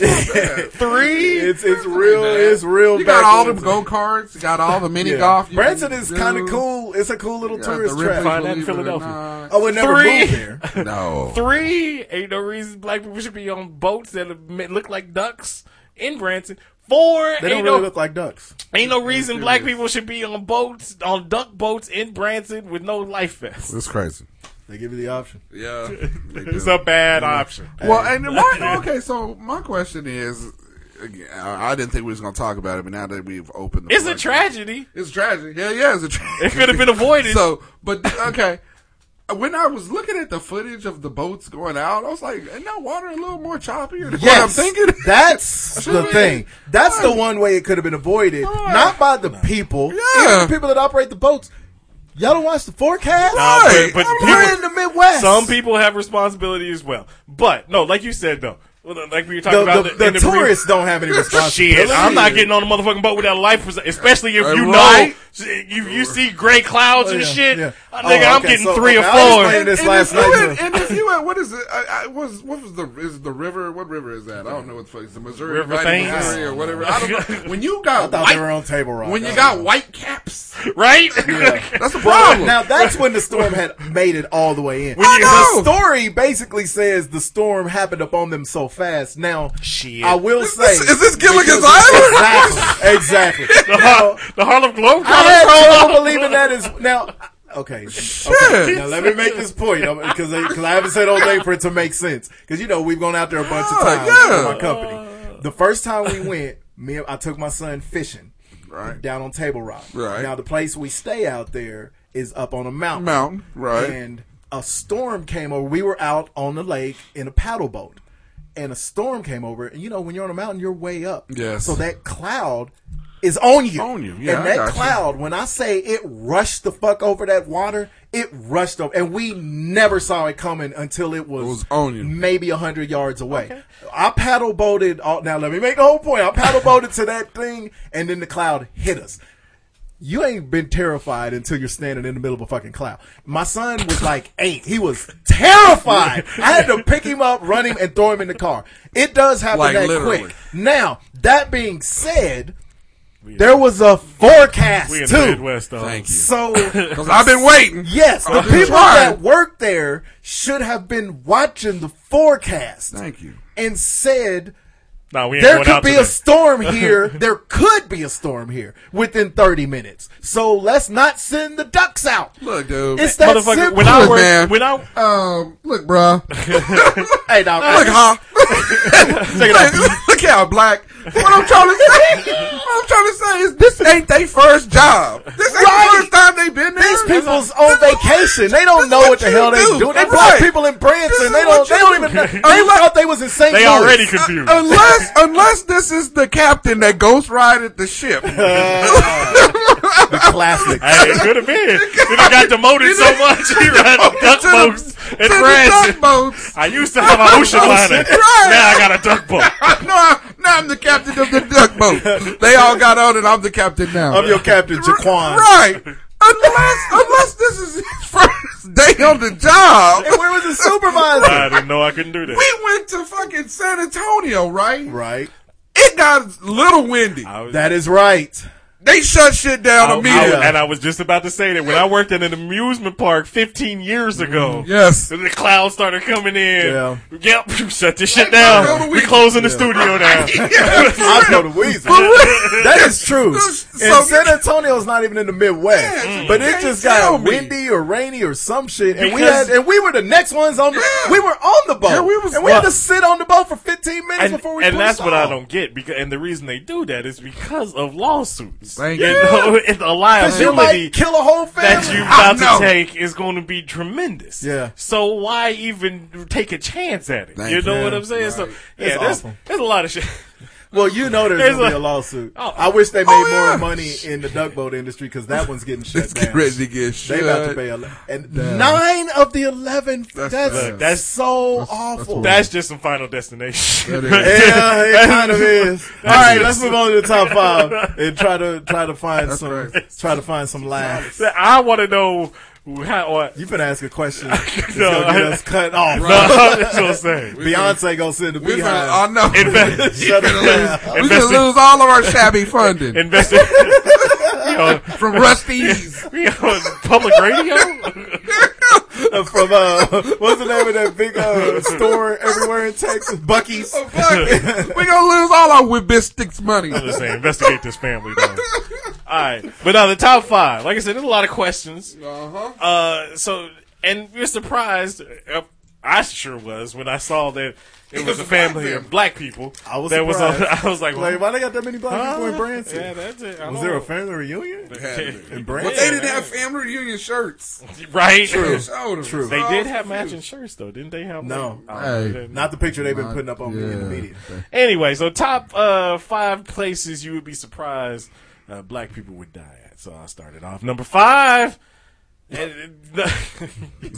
not bad.
Three. It's it's
That's
real.
pretty bad.
It's real.
You got all them
backwards.
go karts. You got all the mini
Yeah.
golf. you
Branson
can
is
do.
kind of cool. It's a cool little
You got the
tourist
Ripley's,
trap.
Find that in
believe it or
Philadelphia.
not.
I would never
Three.
move there.
No.
Three, ain't no reason black people should be on boats that have- look like ducks in Branson. Four,
They
ain't
don't
no,
really look like ducks.
ain't no reason black people should be on boats on duck boats in Branson with no life vests.
That's crazy.
They give you the option.
Yeah. they do.
It's a bad option.
Well, and my, okay, so my question is, again, I I didn't think we was gonna talk about it, but now that we've opened, the
It's a
floodgates-
tragedy.
It's tragic. Yeah, yeah, it's a tragedy.
It could have been avoided.
So, but okay, when I was looking at the footage of the boats going out, I was like, "Ain't that water a little more choppier?" Than
Yes,
what I'm thinking.
that's the
Right.
thing. That's the
Right.
one way it could have been avoided,
Right.
not by the people,
Yeah.
even the people that operate the boats. Y'all don't watch the forecast.
Right.
but- but
I'm
people-
We're in the Midwest.
Some people have responsibility as well. But no, like you said though, well, like we were talking
the,
about
the,
in
the,
the brief-
tourists don't have any responsibility.
Shit, I'm not getting on a motherfucking boat without a life, preser- especially if you
Right.
know you you see gray clouds
Oh,
and
yeah,
shit.
yeah.
Uh, nigga,
Oh,
I'm
okay,
getting
so-
three
okay, I was
or four.
playing this
And
last
if you
night.
had- and if you had, what is it? I, I was what was the is the river? What river is that? I don't know what the fuck. It's the Missouri,
River
right,
Thames?
Missouri or whatever. I don't know. When you
I
got
thought
white,
they were on Table Rock.
when you
Oh.
got white caps,
right?
that's the problem.
Now that's when the storm had made it all the way in.
I know.
The story basically says the storm happened upon them so fast. Now,
Shit.
I will
is,
say,
this, is this Gilligan's Island?
exactly, exactly.
the, Har- the Harlem Globetrotters.
I had
roll
trouble
up.
believing that is now. Okay, okay. Now let me make this point because because I haven't said all day for it to make sense. Because you know we've gone out there a bunch of
Yeah,
times
yeah.
with my company. The first time we went, me and- I took my son fishing
Right.
down on Table Rock.
Right.
now the place we stay out there is up on a mountain.
Mountain, right.
and a storm came over. We were out on the lake in a paddle boat. and a storm came over, and you know when you're on a mountain, you're way up.
Yes.
So that cloud is on you.
On you. Yeah,
And
I
that
got you.
cloud, when I say it rushed the fuck over that water, it rushed over, and we never saw it coming until it was,
on you.
maybe hundred yards away. I paddle boated. All, now let me make the whole point. I paddle boated to that thing, and then the cloud hit us you ain't been terrified until you're standing in the middle of a fucking cloud. My son was like eight. He was terrified. I had to pick him up, run him, and throw him in the car. It does happen
Like,
that
literally.
quick. Now, that being said, there was a forecast
We in
too.
the Midwest, though. Thank you.
So,
'Cause I've been waiting.
Yes, the
I've been
people
trying.
that work there should have been watching the forecast.
Thank you.
And said,
No, we ain't
there
going
could
out
be
today.
a storm here. there could be a storm here within 30 minutes. So let's not send the ducks out.
Look, dude.
It's that
Motherfucker,
simple.
when I Look, worked- man.
when I
Um, look, bruh.
hey, dog.
Look, huh? look, look how black. What I'm trying to say, what I'm trying to say is this ain't their first job. This ain't the first time they've been there.
These people's on vacation. They don't know what the hell they do. They brought
Right.
people in Branson. They
what
don't. They
you
don't
do.
even. know- They thought they was in St. Louis.
Uh, unless, unless this is the captain that ghost rided the ship.
the classic.
Hey, it could have been. He done got demoted so much. He ran duck boats in Branson. I used to
Oh,
have an ocean liner. Now I got a duck boat.
no, I, now I'm the captain of the duck boat. They all got on, and I'm the captain now.
I'm your captain, Jaquan.
Right. Unless, unless this is his first day on the job.
And where was the supervisor?
I didn't know I couldn't do that.
We went to fucking San Antonio, right?
Right.
It got a little windy.
That is right.
They shut shit down
I-
immediately.
I- and I was just about to say that when I worked at an amusement park 15 years ago.
Yes.
The clouds started coming in.
Yeah.
Yep. Shut this shit
go
down.
to
We closing the studio down.
I go to Weezer. That is true.
So-
and San Antonio's not even in the Midwest,
Yeah,
but
you
it
can't
just
tell
got
me.
windy or rainy or some shit, and we
Because-
had and we were the next ones on the. We were on the boat,
Yeah, we was-
and we had
Well-
to sit on the boat for fifteen minutes
and,
before we.
and that's
pushed
what I
off.
don't get because and the reason they do that is because of lawsuits.
Thank
you.
you.
know, and the
Because you
liability
might kill a whole family.
that you're
I
about to
know.
take is going to be tremendous.
Yeah.
So why even take a chance at it?
Thank
you
you.
know
Yeah,
what I'm saying? So
right. It's
yeah, there's,
awful.
there's a lot of shit.
Well, you know there's,
There's
gonna
a-
be a lawsuit.
Oh.
I wish they made
Oh, yeah.
more money in the duck boat industry because that one's getting shut
Let's get
down.
ready to get
They
shut.
about to pay a and
down.
nine of the eleven. That's
That's-
that's,
Look,
that's-
so awful.
That's just some Final Destination.
That is.
Yeah, it kind of is. All right, let's move on to the top five and try to try to find some
right.
try to find some laughs.
I want to know how. What,
You finna ask a question that's
No,
gonna get
I-
us cut off.
no, that's what I'm saying.
Beyonce gonna sit in the
We're gonna,
behind.
I know.
In fact,
Shut up.
We're
invested-
gonna lose all of our shabby funding
Invested. you know,
from Rusty's.
you know, public radio.
From uh, what's the name of that big uh, store everywhere in Texas? Bucky's.
Oh,
Fuck it. We're gonna lose all our Wibbistics money.
Just saying, investigate this family. Though. All right, but now the top five. Like I said, there's a lot of questions.
Uh-huh.
Uh, so and you're surprised. uh, I sure was when I saw that it was a family of black people.
I was
that was.
surprised.
A, I was like,
Like, why they got that many black
huh?
people in Branson?
Yeah, that's it. I
Was
don't
there a
know.
family reunion in
But
Branson?
they didn't have family reunion shirts.
right?
True.
True. Uh,
They did have matching shirts though, didn't they? Have
No.
I don't know.
Hey.
They didn't.
Not the picture they've been putting up on me in the
Yeah.
media.
Anyway, so top uh, five places you would be surprised uh, black people would die at. So I started off number five. And-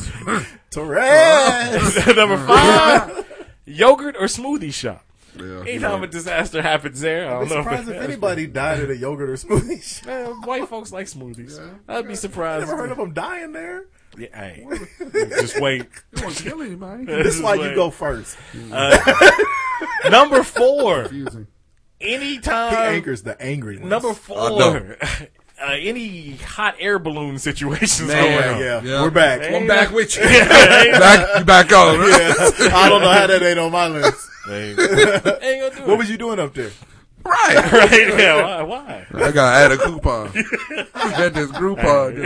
Torres.
number five, yogurt or smoothie shop.
Yeah,
Anytime a disaster happens there, I don't
I'm
know.
surprised if anybody died at a yogurt or smoothie shop.
Man, white folks like smoothies. I'd be
I
surprised.
never heard of them dying there.
Yeah, hey, just wait.
You won't kill anybody.
This is why
Just
you
wait.
go first.
Number four.
Confusing.
He
Anytime
anchors the angry ones.
Um, Number
know.
four. Uh, any hot air balloon situations
Man,
going on.
yeah,
Yeah.
we're back.
Hey.
I'm back with you.
Ain't-
back, you back on.
I don't know how that ain't on my list.
ain't gonna do
What
it.
was you doing up there?
Right.
Right, yeah, why? why?
I got add a coupon. Had this Groupon.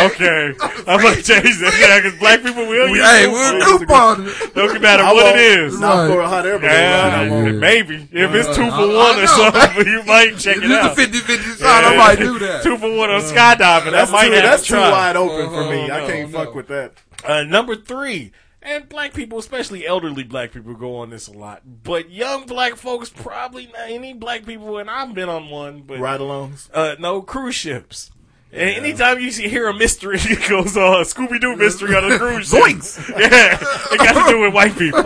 okay, I'm gonna change that. Yeah, because black people will use
hey,
it.
we're coupon.
Don't matter
I
what
won't-
it is.
Not
Right.
for a hot air balloon.
Yeah,
Yeah.
won't.
maybe if it's two
I-
for
I
one or
know.
something, you might check it
This is a
out.
50 50 shot. I might do that.
Two for one on skydiving.
That's
I might
too,
have
that's
to
too
try.
wide open for me.
Oh,
I
no,
can't
no.
fuck with that.
Uh, number three, And black people, especially elderly black people, go on this a lot. But young black folks, probably not any black people, and I've been on one, but
Ride-alongs?
Uh, no cruise ships. And anytime you see hear a mystery, it goes uh, Scooby Doo mystery on a cruise ship. Yeah, it got to do with white people.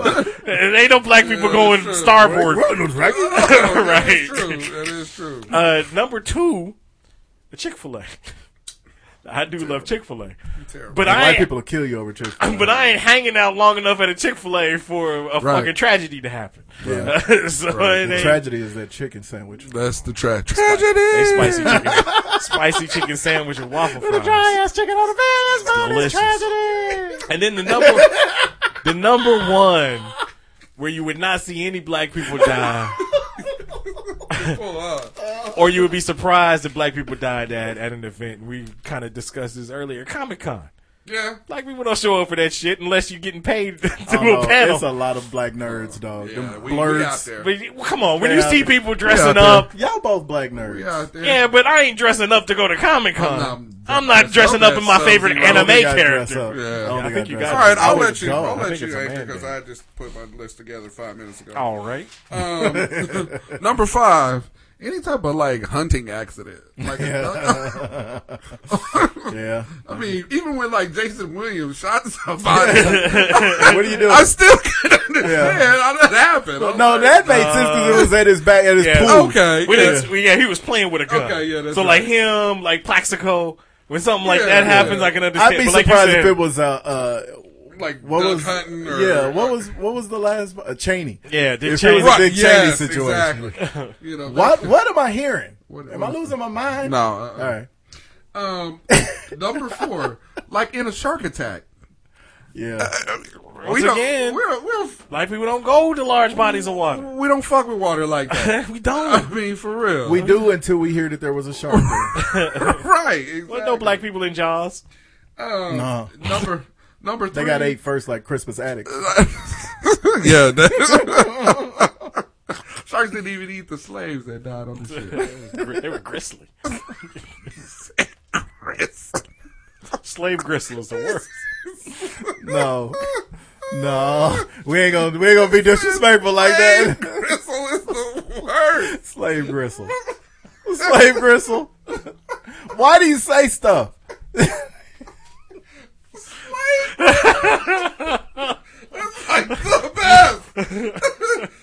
And ain't no black people going starboard.
Right? That is true. That is true.
Uh, number two, the Chick Fil A. I do love Chick Fil A,
terrible.
but
And
I
white
ain't-
people will kill you over chicken.
but I ain't hanging out long enough at a Chick Fil A for a, a
Right.
fucking tragedy to happen. so it
The
ain't-
tragedy is that chicken sandwich.
That's the tragedy.
They spicy chicken, spicy chicken sandwich and waffle fries.
ass chicken on the
bone is Delicious.
tragedy.
And then the number, the number one, where you would not see any black people die, or you would be surprised if black people died at at an event. We kind of discussed this earlier. Comic Con.
Yeah.
Black people don't show up for that shit unless you're getting paid to
I don't
do a
know,
panel.
It's a lot of black nerds, dog. Them
we- we
blurs.
out there. But you- well, come on, when you see people
We
dressing
out there.
up-
y'all both black nerds.
Yeah, but I ain't dressing up to go to Comic Con. I'm, not dressing up in my favorite
I don't
anime
think I dress
character.
up. Yeah. I don't think I
you
dress
got.
up.
All right, I'll
I
let
would've
you.
gone.
I'll
I
let
think it's
you
a
anchor
man
because
thing.
I just put my list together five minutes ago.
All right.
Um,
Oh.
number five, any type of like hunting accident. Like, a-
Yeah.
I mean, even when like Jason Williams shot somebody, what
do you do?
I still can't understand how that happened.
But
I'm
no,
like,
that made sense because it was at his back at his
Yeah.
pool.
Okay.
We
yeah.
didn't- we- yeah, he was playing with a gun.
Okay, yeah, that's
so like him, like Plaxico, when something like that happens, I can understand.
I'd be
But like you
surprised
said-
if it was uh, uh
like
what
duck
was
hunting or-
yeah what was what was the last uh, Cheney
Yeah,
if
the
it
Cheney.
was a
Right,
big Cheney
yes,
situation
exactly. You know,
what
that-
what am I hearing
What-
am
what-
I losing my mind
No.
all
uh-uh.
right
Um, number four, like in a shark attack.
yeah
Once
we don't-
again,
we're, we're,
like people don't go to large bodies of water.
We don't fuck with water like that.
we don't.
I mean, for real.
we do until we hear that there was a shark there.
right. Exactly.
Well, no black people in Jaws.
Um,
No.
Number number three.
they got ate first like Christmas addicts
yeah. that- Sharks didn't even eat the slaves that died on the ship.
they were gristly. Slave gristle is the worst.
no no we ain't gonna we ain't gonna be disrespectful like that
Gristle is the worst.
slave gristle slave gristle why do you say stuff
That's like the best.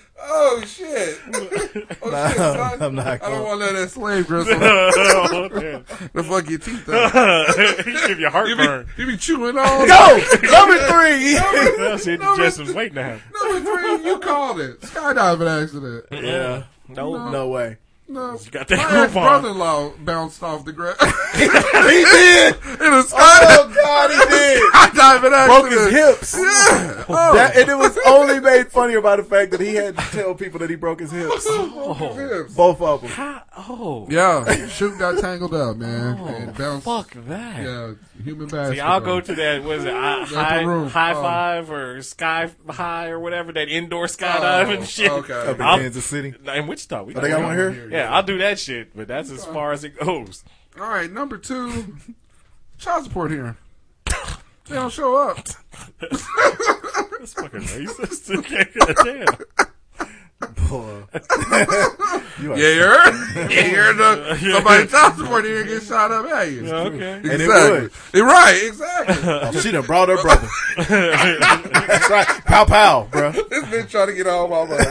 oh shit! Oh,
Nah,
shit son.
I'm not
I
going.
don't want none of that slave gristle.
Oh, man.
the fuck your teeth out.
You give you heartburn.
You be, you be chewing on.
No, number three.
That shit
Number
just was waiting to happen.
Number three, you called it skydiving accident.
Yeah.
no,
No.
no way.
No, you
got that
My
Groupon.
brother-in-law bounced off the ground. he
did.
in
Oh
a sky
God, he did.
skydiving
Broke
accident.
his hips.
Yeah. Oh.
That, and it was only made funnier by the fact that he had to tell people that he broke his hips.
Broke his hips.
Both of them.
Oh,
Yeah, shoot got tangled up, man. and bounced.
Oh,
fuck that.
Yeah, human basketball.
See, I'll go to that. What is it? I,
That's
high,
the roof.
high
Oh.
five or sky high or whatever that indoor skydiving
Oh,
shit.
okay.
Up in
I'll-
Kansas City.
in Wichita, we
Oh, they got one here?
Yeah, I'll do that shit, but that's as far as it goes.
All right, number two, child support here. They don't show up.
That's fucking racist.
Boy. You are-
Yeah, you heard? You heard the,
Yeah.
somebody child support here get shot up at you.
Yeah, okay.
Exactly.
And it would.
Yeah, Right, exactly.
Oh, she done brought her brother. That's right. Pow pow, bro.
this bitch trying to get all my money.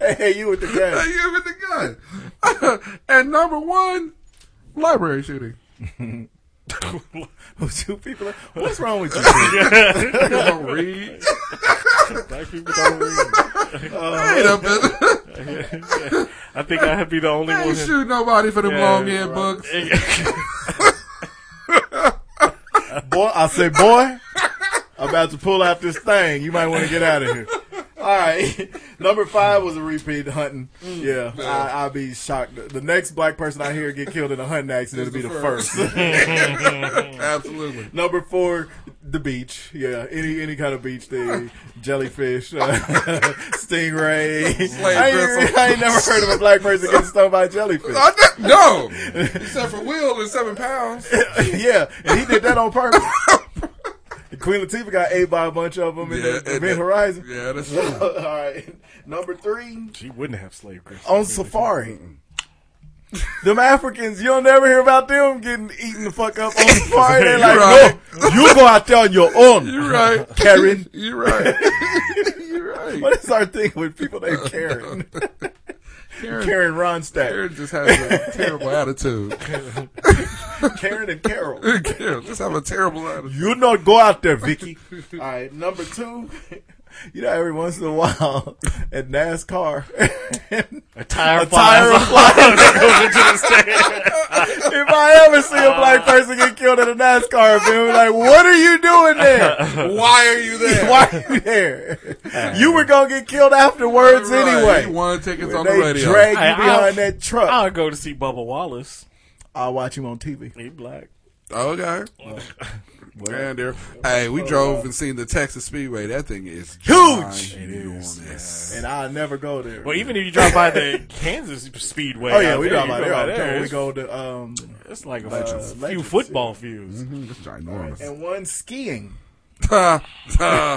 Hey, you with the gun.
you with the gun. and number one, library shooting.
Oh, Two people. What's wrong with you? dude?
You don't read.
Black people don't read.
Ain't a business.
I think I would be the only
I
one.
ain't shoot nobody for them
Yeah,
long head
right.
books.
Boy, I say, boy, I'm about to pull out this thing. You might want to get out of here. All right. Number five was a repeat hunting. Mm. Yeah, I, I'd be shocked. The- The next black person I hear get killed in a hunting accident will be the first.
Absolutely.
Number four, the beach. Yeah, any any kind of beach thing. Jellyfish, uh, stingray. I ain't,
gristle.
I ain't never heard of a black person getting stung by a jellyfish.
I don't- no, except for Will and seven pounds.
yeah, and he did that on purpose. Queen Latifah got ate by a bunch of them in
Yeah,
the
and
Mid
that-
Horizon.
yeah, that's
So,
true.
All right, number three.
She wouldn't have slave Chris.
on safari. them Africans, you'll never hear about them getting eaten the fuck up on safari. They're
You
like,
right.
no, you go out there on your own.
You're right.
Karen.
You're right. You're right.
What is our thing with people named Karen? Karen, Karen Ronstadt.
Karen just has a terrible attitude.
Karen and Carol.
Karen, just have a terrible attitude.
You not go out there, Vicky. All right, number two. You know, every once in a while at NASCAR, a
tire
tire
flies
flies.
goes into the stand.
if I ever see a black person get killed at a NASCAR event, I'm like, what are you doing there?
Why are you there?
Why are you there? You were gonna get killed afterwards
Right.
anyway.
He won tickets
When
on the
they
radio.
Drag you
Hey, I'll-
behind that truck.
I'll go to see Bubba Wallace.
I'll watch him on TV.
He black.
Okay. Man, there. Hey, we drove and seen the Texas Speedway. That thing is
Huge!
ginormous.
And I'll never go there.
Well, even if you drive by the Kansas Speedway.
Oh yeah,
out
we
there,
drive by
you
there all the time. We
It's-
go to um
It's like a
uh,
few
Lakers,
football fields.
Mm-hmm.
It's ginormous.
and one skiing.
Ha, ha.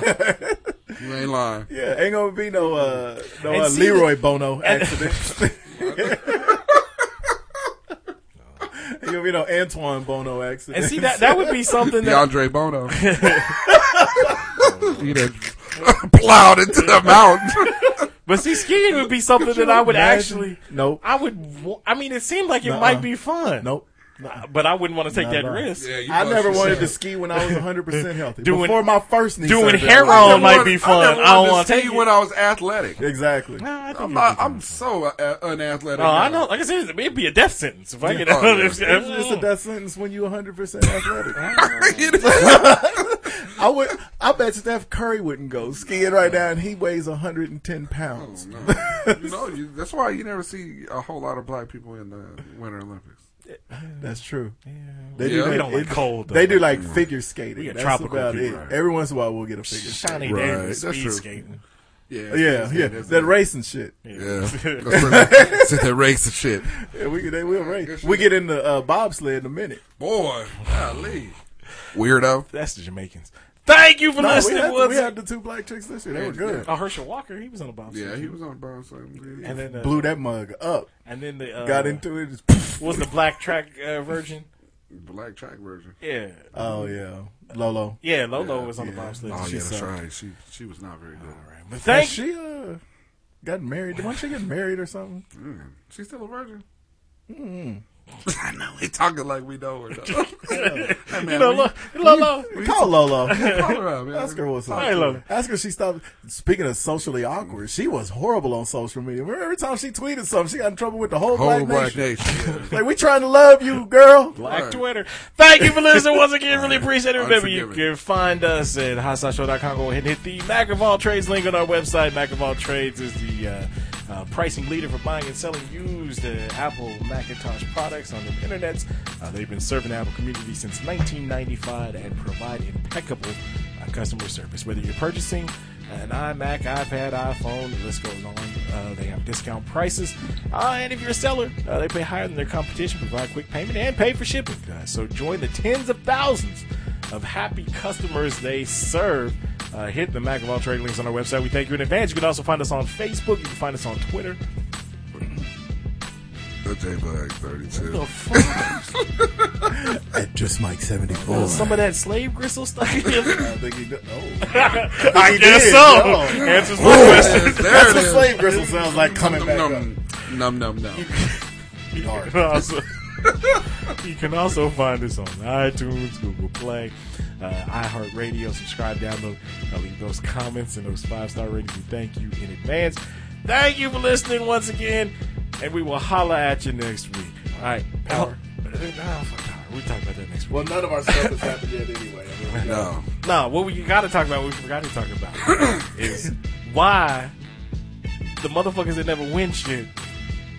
you ain't lying.
Yeah, ain't gonna be no uh no
And
uh,
see the-
Leroy Bono
and-
accident. ain't gonna be no Antoine Bono accident.
And see that that would be something that
DeAndre Bono. he done plowed into the mountain.
But see, skiing would be something that I would
imagine?
actually.
Nope.
I would. wa- I mean, it seemed like it
Nuh-uh.
might be fun.
Nope.
But I wouldn't want to take
Nah,
that
nah.
risk.
Yeah, you
I
bust
never
yourself.
wanted to ski when I was 100 percent healthy.
Doing-
Before my first knee
doing
surgery.
hair
I
Oh,
never
it might
wanted-
be fun.
never
I don't
wanted
wanna
ski
take it.
when I was athletic.
Exactly.
Nah, I think
I'm,
you'd
not,
be
I'm so uh, unathletic.
Oh, I
now.
know. Like I said, it'd be a death sentence if I get.
Oh, yeah.
if-
It's,
if-
it's a death sentence when you 100 percent athletic.
It is.
I would. I bet Steph Curry wouldn't go skiing right now, and he weighs 110 pounds.
you know, you, that's why you never see a whole lot of black people in the Winter Olympics.
That's true. They
Yeah.
that-
We
don't like cold, though.
They do like figure skating.
We get
That's
tropical
about
people,
it.
right.
Every once in a while, we'll get a figure. Shot.
Shiny
Right,
day with
that's
speed
true.
skating.
Yeah,
Yeah, yeah.
that's
That
it.
racing shit.
Yeah, that's where they- sit there race and shit.
Yeah, we they will race. We get into uh, bobsled in a minute.
Boy, golly, weirdo.
That's the Jamaicans. Thank you for
No, we,
listening.
had,
Woods.
we had the two black chicks this year. They were good.
oh, Herschel Walker, he was on the box.
Yeah, he was on Bobsled.
And then uh,
Blew that mug up.
And then the uh,
Got into it. just-
was the black track uh, virgin.
black track version.
Yeah.
oh yeah, Lolo.
Yeah, Lolo was on the bobsled.
Oh yeah,
She
that's
sucked.
right. She she was not very good.
But
Has
thank
she uh, got married? Didn't she get married or something?
Mm. She's still a virgin. I know. He talking like we know her. Though. hey, man,
Lolo. Lolo.
Call Lolo.
call her up, man.
Ask her what's up.
Hey, look.
Ask her if she stopped. Speaking of socially awkward, she was horrible on social media. Remember every time she tweeted something, she got in trouble with the whole,
Whole
black,
black
nation.
nation. yeah.
Like we trying to love you, girl.
Black
Right.
Twitter. Thank you for listening once again. Really appreciate it. Remember, you
Unforgiving.
can find us at highsideshow.com. Go ahead and hit the Mac of All Trades link on our website. Mac of All Trades is the uh, uh, pricing leader for buying and selling used uh, Apple Macintosh products on the internets. Uh, they've been serving the Apple community since 1995 and provide impeccable uh, customer service. Whether you're purchasing an iMac, iPad, iPhone, the list goes on. Uh, they have discount prices. Uh, and if you're a seller, uh, they pay higher than their competition, provide quick payment, and pay for shipping. Uh, so join the tens of thousands of happy customers they serve. Uh, hit the Mac of all trade links on our website. We thank you in advance. You can also find us on Facebook. You can find us on Twitter.
The J Black thirty two.
The fuck?
At just Mike seventy four.
Some of that slave gristle stuff.
I think he. did- Oh,
I
He
guess
did,
so.
yo.
Answers my question.
There
that's what
it is.
slave gristle sounds like coming back up.
Num num num num.
You can also you can also find us on iTunes, Google Play, uh, iHeartRadio. Subscribe, download, uh, leave those comments and those five star ratings. We thank you in advance. Thank you for listening once again, and we will holla at you next week. All right, power. Uh, Nah, fuck power. We talk about that next week.
Oh. Well, none of our stuff has happened yet anyway. I mean, we got-
No.
No, what we got to talk about, what we forgot to talk about, is why the motherfuckers that never win shit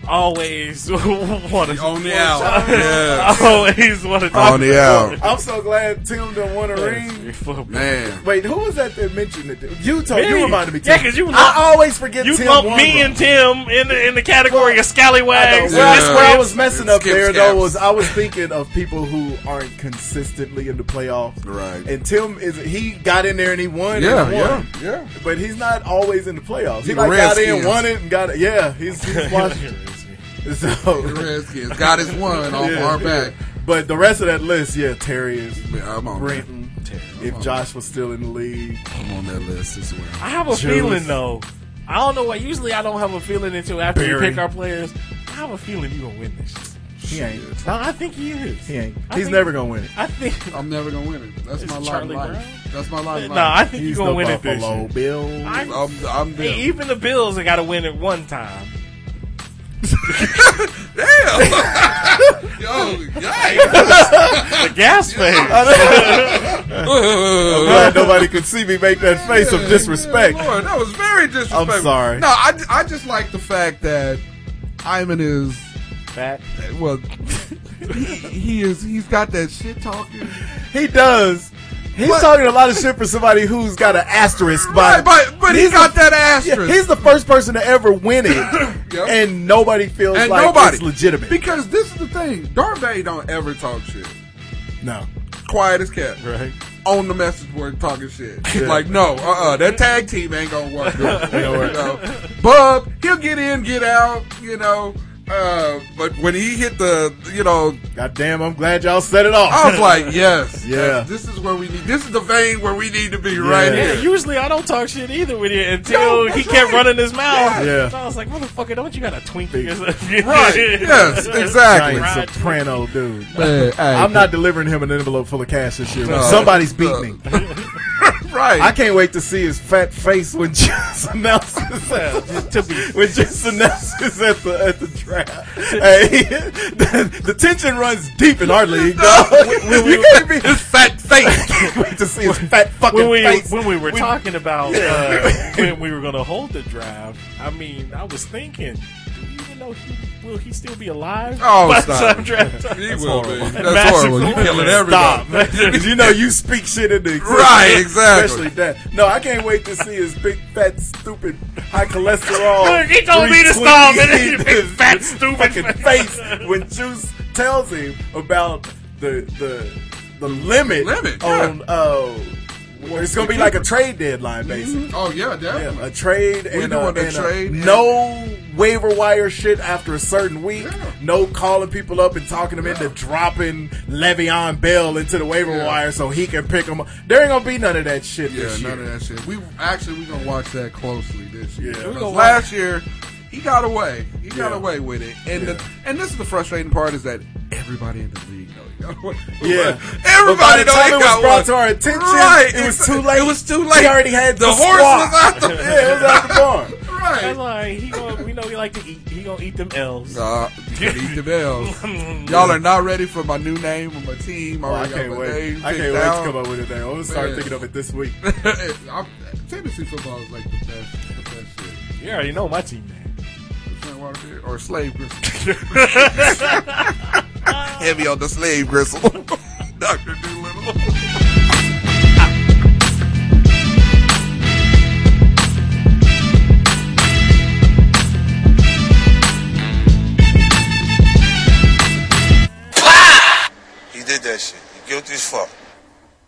always want to
on the out. Yeah.
always want to
On the
Oh.
out.
I'm so glad Tim done won a ring.
Man.
Wait, who was that that mentioned it? You told
Me.
you reminded me.
Yeah,
Tim.
'cause you
I
lump-
always forget.
You
Tim
lumped me
Wonderful.
and Tim in the in the category of
I know.
scallywags.
Well,
and
that's where I
misfits.
was messing up
Skip
there
scabs.
though was I was thinking of people who aren't consistently in the playoffs.
Right.
And Tim is he got in there and he won. and
Yeah,
he won.
yeah, yeah.
But he's not always in the playoffs. He
The
like got
Redskins.
in, won it, and got it. Yeah, he's, he's Washington. so
The Redskins. God is one off our back.
But the rest of that list, yeah, Terry is.
I'm on
Brenton. If Josh was still in the league,
I'm on that list as well.
I have a feeling though. I don't know what. Usually, I don't have a feeling until after we
Barry.
pick our players. I have a feeling you're gonna win this.
He ain't.
No, I think he is.
He ain't.
I
He's
think-
never gonna win it.
I think
I'm never gonna win it. That's
It's
my lot in
Charlie
life. That's my lot in
No,
life. Oh,
I think you're gonna win it this
Buffalo
year.
Bills.
I-
I'm- I'm
Hey,
them.
even the Bills have got to win it one time.
the
gas face.
I'm glad nobody could see me make that face of disrespect.
Yeah, Lord, that was very disrespectful.
I'm sorry.
No, I, I just like the fact that Iman is
fat.
Well, he, he is. He's got that shit talking.
He does. He's talking a lot of shit for somebody who's got an asterisk by
Right, but- but he
He's
got
the-
that asterisk.
yeah, he's the first person to ever win it,
Yep.
and nobody feels
And
like
nobody.
it's legitimate.
Because this is the thing, Darby don't ever talk shit.
no,
Quiet as cat.
right?
On the message board talking shit.
Yeah.
Like no, uh, uh that tag team ain't gonna work. Good. you
Don't worry.
know? Bub, he'll get in, get out. You know. Uh, but when he hit the, you know,
God damn, I'm glad y'all set it off.
I was like, yes, uh,
yeah.
This is where we need. This is the vein where we need to be right
Yeah,
here.
usually I don't talk shit either with you until
No,
he
that's
kept
right.
running his mouth.
Yeah.
So I was like, motherfucker, don't you got a Twinkie or something?
Right. Yes, exactly.
Giant soprano dude.
Man, hey.
I'm not delivering him an envelope full of cash this year. but
No.
Somebody's beating me.
right.
I can't wait to see his fat face when Jess announces when Jess announces at the at the draft. hey, the, the tension runs deep in our league. dog. you can't be his
fat face.
wait to see his fat fucking
when we
face.
when we were
We-
talking about
Yeah.
uh, when we were going to hold the draft, I mean, I was thinking, do we even know he, will he still be alive?
Oh,
by the
stop.
time draft time?
He will be. That's
Magic
horrible. You
woman.
killing
Stop.
everybody.
you know you speak shit into existence.
Right, exactly.
Especially that. No, I can't wait to see his big fat stupid high cholesterol.
Look, he told me to stop, and then he
320,
big fat stupid
fucking face when Juice tells him about the the the limit,
Limit, yeah.
on uh where it's gonna be like a trade deadline basically.
Oh yeah, definitely.
Yeah, a trade
We
and,
doing
a,
a
and
trade and-
no waiver wire shit after a certain week. No calling people up and talking them into dropping Le'Veon Bell into the waiver
Yeah.
wire so he can pick them up. There ain't gonna be none of that shit
Yeah,
this year.
none of that shit. We actually we gonna watch that closely this year.
Yeah.
Yeah,
We gonna
last year he got away. He got
Yeah.
away with it. And the, and this is the frustrating part is that everybody in the league know he got away.
Yeah. But by
everybody
the
know
time
he
it was
got
brought
one.
to our attention,
Right.
it was
It's-
too late.
It was too late.
He already had
the,
the
horse
squad.
was out the
Yeah, it was out the barn.
That's like he gonna, we know he like to eat. He gonna eat them L's.
Nah, you can eat the bells. Y'all are not ready for my new name on my team.
Oh, Mm-hmm. I
already got
can't
my
wait.
name
I
picked
can't wait to
out.
come up with it now. I'm gonna start
Man.
thinking of it this week.
I'm, Tennessee football is like the best, the best shit.
You already know my team name.
Flint Waterfield or slave gristle. Heavy on the slave gristle. Dr. Doolittle.